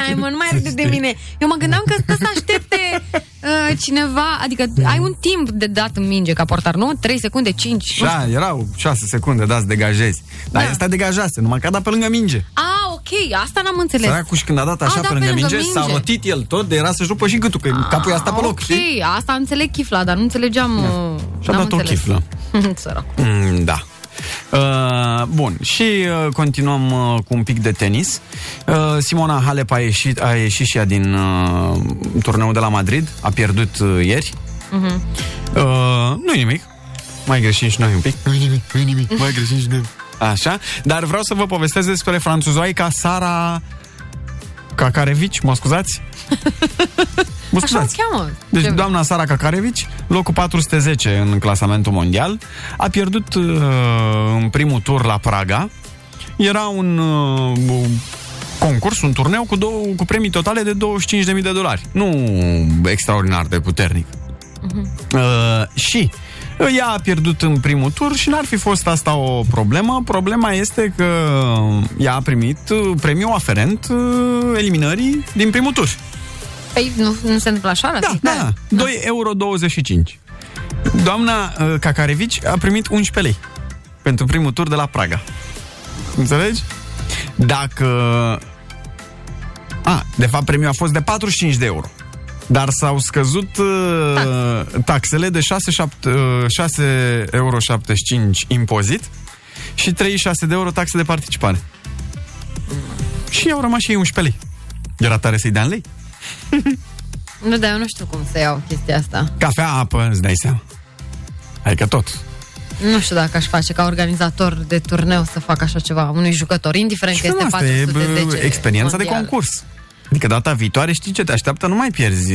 [SPEAKER 4] Hai, mă, nu mai râde de mine. Eu mă gândeam că stă să aștepte uh, cineva, adică
[SPEAKER 3] Da.
[SPEAKER 4] ai un timp de dat în minge ca portar, nu? 3 secunde, 5.
[SPEAKER 3] Da, erau 6 secunde, da, să degajezi. Dar da. asta degajase, numai că a dat pe lângă minge.
[SPEAKER 4] A, Ah, ok, asta n-am înțeles.
[SPEAKER 3] Săracul și când a dat așa
[SPEAKER 4] A, da,
[SPEAKER 3] pe lângă minge, Ah, s-a rotit el tot, de era să-și rupă și gâtul, că capul i-a stat pe loc.
[SPEAKER 4] ok, asta înțeleg chifla, dar nu înțelegeam... Uh,
[SPEAKER 3] Și-a dat da. o chiflă.
[SPEAKER 4] Sărac.
[SPEAKER 3] Mm, da. Uh, bun, și uh, continuăm uh, cu un pic de tenis. Uh, Simona Halep a ieșit, a ieșit și ea din uh, turneul de la Madrid, a pierdut uh, ieri.
[SPEAKER 4] Mhm.
[SPEAKER 3] Uh, nu-i nimic, mai greșim și noi un pic. Nu-i nimic, nu-i nimic, mai greșim și noi. Așa, dar vreau să vă povestesc despre franțuzoaica Sara Cacarevici, mă scuzați? Mă
[SPEAKER 4] Așa o
[SPEAKER 3] scuzați.
[SPEAKER 4] cheamă.
[SPEAKER 3] Deci doamna Sara Kakarevici, locul 410 în clasamentul mondial, a pierdut uh, în primul tur la Praga. Era un uh, un concurs, un turneu cu, două, cu premii totale de 25.000 de dolari. Nu extraordinar de puternic. Uh, și uh, ea a pierdut în primul tur și n-ar fi fost asta o problemă. Problema este că ea a primit uh, premiul aferent uh, eliminării din primul tur.
[SPEAKER 4] Păi nu, nu se întâmplă așa? Da,
[SPEAKER 3] Da, 2,25 euro. Doamna uh, Cacarevici a primit 11 lei pentru primul tur de la Praga. Înțelegi? Dacă... A, de fapt premiul a fost de 45 de euro. Dar s-au scăzut uh, taxele de 6,75 euro impozit și 36 de euro taxe de participare. Și au rămas și ei 11 lei. Era tare să-i dea în lei?
[SPEAKER 4] Nu, dar eu nu știu cum să iau chestia asta.
[SPEAKER 3] Cafea, apă, îți dai seama. Adică tot.
[SPEAKER 4] Nu știu dacă aș face ca organizator de turneu să fac așa ceva unui jucător, indiferent
[SPEAKER 3] Și
[SPEAKER 4] că este
[SPEAKER 3] frumos, asta e
[SPEAKER 4] 410
[SPEAKER 3] bă, experiența
[SPEAKER 4] mondial.
[SPEAKER 3] de concurs. Adică data viitoare știi ce te așteaptă, nu mai pierzi.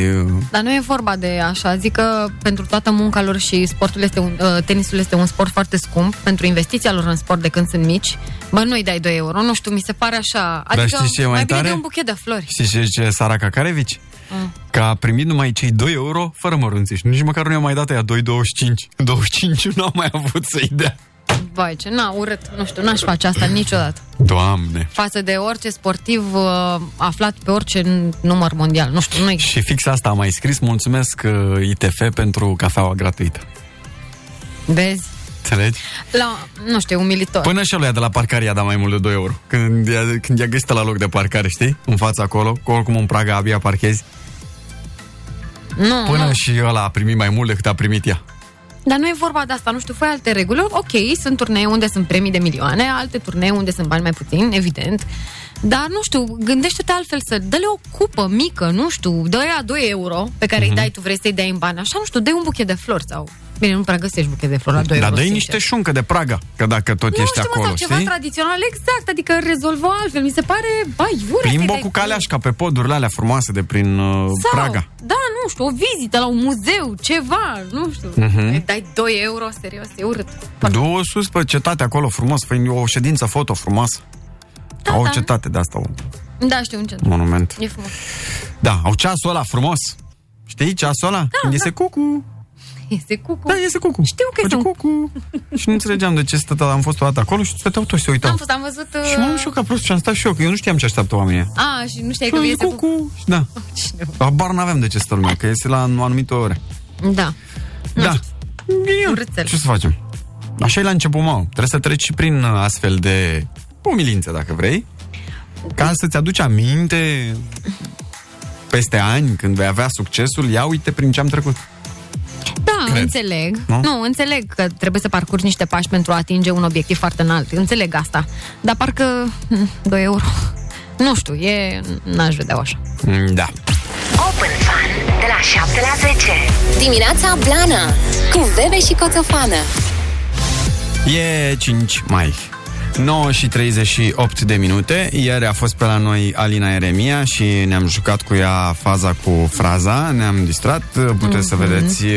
[SPEAKER 4] Dar nu e vorba de așa, adic că pentru toată munca lor și sportul este un, uh, tenisul este un sport foarte scump, pentru investiția lor în sport de când sunt mici, bă, nu-i dai 2 euro, nu știu, mi se pare așa,
[SPEAKER 3] Dar
[SPEAKER 4] adică
[SPEAKER 3] știi ce e mai
[SPEAKER 4] mai bine
[SPEAKER 3] tare?
[SPEAKER 4] de un buchet de flori.
[SPEAKER 3] Știi ce zice Sara Kakarevici?
[SPEAKER 4] Mm.
[SPEAKER 3] Că a primit numai cei 2 euro fără mărunțiși. Nici măcar nu i-a mai dat aia 2,25. 25 nu am mai avut să-i dea.
[SPEAKER 4] Vai, ce, na, urât, nu știu, n-aș face asta niciodată.
[SPEAKER 3] Doamne!
[SPEAKER 4] Față de orice sportiv uh, aflat pe orice n- număr mondial, nu știu, nu există.
[SPEAKER 3] Și fix asta am mai scris. Mulțumesc uh, ITF pentru cafeaua gratuită.
[SPEAKER 4] Vezi?
[SPEAKER 3] Înțelegi?
[SPEAKER 4] La, nu știu, e umilitor.
[SPEAKER 3] Până și ăluia de la parcare i-a dat mai mult de 2 euro. Când i-a, când i-a găsit la loc de parcare, știi? În fața acolo, că oricum în Praga abia parchezi.
[SPEAKER 4] nu,
[SPEAKER 3] Până
[SPEAKER 4] nu.
[SPEAKER 3] și ăla a primit mai mult decât a primit ea.
[SPEAKER 4] Dar nu e vorba de asta, nu știu, foi alte reguli. Ok, sunt turnee unde sunt premii de milioane, alte turnee unde sunt bani mai puțini, evident. Dar, nu știu, gândește-te altfel să dă-le o cupă mică, nu știu, dă a 2 euro pe care
[SPEAKER 3] Mhm.
[SPEAKER 4] îi dai, tu vrei să-i dai în bani, așa, nu știu, dai un buchet de flori sau... Bine, nu prea găsești buchet de flori la 2
[SPEAKER 3] Da, Dar
[SPEAKER 4] euro,
[SPEAKER 3] dă
[SPEAKER 4] sincer.
[SPEAKER 3] niște șuncă de Praga, că dacă tot
[SPEAKER 4] nu
[SPEAKER 3] ești
[SPEAKER 4] știu, mă,
[SPEAKER 3] acolo,
[SPEAKER 4] sau ceva
[SPEAKER 3] știi?
[SPEAKER 4] tradițional, exact, adică rezolvă altfel. Mi se pare, bai, iura să-i
[SPEAKER 3] Plimbă
[SPEAKER 4] dai
[SPEAKER 3] cu caleașca pe podurile alea frumoase de prin uh,
[SPEAKER 4] Sau,
[SPEAKER 3] Praga.
[SPEAKER 4] da, nu știu, o vizită la un muzeu, ceva, nu știu.
[SPEAKER 3] Mhm.
[SPEAKER 4] Îi Dai 2 euro, serios, e urât.
[SPEAKER 3] Du-o sus pe cetate acolo frumos, fă o ședință foto frumoasă.
[SPEAKER 4] Da,
[SPEAKER 3] au o
[SPEAKER 4] da.
[SPEAKER 3] cetate de asta, un
[SPEAKER 4] Da, știu, un centru.
[SPEAKER 3] monument.
[SPEAKER 4] E frumos.
[SPEAKER 3] Da, au ceasul ăla frumos. Știi ceasul ăla? Da, Când iese cucu.
[SPEAKER 4] Este cucu.
[SPEAKER 3] Da, iese cucu.
[SPEAKER 4] Știu că este un
[SPEAKER 3] cucu. Și nu înțelegeam de ce stătea, am fost o dată acolo și stăteau toți, se uitau.
[SPEAKER 4] Am fost, am văzut... uh,
[SPEAKER 3] Și m-am șocat prost și am stat și eu, că eu nu știam ce așteaptă oamenii.
[SPEAKER 4] A, și nu știai că este
[SPEAKER 3] cucu. Și Da. Abar n-aveam de ce stă lumea, că iese la anumite ore.
[SPEAKER 4] Da.
[SPEAKER 3] Da.
[SPEAKER 4] Urâțel.
[SPEAKER 3] Ce să facem? Așa e la început, mă. Trebuie să treci și prin uh, astfel de umilințe, dacă vrei, ca să-ți aduci aminte peste ani, când vei avea succesul, ia uite prin ce am trecut.
[SPEAKER 4] Da,
[SPEAKER 3] Cred.
[SPEAKER 4] înțeleg.
[SPEAKER 3] Nu?
[SPEAKER 4] Nu? nu, înțeleg că trebuie să parcurgi niște pași pentru a atinge un obiectiv foarte înalt. Înțeleg asta. Dar parcă mm, 2 euro. Nu știu, e... n-aș vedea așa.
[SPEAKER 3] Mm, Da.
[SPEAKER 2] Open Fun de la 7 la 10. Dimineața Blana cu Bebe și Coțofană.
[SPEAKER 3] E 5 mai. 9 și 38 de minute. Ieri a fost pe la noi Alina Eremia și ne-am jucat cu ea faza cu fraza, ne-am distrat. Puteți
[SPEAKER 4] Mhm.
[SPEAKER 3] să vedeți uh,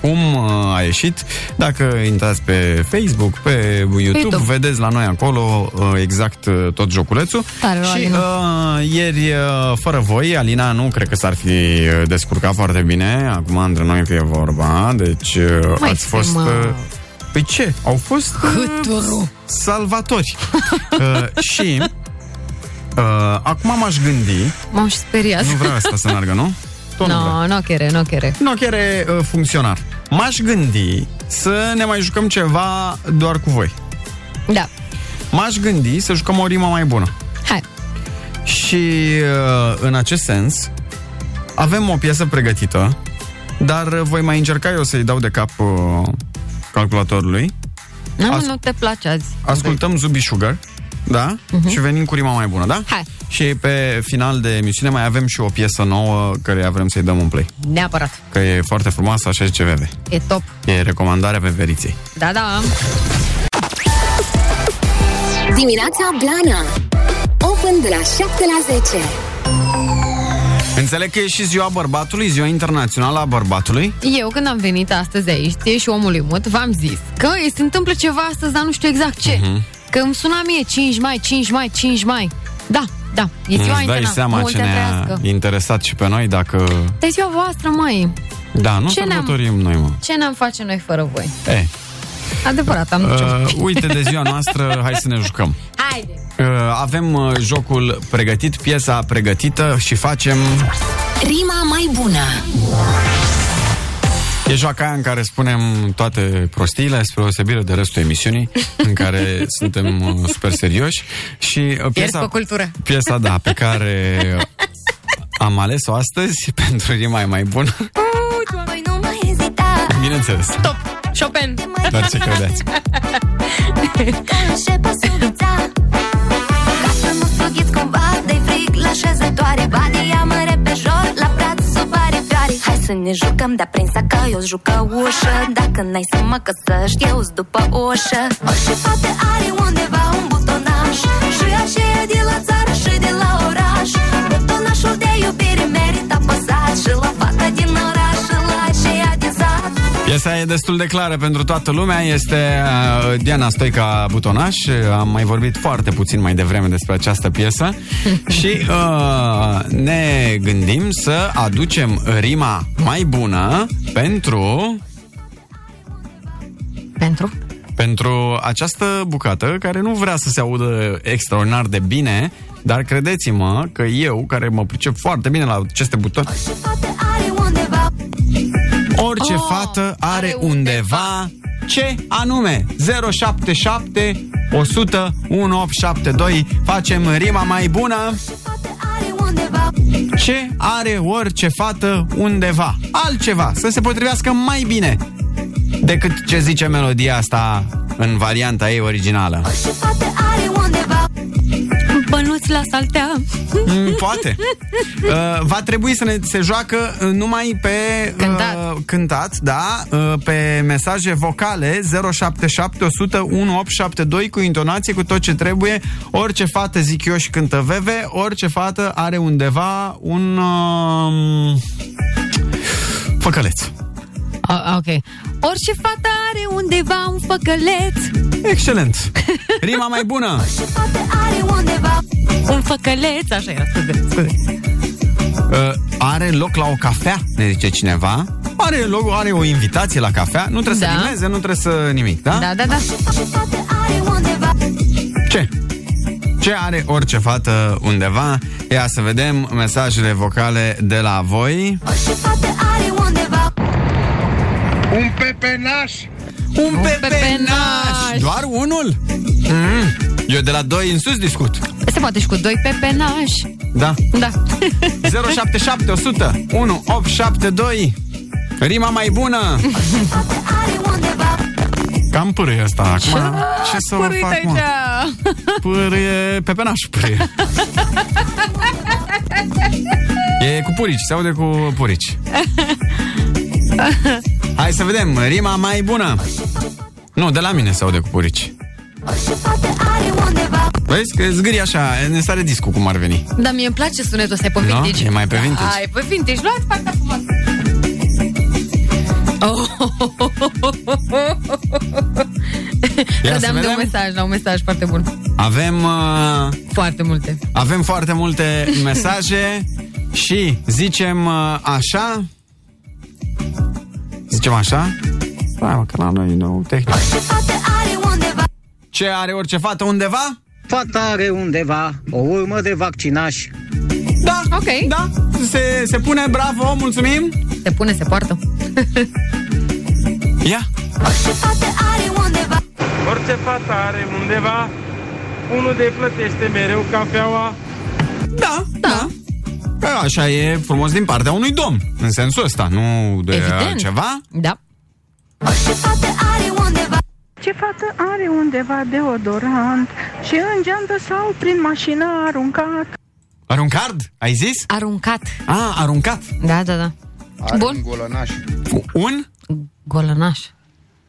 [SPEAKER 3] cum uh, a ieșit. Dacă intrați pe Facebook, pe YouTube,
[SPEAKER 4] YouTube.
[SPEAKER 3] vedeți la noi acolo uh, exact uh, tot joculețul.
[SPEAKER 4] Tare,
[SPEAKER 3] și
[SPEAKER 4] Alina.
[SPEAKER 3] Uh, ieri, uh, fără voi, Alina nu cred că s-ar fi uh, descurcat foarte bine. Acum între noi că e vorba. Deci uh,
[SPEAKER 4] Mai
[SPEAKER 3] ați fost...
[SPEAKER 4] frumos.
[SPEAKER 3] Uh, Păi ce? Au fost uh, salvatori. uh, și uh, acum m-aș gândi,
[SPEAKER 4] M-am și speriat.
[SPEAKER 3] nu vreau asta să meargă, nu? Tot nu vreau.
[SPEAKER 4] Nu, nu chere, nu chere.
[SPEAKER 3] Nu, chiar e uh, funcționar. M-aș gândi să ne mai jucăm ceva doar cu voi.
[SPEAKER 4] Da.
[SPEAKER 3] M-aș gândi să jucăm o rimă mai bună.
[SPEAKER 4] Hai.
[SPEAKER 3] Și uh, în acest sens avem o piesă pregătită, dar uh, voi mai încerca eu să-i dau de cap uh, calculatorului.
[SPEAKER 4] Nu,
[SPEAKER 3] As-
[SPEAKER 4] nu te place azi.
[SPEAKER 3] Ascultăm Zubi Sugar, da? Și venim cu rima mai bună, da?
[SPEAKER 4] Mhm. Hai.
[SPEAKER 3] Și pe final de emisiune mai avem și o piesă nouă care vrem să-i dăm un play.
[SPEAKER 4] Neapărat.
[SPEAKER 3] Că e foarte frumoasă, așa zice Veve.
[SPEAKER 4] E top.
[SPEAKER 3] E recomandarea veveriței.
[SPEAKER 4] Da, da.
[SPEAKER 2] Dimineața Blana. Open de la 7 la 10.
[SPEAKER 3] Înțeleg că e și ziua bărbatului, ziua internațională a bărbatului.
[SPEAKER 4] Eu când am venit astăzi aici, ție și omului mut, v-am zis că îi se întâmplă ceva astăzi, dar nu știu exact ce.
[SPEAKER 3] Mhm.
[SPEAKER 4] Că îmi suna mie 5 mai, 5 mai, 5 mai. Da, da, e ziua
[SPEAKER 3] Mm, Îți dai
[SPEAKER 4] interna-
[SPEAKER 3] seama
[SPEAKER 4] Multe
[SPEAKER 3] ce ne-a
[SPEAKER 4] trăiască.
[SPEAKER 3] interesat și pe noi dacă...
[SPEAKER 4] Dar e ziua voastră, mai.
[SPEAKER 3] Da, nu
[SPEAKER 4] Ce ne-am-
[SPEAKER 3] sărbătorim noi, mă.
[SPEAKER 4] Ce ne-am face noi fără voi?
[SPEAKER 3] E,
[SPEAKER 4] Adevărat, am
[SPEAKER 3] uh, uite de ziua noastră, hai să ne jucăm.
[SPEAKER 4] Haide!
[SPEAKER 3] Uh, avem uh, jocul pregătit, piesa pregătită și facem...
[SPEAKER 2] Rima mai bună.
[SPEAKER 3] E joaca aia în care spunem toate prostiile, spre deosebire de restul emisiunii, în care suntem uh, super serioși. Și uh,
[SPEAKER 4] Piesa...
[SPEAKER 3] piesa,
[SPEAKER 4] pe cultură.
[SPEAKER 3] piesa, da, pe care am ales-o astăzi pentru rima e mai bună,
[SPEAKER 13] Apoi nu mai ezita
[SPEAKER 3] bineînțeles.
[SPEAKER 4] Top! Chopin!
[SPEAKER 3] Dar ce credeți?
[SPEAKER 13] Ca în șepa subița Ca să nu sughiți cumva de fric la șezătoare să ne jucăm Dar prin ca eu jucă ușă Dacă n-ai să mă căsăști, eu după ușă O și poate are undeva un butonaj Și așa e de la țară și de la oraș Butonașul de iubire merită apăsat Și la fata din oraș și la aceea din sat
[SPEAKER 3] Piesa e destul de clară pentru toată lumea, este uh, Diana Stoica Butonaș, am mai vorbit foarte puțin mai devreme despre această piesă și uh, ne gândim să aducem rima mai bună pentru
[SPEAKER 4] Pentru?
[SPEAKER 3] pentru această bucată care nu vrea să se audă extraordinar de bine, dar credeți-mă că eu, care mă pricep foarte bine la aceste butoane,
[SPEAKER 13] Are undeva
[SPEAKER 3] Orice oh, fată are, are undeva, undeva ce anume 077 100 1872 facem rima mai bună ce are orice fată undeva altceva să se potrivească mai bine decât ce zice melodia asta în varianta ei originală.
[SPEAKER 13] Are undeva
[SPEAKER 5] Bănuți la saltea.
[SPEAKER 3] Mm, Poate. Uh, va trebui să ne se joacă uh, numai pe
[SPEAKER 4] Cântat.
[SPEAKER 3] Uh, cântat da, uh, pe mesaje vocale 077 100 1872 cu intonație, cu tot ce trebuie. Orice fată zic eu și cântă veve, orice fată are undeva un uh, făcăleț.
[SPEAKER 4] A, ok. Orice fată are undeva un făcăleț.
[SPEAKER 3] Excelent. Rima mai bună.
[SPEAKER 13] Are undeva
[SPEAKER 4] Un făcăleț, așa era, scuze, scuze.
[SPEAKER 3] Uh, are loc la o cafea, ne zice cineva. Are, loc, are o invitație la cafea, nu trebuie
[SPEAKER 4] Da.
[SPEAKER 3] să rimeze, nu trebuie să nimic, da?
[SPEAKER 4] Da, da, da.
[SPEAKER 13] Are undeva
[SPEAKER 3] Ce? Ce are orice fată undeva? Ia să vedem mesajele vocale de la voi.
[SPEAKER 13] Are undeva
[SPEAKER 14] Un pepenaș.
[SPEAKER 3] Un
[SPEAKER 4] pepenaș.
[SPEAKER 3] Doar unul? Mm. Eu de la 2 în sus discut.
[SPEAKER 4] Se poate și cu doi pepenași.
[SPEAKER 3] Da.
[SPEAKER 4] Da.
[SPEAKER 3] 077 100 1872 Rima mai bună!
[SPEAKER 13] Are undeva
[SPEAKER 3] Cam pârâie asta acum. Ce să vă
[SPEAKER 4] Uite
[SPEAKER 3] fac,
[SPEAKER 4] aici.
[SPEAKER 3] mă? Pârâie pepenaș, pârâie. E cu purici, se aude cu purici. Hai să vedem, rima mai bună. Nu, de la mine se aude cu purici.
[SPEAKER 13] Are undeva
[SPEAKER 3] Vezi că zgâri așa, ne sare discul cum ar veni.
[SPEAKER 4] Dar mie îmi place sunetul ăsta, e pe
[SPEAKER 3] Nu?
[SPEAKER 4] vintage.
[SPEAKER 3] Da? E mai pe vintage.
[SPEAKER 4] Da, e pe vintage. Luați partea frumoasă. Oh.
[SPEAKER 3] Ia să
[SPEAKER 4] Râdeam de
[SPEAKER 3] vedem.
[SPEAKER 4] un mesaj, la un mesaj foarte bun.
[SPEAKER 3] Avem, uh,
[SPEAKER 4] Foarte multe.
[SPEAKER 3] avem foarte multe mesaje și zicem uh, așa... Zicem așa? Stai mă, că la noi e nou tehnic.
[SPEAKER 13] Are undeva
[SPEAKER 3] Ce are orice fată undeva?
[SPEAKER 15] Fata are undeva o urmă de vaccinași.
[SPEAKER 3] Da,
[SPEAKER 4] Ok.
[SPEAKER 3] da, se, se pune, bravo, mulțumim
[SPEAKER 4] Se pune, se poartă.
[SPEAKER 3] Ia,
[SPEAKER 13] Are undeva
[SPEAKER 11] Orice fată are undeva, unul de plătește mereu cafeaua.
[SPEAKER 3] da, da Că Așa e frumos din partea unui domn În sensul ăsta, nu de
[SPEAKER 4] Evident.
[SPEAKER 3] altceva
[SPEAKER 4] Da.
[SPEAKER 13] Are undeva
[SPEAKER 16] Ce fată are undeva deodorant și în geantă sau prin mașină aruncat?
[SPEAKER 3] Are un card, ai zis?
[SPEAKER 4] Aruncat.
[SPEAKER 3] A, aruncat
[SPEAKER 4] Da, da, da.
[SPEAKER 17] Are
[SPEAKER 4] Bun.
[SPEAKER 17] un golănaș.
[SPEAKER 3] Un?
[SPEAKER 4] Golănaș.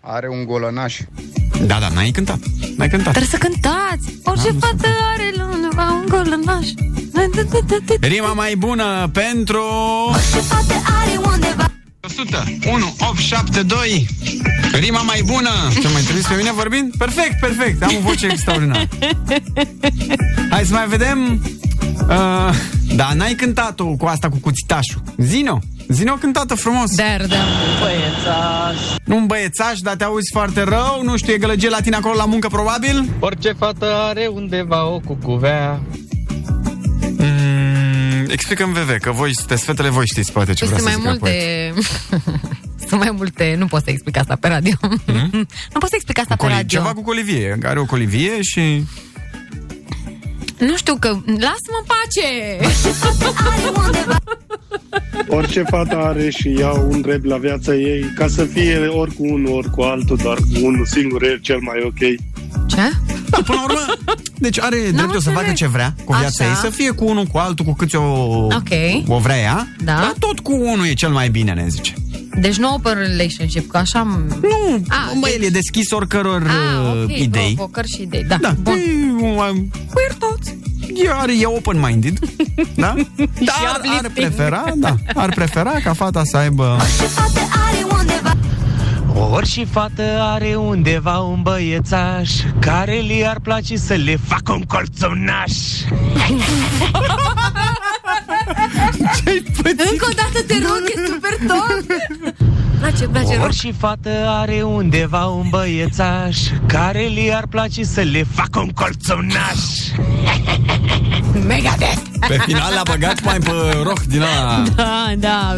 [SPEAKER 17] Are un golănaș.
[SPEAKER 3] Da, da, n-ai cântat N-ai cântat
[SPEAKER 4] Trebuie să cântați. Orice
[SPEAKER 3] Da,
[SPEAKER 4] fată are la undeva un golănaș.
[SPEAKER 3] Rima mai bună pentru...
[SPEAKER 13] Are undeva
[SPEAKER 3] 100 1 8 7 2 Rima mai bună Ce mai trimis pe mine vorbind? Perfect, perfect Am o voce extraordinară Hai să mai vedem uh, Da, n-ai cântat-o cu asta cu cuțitașul Zino, Zino cântată frumos
[SPEAKER 4] Dar, da.
[SPEAKER 3] Nu un băiețaș, dar te auzi foarte rău Nu știu, e gălăgie la tine acolo la muncă probabil
[SPEAKER 9] Orice fată are undeva o cucuvea
[SPEAKER 3] mm, Explicăm VV, că voi sunteți fetele, voi știți poate ce
[SPEAKER 4] Păi
[SPEAKER 3] vreau
[SPEAKER 4] sunt
[SPEAKER 3] să
[SPEAKER 4] mai
[SPEAKER 3] zic acolo.
[SPEAKER 4] multe... sunt mai multe... Nu pot să explic asta pe radio. nu pot să explic asta pe
[SPEAKER 3] Coli-
[SPEAKER 4] radio.
[SPEAKER 3] Ceva Mm-hmm. cu colivie, are o colivie și...
[SPEAKER 4] Nu știu că... Lasă-mă în pace!
[SPEAKER 13] Are undeva
[SPEAKER 18] Orice fată are și ea un drept la viața ei, ca să fie ori cu unul, ori cu altul, doar cu unul singur e cel mai ok.
[SPEAKER 4] Ce?
[SPEAKER 3] Până la urmă, deci are N-am dreptul să facă ce vrea cu viața
[SPEAKER 4] Așa.
[SPEAKER 3] ei, să fie cu unul, cu altul, cu câți o,
[SPEAKER 4] Ok.
[SPEAKER 3] o vrea ea,
[SPEAKER 4] Da.
[SPEAKER 3] dar tot cu unul e cel mai bine, ne zice.
[SPEAKER 4] Deci nu open relationship, că așa...
[SPEAKER 3] Nu,
[SPEAKER 4] A,
[SPEAKER 3] Bă, el e deschis oricăror
[SPEAKER 4] a,
[SPEAKER 3] uh,
[SPEAKER 4] Ah, ok,
[SPEAKER 3] idei.
[SPEAKER 4] provocări și idei, da.
[SPEAKER 3] Da, Bun. queer toți. E, are, e open-minded, da? Dar ar prefera, da, ar prefera ca fata să aibă...
[SPEAKER 19] Orice fată are undeva un băiețaș Care li ar place să le facă un colțonaș
[SPEAKER 3] Ce-ai
[SPEAKER 4] Încă o dată te rog,
[SPEAKER 3] Da.
[SPEAKER 4] e super top! place, place, rog.
[SPEAKER 19] Orice fată are undeva un băiețaș Care li ar place să le facă un colțonaș
[SPEAKER 4] Megadeth!
[SPEAKER 3] Pe final l-a băgat mai pe rock din ala.
[SPEAKER 4] Da, da.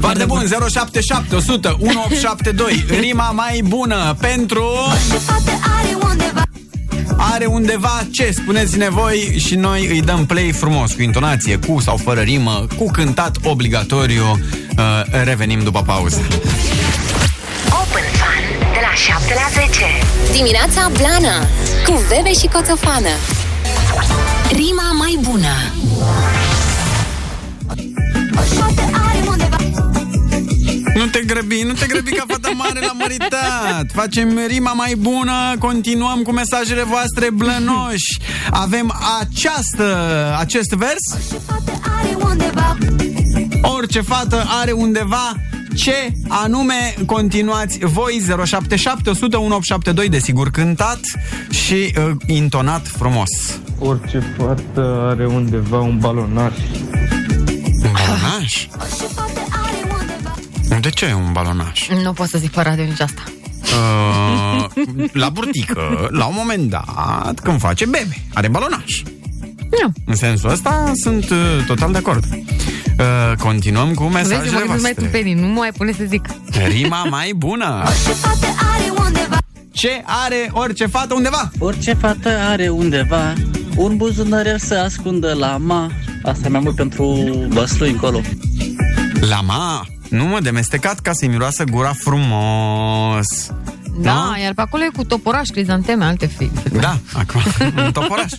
[SPEAKER 3] Foarte bun, 077 100 1872 Rima mai bună pentru Are undeva ce Spuneți-ne voi și noi îi dăm play frumos Cu intonație, cu sau fără rimă Cu cântat obligatoriu Uh, Revenim după pauză
[SPEAKER 2] Open Fun de la 7 la 10. Dimineața Blana cu Bebe și Coțofană. Rima mai bună.
[SPEAKER 3] Nu te grăbi, nu te grăbi ca fata mare la măritat Facem rima mai bună Continuăm cu mesajele voastre blănoși Avem această, acest vers Orice fată are undeva ce anume continuați voi 077 100 1872 desigur cântat și uh, intonat frumos.
[SPEAKER 19] Orice fată are undeva un balonaș
[SPEAKER 3] Un balonaș? De ce e un balonaș?
[SPEAKER 4] Nu pot să zic pe radio nici asta.
[SPEAKER 3] Uh, la burtică, la un moment dat, când face bebe, are balonaș.
[SPEAKER 4] Nu.
[SPEAKER 3] În sensul ăsta sunt uh, total de acord. Uh, continuăm cu
[SPEAKER 4] Vezi, mă
[SPEAKER 3] mesajele
[SPEAKER 4] gândesc mai
[SPEAKER 3] voastre.
[SPEAKER 4] tâmpenii, nu mă mai pune să zic.
[SPEAKER 3] Rima mai bună. Ce are orice fată undeva?
[SPEAKER 12] Orice fată are undeva un buzunărel să ascundă la ma. Asta e mai mult pentru băslui încolo.
[SPEAKER 3] Lama. Nu mă demestecat ca să-i miroasă gura frumos.
[SPEAKER 4] Da, iar pe acolo e cu toporaș, crizanteme, alte fi.
[SPEAKER 3] Da, acum, un toporaș.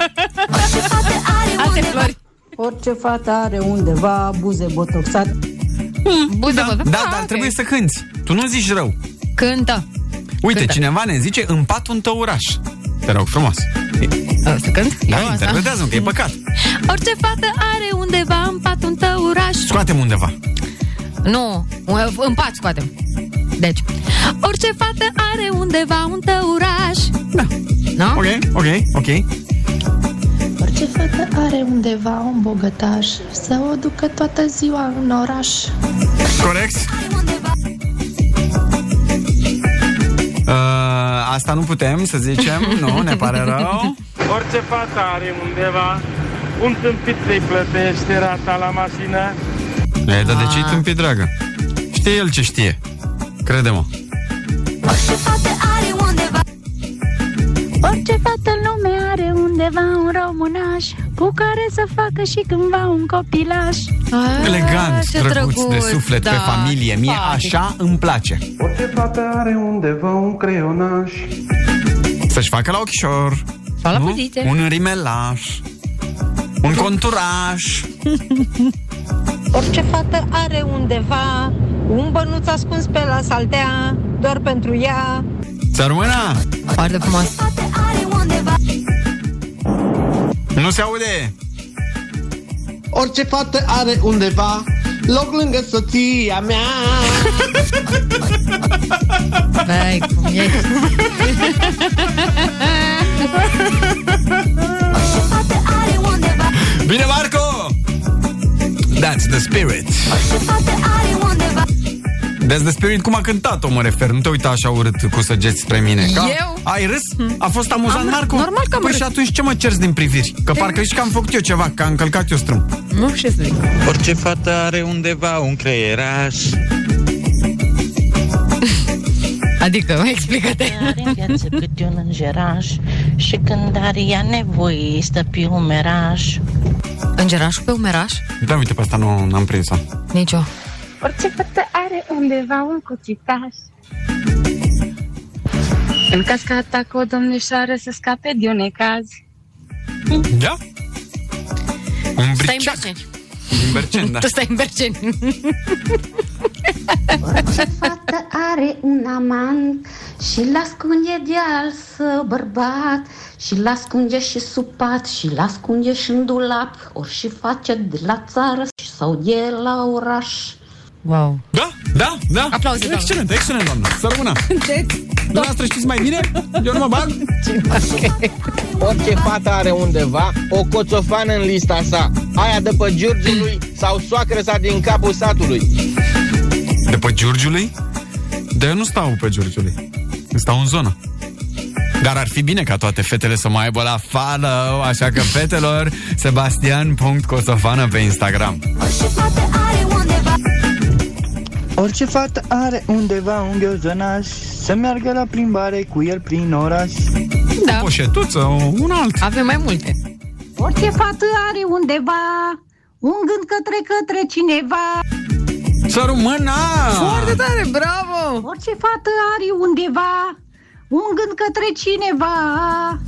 [SPEAKER 4] Alte flori.
[SPEAKER 20] Orice fată are undeva buze botoxate.
[SPEAKER 4] Buze da,
[SPEAKER 3] Da, dar trebuie să cânti. Tu nu zici rău.
[SPEAKER 4] Cântă.
[SPEAKER 3] Uite,
[SPEAKER 4] Cântă.
[SPEAKER 3] cineva ne zice în pat un tăuraș. Te rog frumos.
[SPEAKER 4] Să cânt?
[SPEAKER 3] Da,
[SPEAKER 4] asta.
[SPEAKER 3] interpretează că e păcat.
[SPEAKER 4] Orice fată are undeva în pat un tăuraș.
[SPEAKER 3] Scoatem undeva.
[SPEAKER 4] Nu, în pat scoatem. Deci, orice fată are undeva un tăuraș. Da. Da?
[SPEAKER 3] Ok, ok, ok.
[SPEAKER 21] Orice fată are undeva un bogătaș Să o ducă toată ziua în oraș
[SPEAKER 3] Corect. Uh, asta nu putem să zicem, nu, ne pare rău.
[SPEAKER 7] Orice fată are undeva, un tâmpit îi plătește rata la mașină.
[SPEAKER 3] E, dar de ce-i tâmpit, dragă? Știe el ce știe. Crede-mă.
[SPEAKER 18] Orice fată în lume are undeva un românaș Cu care să facă și cândva un copilaș
[SPEAKER 3] Elegant,
[SPEAKER 18] Ah,
[SPEAKER 4] Ah,
[SPEAKER 18] ce
[SPEAKER 3] drăguț, de
[SPEAKER 18] drăguț,
[SPEAKER 3] suflet,
[SPEAKER 18] da,
[SPEAKER 3] pe familie. Mie așa îmi place.
[SPEAKER 7] Orice fată are undeva un creionaș.
[SPEAKER 3] Să-și facă la ochișor.
[SPEAKER 4] Sau la
[SPEAKER 3] nu?
[SPEAKER 4] păzițe.
[SPEAKER 3] Un rimelaș. Un conturaș.
[SPEAKER 22] Orice fată are undeva un bănuț ascuns pe la saltea, doar pentru ea.
[SPEAKER 3] Să rămână!
[SPEAKER 4] Foarte frumos.
[SPEAKER 3] Nu se aude!
[SPEAKER 9] Orice fată are undeva loc lângă soția mea.
[SPEAKER 4] Vai, cum ești.
[SPEAKER 3] Bine, Marco! That's the spirit. That's the spirit cum a cântat-o, mă refer. Nu te uita așa urât cu săgeți spre mine. Ca...
[SPEAKER 4] Eu?
[SPEAKER 3] Ai râs? A fost amuzant,
[SPEAKER 4] Am-
[SPEAKER 3] Marco?
[SPEAKER 4] normal că am
[SPEAKER 3] Păi
[SPEAKER 4] râs.
[SPEAKER 3] și atunci ce mă cerți din priviri? Că
[SPEAKER 4] Te-
[SPEAKER 3] parcă și că am făcut eu ceva, că am călcat eu strâmb.
[SPEAKER 4] Nu știu ce să zic.
[SPEAKER 19] Orice fată are undeva un creieraș
[SPEAKER 4] Adică, explică-te.
[SPEAKER 6] Are în viață câte un îngeraș Și când are ea nevoie Stă pe umeraș
[SPEAKER 4] Îngerașul pe umeraș?
[SPEAKER 3] Da, uite, pe asta nu n-am prins-o.
[SPEAKER 4] Nicio.
[SPEAKER 21] Orice fată are undeva un cuțitaș.
[SPEAKER 1] În cascata cu o domnișoară se scape de un caz.
[SPEAKER 3] Da? Un
[SPEAKER 4] Stai în
[SPEAKER 3] briceac.
[SPEAKER 4] Berceni.
[SPEAKER 3] Din Berceni, da.
[SPEAKER 4] Tu stai în Berceni.
[SPEAKER 6] Orice fată are un amant și-l ascunde de alsă bărbat și-l ascunde și sub pat și-l ascunde și în dulap ori și face de la țară sau de la oraș.
[SPEAKER 4] Wow.
[SPEAKER 3] Da, da, da.
[SPEAKER 4] Aplauze, doamnă.
[SPEAKER 3] Excelent, excelent, doamnă. Să rămână. Dumneavoastră știți mai bine? Eu nu mă bag.
[SPEAKER 7] Orice fată are undeva o coțofană în lista sa. Aia de pe Giurgiului sau soacră sa din capul satului.
[SPEAKER 3] De pe Giurgiului? Dar eu nu stau pe Giurgiului. Stau în zonă. Dar ar fi bine ca toate fetele să mai aibă la follow, așa că fetelor, sebastian.cosofană pe Instagram.
[SPEAKER 8] Orice fată are undeva un ghiozănaș Să meargă la plimbare cu el prin oraș
[SPEAKER 3] Da. O poșetuță, un alt
[SPEAKER 4] Avem mai multe
[SPEAKER 6] Orice fată are undeva un gând către către cineva.
[SPEAKER 3] Să rămână!
[SPEAKER 6] Foarte
[SPEAKER 4] tare, bravo!
[SPEAKER 6] Orice fată are undeva un gând către cineva.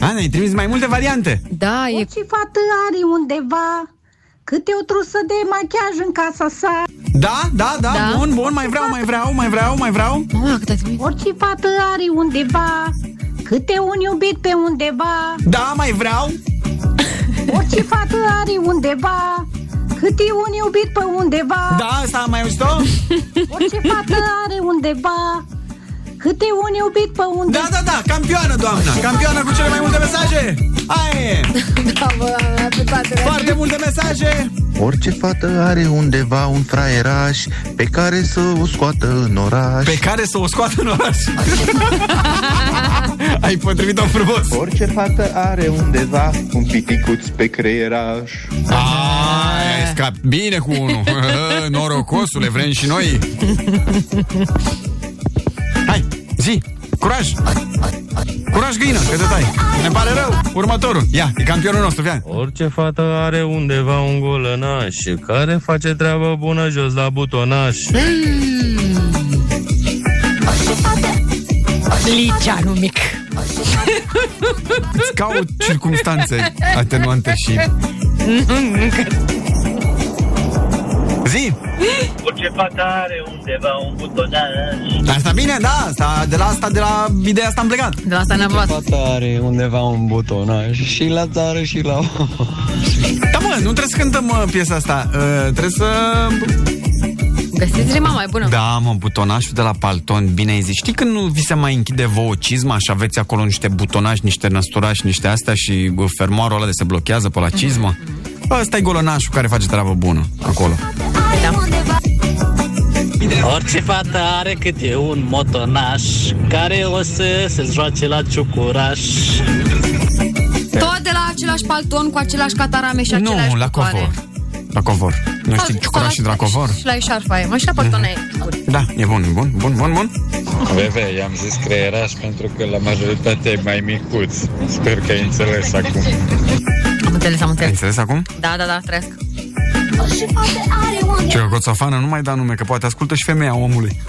[SPEAKER 3] A, ne-ai trimis mai multe variante.
[SPEAKER 4] Da,
[SPEAKER 6] e... Orice fată are undeva câte o trusă de machiaj în casa sa.
[SPEAKER 3] Da, da, da, da. bun, bun, mai vreau, mai vreau, mai vreau, mai vreau.
[SPEAKER 6] Mama, cât ați Orice fată are undeva câte un iubit pe undeva.
[SPEAKER 3] Da, mai vreau.
[SPEAKER 6] Orice fată are undeva câte un iubit pe undeva.
[SPEAKER 3] Da, asta am mai auzit-o?
[SPEAKER 6] Orice fată are undeva câte un iubit pe undeva.
[SPEAKER 3] Da, da, da, campioană, doamna, campioană cu cele mai multe mesaje. Aia e.
[SPEAKER 4] Bravo, doamna, pe toate.
[SPEAKER 3] Foarte multe mesaje.
[SPEAKER 10] Orice fată are undeva un fraieraș pe care să o scoată în oraș.
[SPEAKER 3] Pe care să o scoată în oraș. Ai potrivit-o frumos.
[SPEAKER 10] Orice fată are undeva un piticuț pe creieraș.
[SPEAKER 3] Ai, ai scap. Bine cu unul. Norocosule, vrem și noi. Hai, zi, curaj. Curaj, găină, că te tai. Ne pare rău. Următorul. Ia, e campionul nostru, ia.
[SPEAKER 23] Orice fată are undeva un golănaș Care face treabă bună jos la butonaș
[SPEAKER 4] Liceanu mic.
[SPEAKER 3] Îți caut circumstanțe atenuante și... Zi!
[SPEAKER 24] Orice fată are undeva un butonaș
[SPEAKER 3] Asta bine, da, asta, de la asta, de la ideea asta am plecat.
[SPEAKER 4] De la asta ne-am luat.
[SPEAKER 9] Fata are undeva un butonaj și la țară și la...
[SPEAKER 3] Da, mă, nu trebuie să cântăm mă, piesa asta. Uh, trebuie să
[SPEAKER 4] Găsiți rima mai bună.
[SPEAKER 3] Da, mă, butonașul de la palton, bine ai zis. Știi când nu vi se mai închide vouă cizma și aveți acolo niște butonași, niște năsturași, niște astea și bă, fermoarul ăla de se blochează pe la cizmă? Ăsta e golonașul care face treabă bună acolo.
[SPEAKER 25] Orice fată are câte un motonaș Care o să se joace la ciucuraș
[SPEAKER 4] Tot de la același palton cu același catarame și
[SPEAKER 3] nu,
[SPEAKER 4] același
[SPEAKER 3] la covor. La covor. Nu știi ciucuraș și dracovor?
[SPEAKER 4] Și la eșarfa e. Mă, și la paltona e.
[SPEAKER 3] Da, e bun, e bun, bun, bun, bun.
[SPEAKER 23] Bebe, i-am zis creieraș pentru că la majoritatea e mai micuț Sper că ai înțeles acum
[SPEAKER 4] Am înțeles, am
[SPEAKER 3] Ai
[SPEAKER 4] înțeles.
[SPEAKER 3] înțeles acum?
[SPEAKER 4] Da, da, da, trăiesc.
[SPEAKER 3] Ce coțofană, nu mai da nume, că poate ascultă și femeia omului.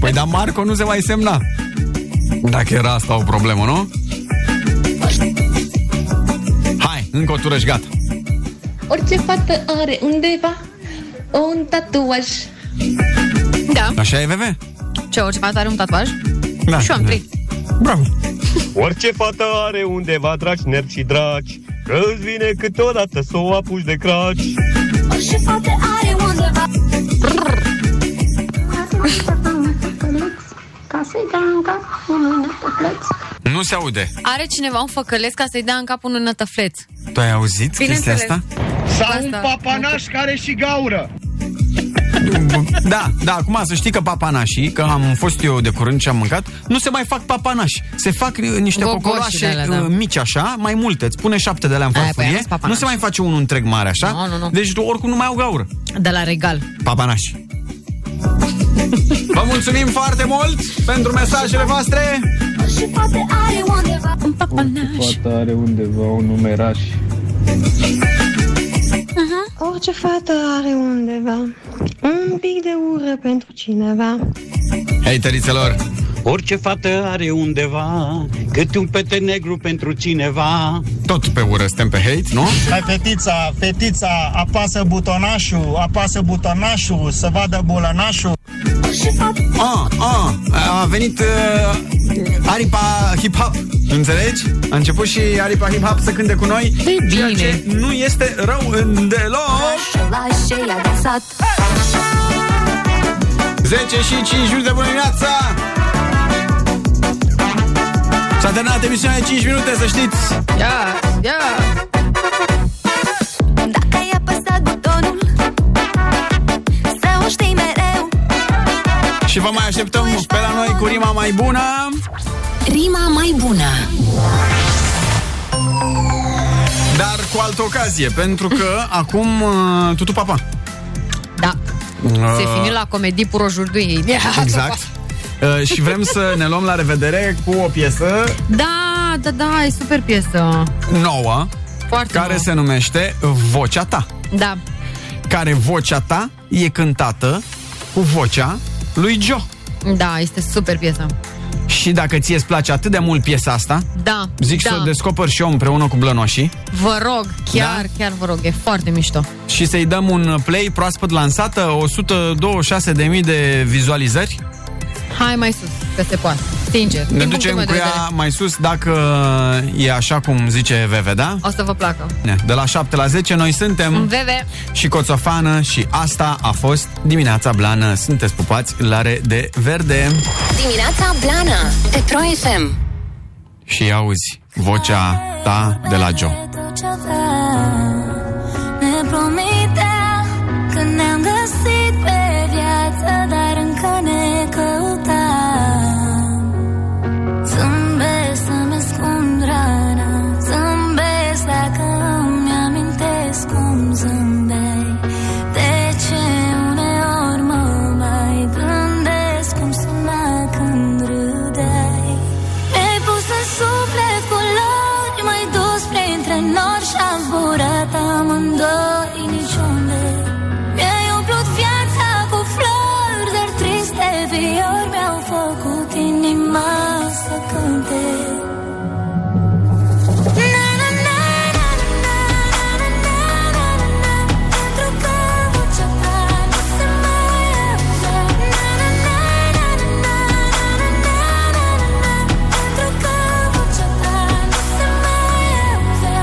[SPEAKER 3] păi da, Marco nu se mai semna. Dacă era asta o problemă, nu? Hai, încă o tură și gata.
[SPEAKER 26] Orice fată are undeva un tatuaj.
[SPEAKER 4] Da.
[SPEAKER 3] Așa e, Veve?
[SPEAKER 4] Ce, orice fată are un tatuaj?
[SPEAKER 3] Da.
[SPEAKER 4] Și eu am trei.
[SPEAKER 3] Bravo.
[SPEAKER 23] Orice fată are undeva dragi, nervi și dragi Că îți vine câteodată să o apuci de craci
[SPEAKER 13] Orice fată are undeva
[SPEAKER 6] Ca să-i dea în cap unul de tăpleț.
[SPEAKER 3] Nu se aude.
[SPEAKER 4] Are cineva un făcălesc ca să-i dea în cap un nătăfleț.
[SPEAKER 3] Tu ai auzit chestia
[SPEAKER 4] Bineînțeles.
[SPEAKER 3] asta?
[SPEAKER 14] Sau un
[SPEAKER 4] Asta.
[SPEAKER 14] papanaș care și gaură.
[SPEAKER 3] Da, da, acum să știi că papanașii, că am fost eu de curând și am mâncat, nu se mai fac papanași. Se fac uh, niște
[SPEAKER 4] Gogoșii
[SPEAKER 3] cocoloașe
[SPEAKER 4] de alea, da.
[SPEAKER 3] uh, mici așa, mai multe. Îți pune șapte de alea în
[SPEAKER 4] Aia, păi,
[SPEAKER 3] farfurie.
[SPEAKER 4] am zis papanaș.
[SPEAKER 3] nu se mai face unul întreg mare așa.
[SPEAKER 4] Nu, nu, nu.
[SPEAKER 3] Deci tu oricum nu mai au gaură.
[SPEAKER 4] De la regal.
[SPEAKER 3] Papanași. Vă mulțumim foarte mult pentru mesajele voastre.
[SPEAKER 13] Orice fată are undeva un papanaș
[SPEAKER 23] Fata are undeva un numeraș
[SPEAKER 26] Orice fată are undeva un pic de ură pentru cineva.
[SPEAKER 3] Hei, tărițelor!
[SPEAKER 27] Orice fată are undeva câte un pete negru pentru cineva.
[SPEAKER 3] Tot pe ură suntem pe hate, nu?
[SPEAKER 18] Hai fetița, fetița, apasă butonașul, apasă butonașul, să vadă bulănașul.
[SPEAKER 3] A, a, a venit uh, aripa hip-hop, înțelegi? A început și aripa hip-hop să cânte cu noi, ceea ce nu este rău în deloc.
[SPEAKER 28] La și a dansat
[SPEAKER 3] 10 și 5 minute, bună dimineața! S-a terminat emisiunea de 5 minute, să știți!
[SPEAKER 4] Ia, ia!
[SPEAKER 28] Dacă ai apăsat butonul Să o știi mereu
[SPEAKER 3] Și vă mai așteptăm pe la noi cu rima mai bună!
[SPEAKER 28] Rima mai bună
[SPEAKER 3] Dar cu altă ocazie, pentru că acum uh, Tutu Papa.
[SPEAKER 4] Da. Se
[SPEAKER 3] Uh,
[SPEAKER 4] fini la comedii pur ojurduiei.
[SPEAKER 3] Exact. Uh, și vrem să ne luăm la revedere cu o piesă
[SPEAKER 4] Da, da, da, e super piesă.
[SPEAKER 3] nouă
[SPEAKER 4] Foarte
[SPEAKER 3] care
[SPEAKER 4] nouă.
[SPEAKER 3] se numește Vocea ta.
[SPEAKER 4] Da.
[SPEAKER 3] Care vocea ta e cântată cu vocea lui Joe.
[SPEAKER 4] Da, este super piesă.
[SPEAKER 3] Și dacă ție îți place atât de mult piesa asta,
[SPEAKER 4] Da,
[SPEAKER 3] zic
[SPEAKER 4] da.
[SPEAKER 3] să o descoper și eu împreună cu blănoșii
[SPEAKER 4] Vă rog, chiar, da? chiar vă rog, e foarte mișto.
[SPEAKER 3] și să-i dăm un play proaspăt lansată, 126.000 de vizualizări.
[SPEAKER 4] Hai mai sus, că se poate. Sincer.
[SPEAKER 3] Ne
[SPEAKER 4] din punctul
[SPEAKER 3] ducem cu
[SPEAKER 4] meu de
[SPEAKER 3] ea
[SPEAKER 4] vedere.
[SPEAKER 3] mai sus dacă e așa cum zice VV, da?
[SPEAKER 4] O să vă placă.
[SPEAKER 3] Ne, De la 7 la 10 noi suntem
[SPEAKER 4] VV.
[SPEAKER 3] și Coțofană și asta a fost Dimineața Blană. Sunteți pupați, lare de verde
[SPEAKER 28] Dimineața Blana Petro FM
[SPEAKER 3] și auzi vocea ta de la Joe.
[SPEAKER 28] ceva Ne promitea că ne-am găsit pe viață Dar încă ne căuta Zâmbesc să-mi ascund rana Zâmbesc dacă îmi amintesc cum zâmbeai De ce uneori mă mai gândesc Cum suna când râdeai Mi-ai pus în suflet culori M-ai dus printre nori și am zburat amândoi niciunde Mi-ai umplut viața cu flori Dar triste viori mi-au făcut inima să cânte Na, na, na, na, na, na, na, na, na, na. Pentru că vocea ta nu se mai auzea. Na, na, na, na, na, na, na, na, na, na, na. Pentru că vocea ta nu se mai auzea.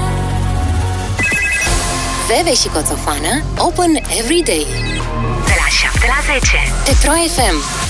[SPEAKER 5] Veve și Coțofană, open every day.
[SPEAKER 28] De la 7 la 10
[SPEAKER 5] Petro FM.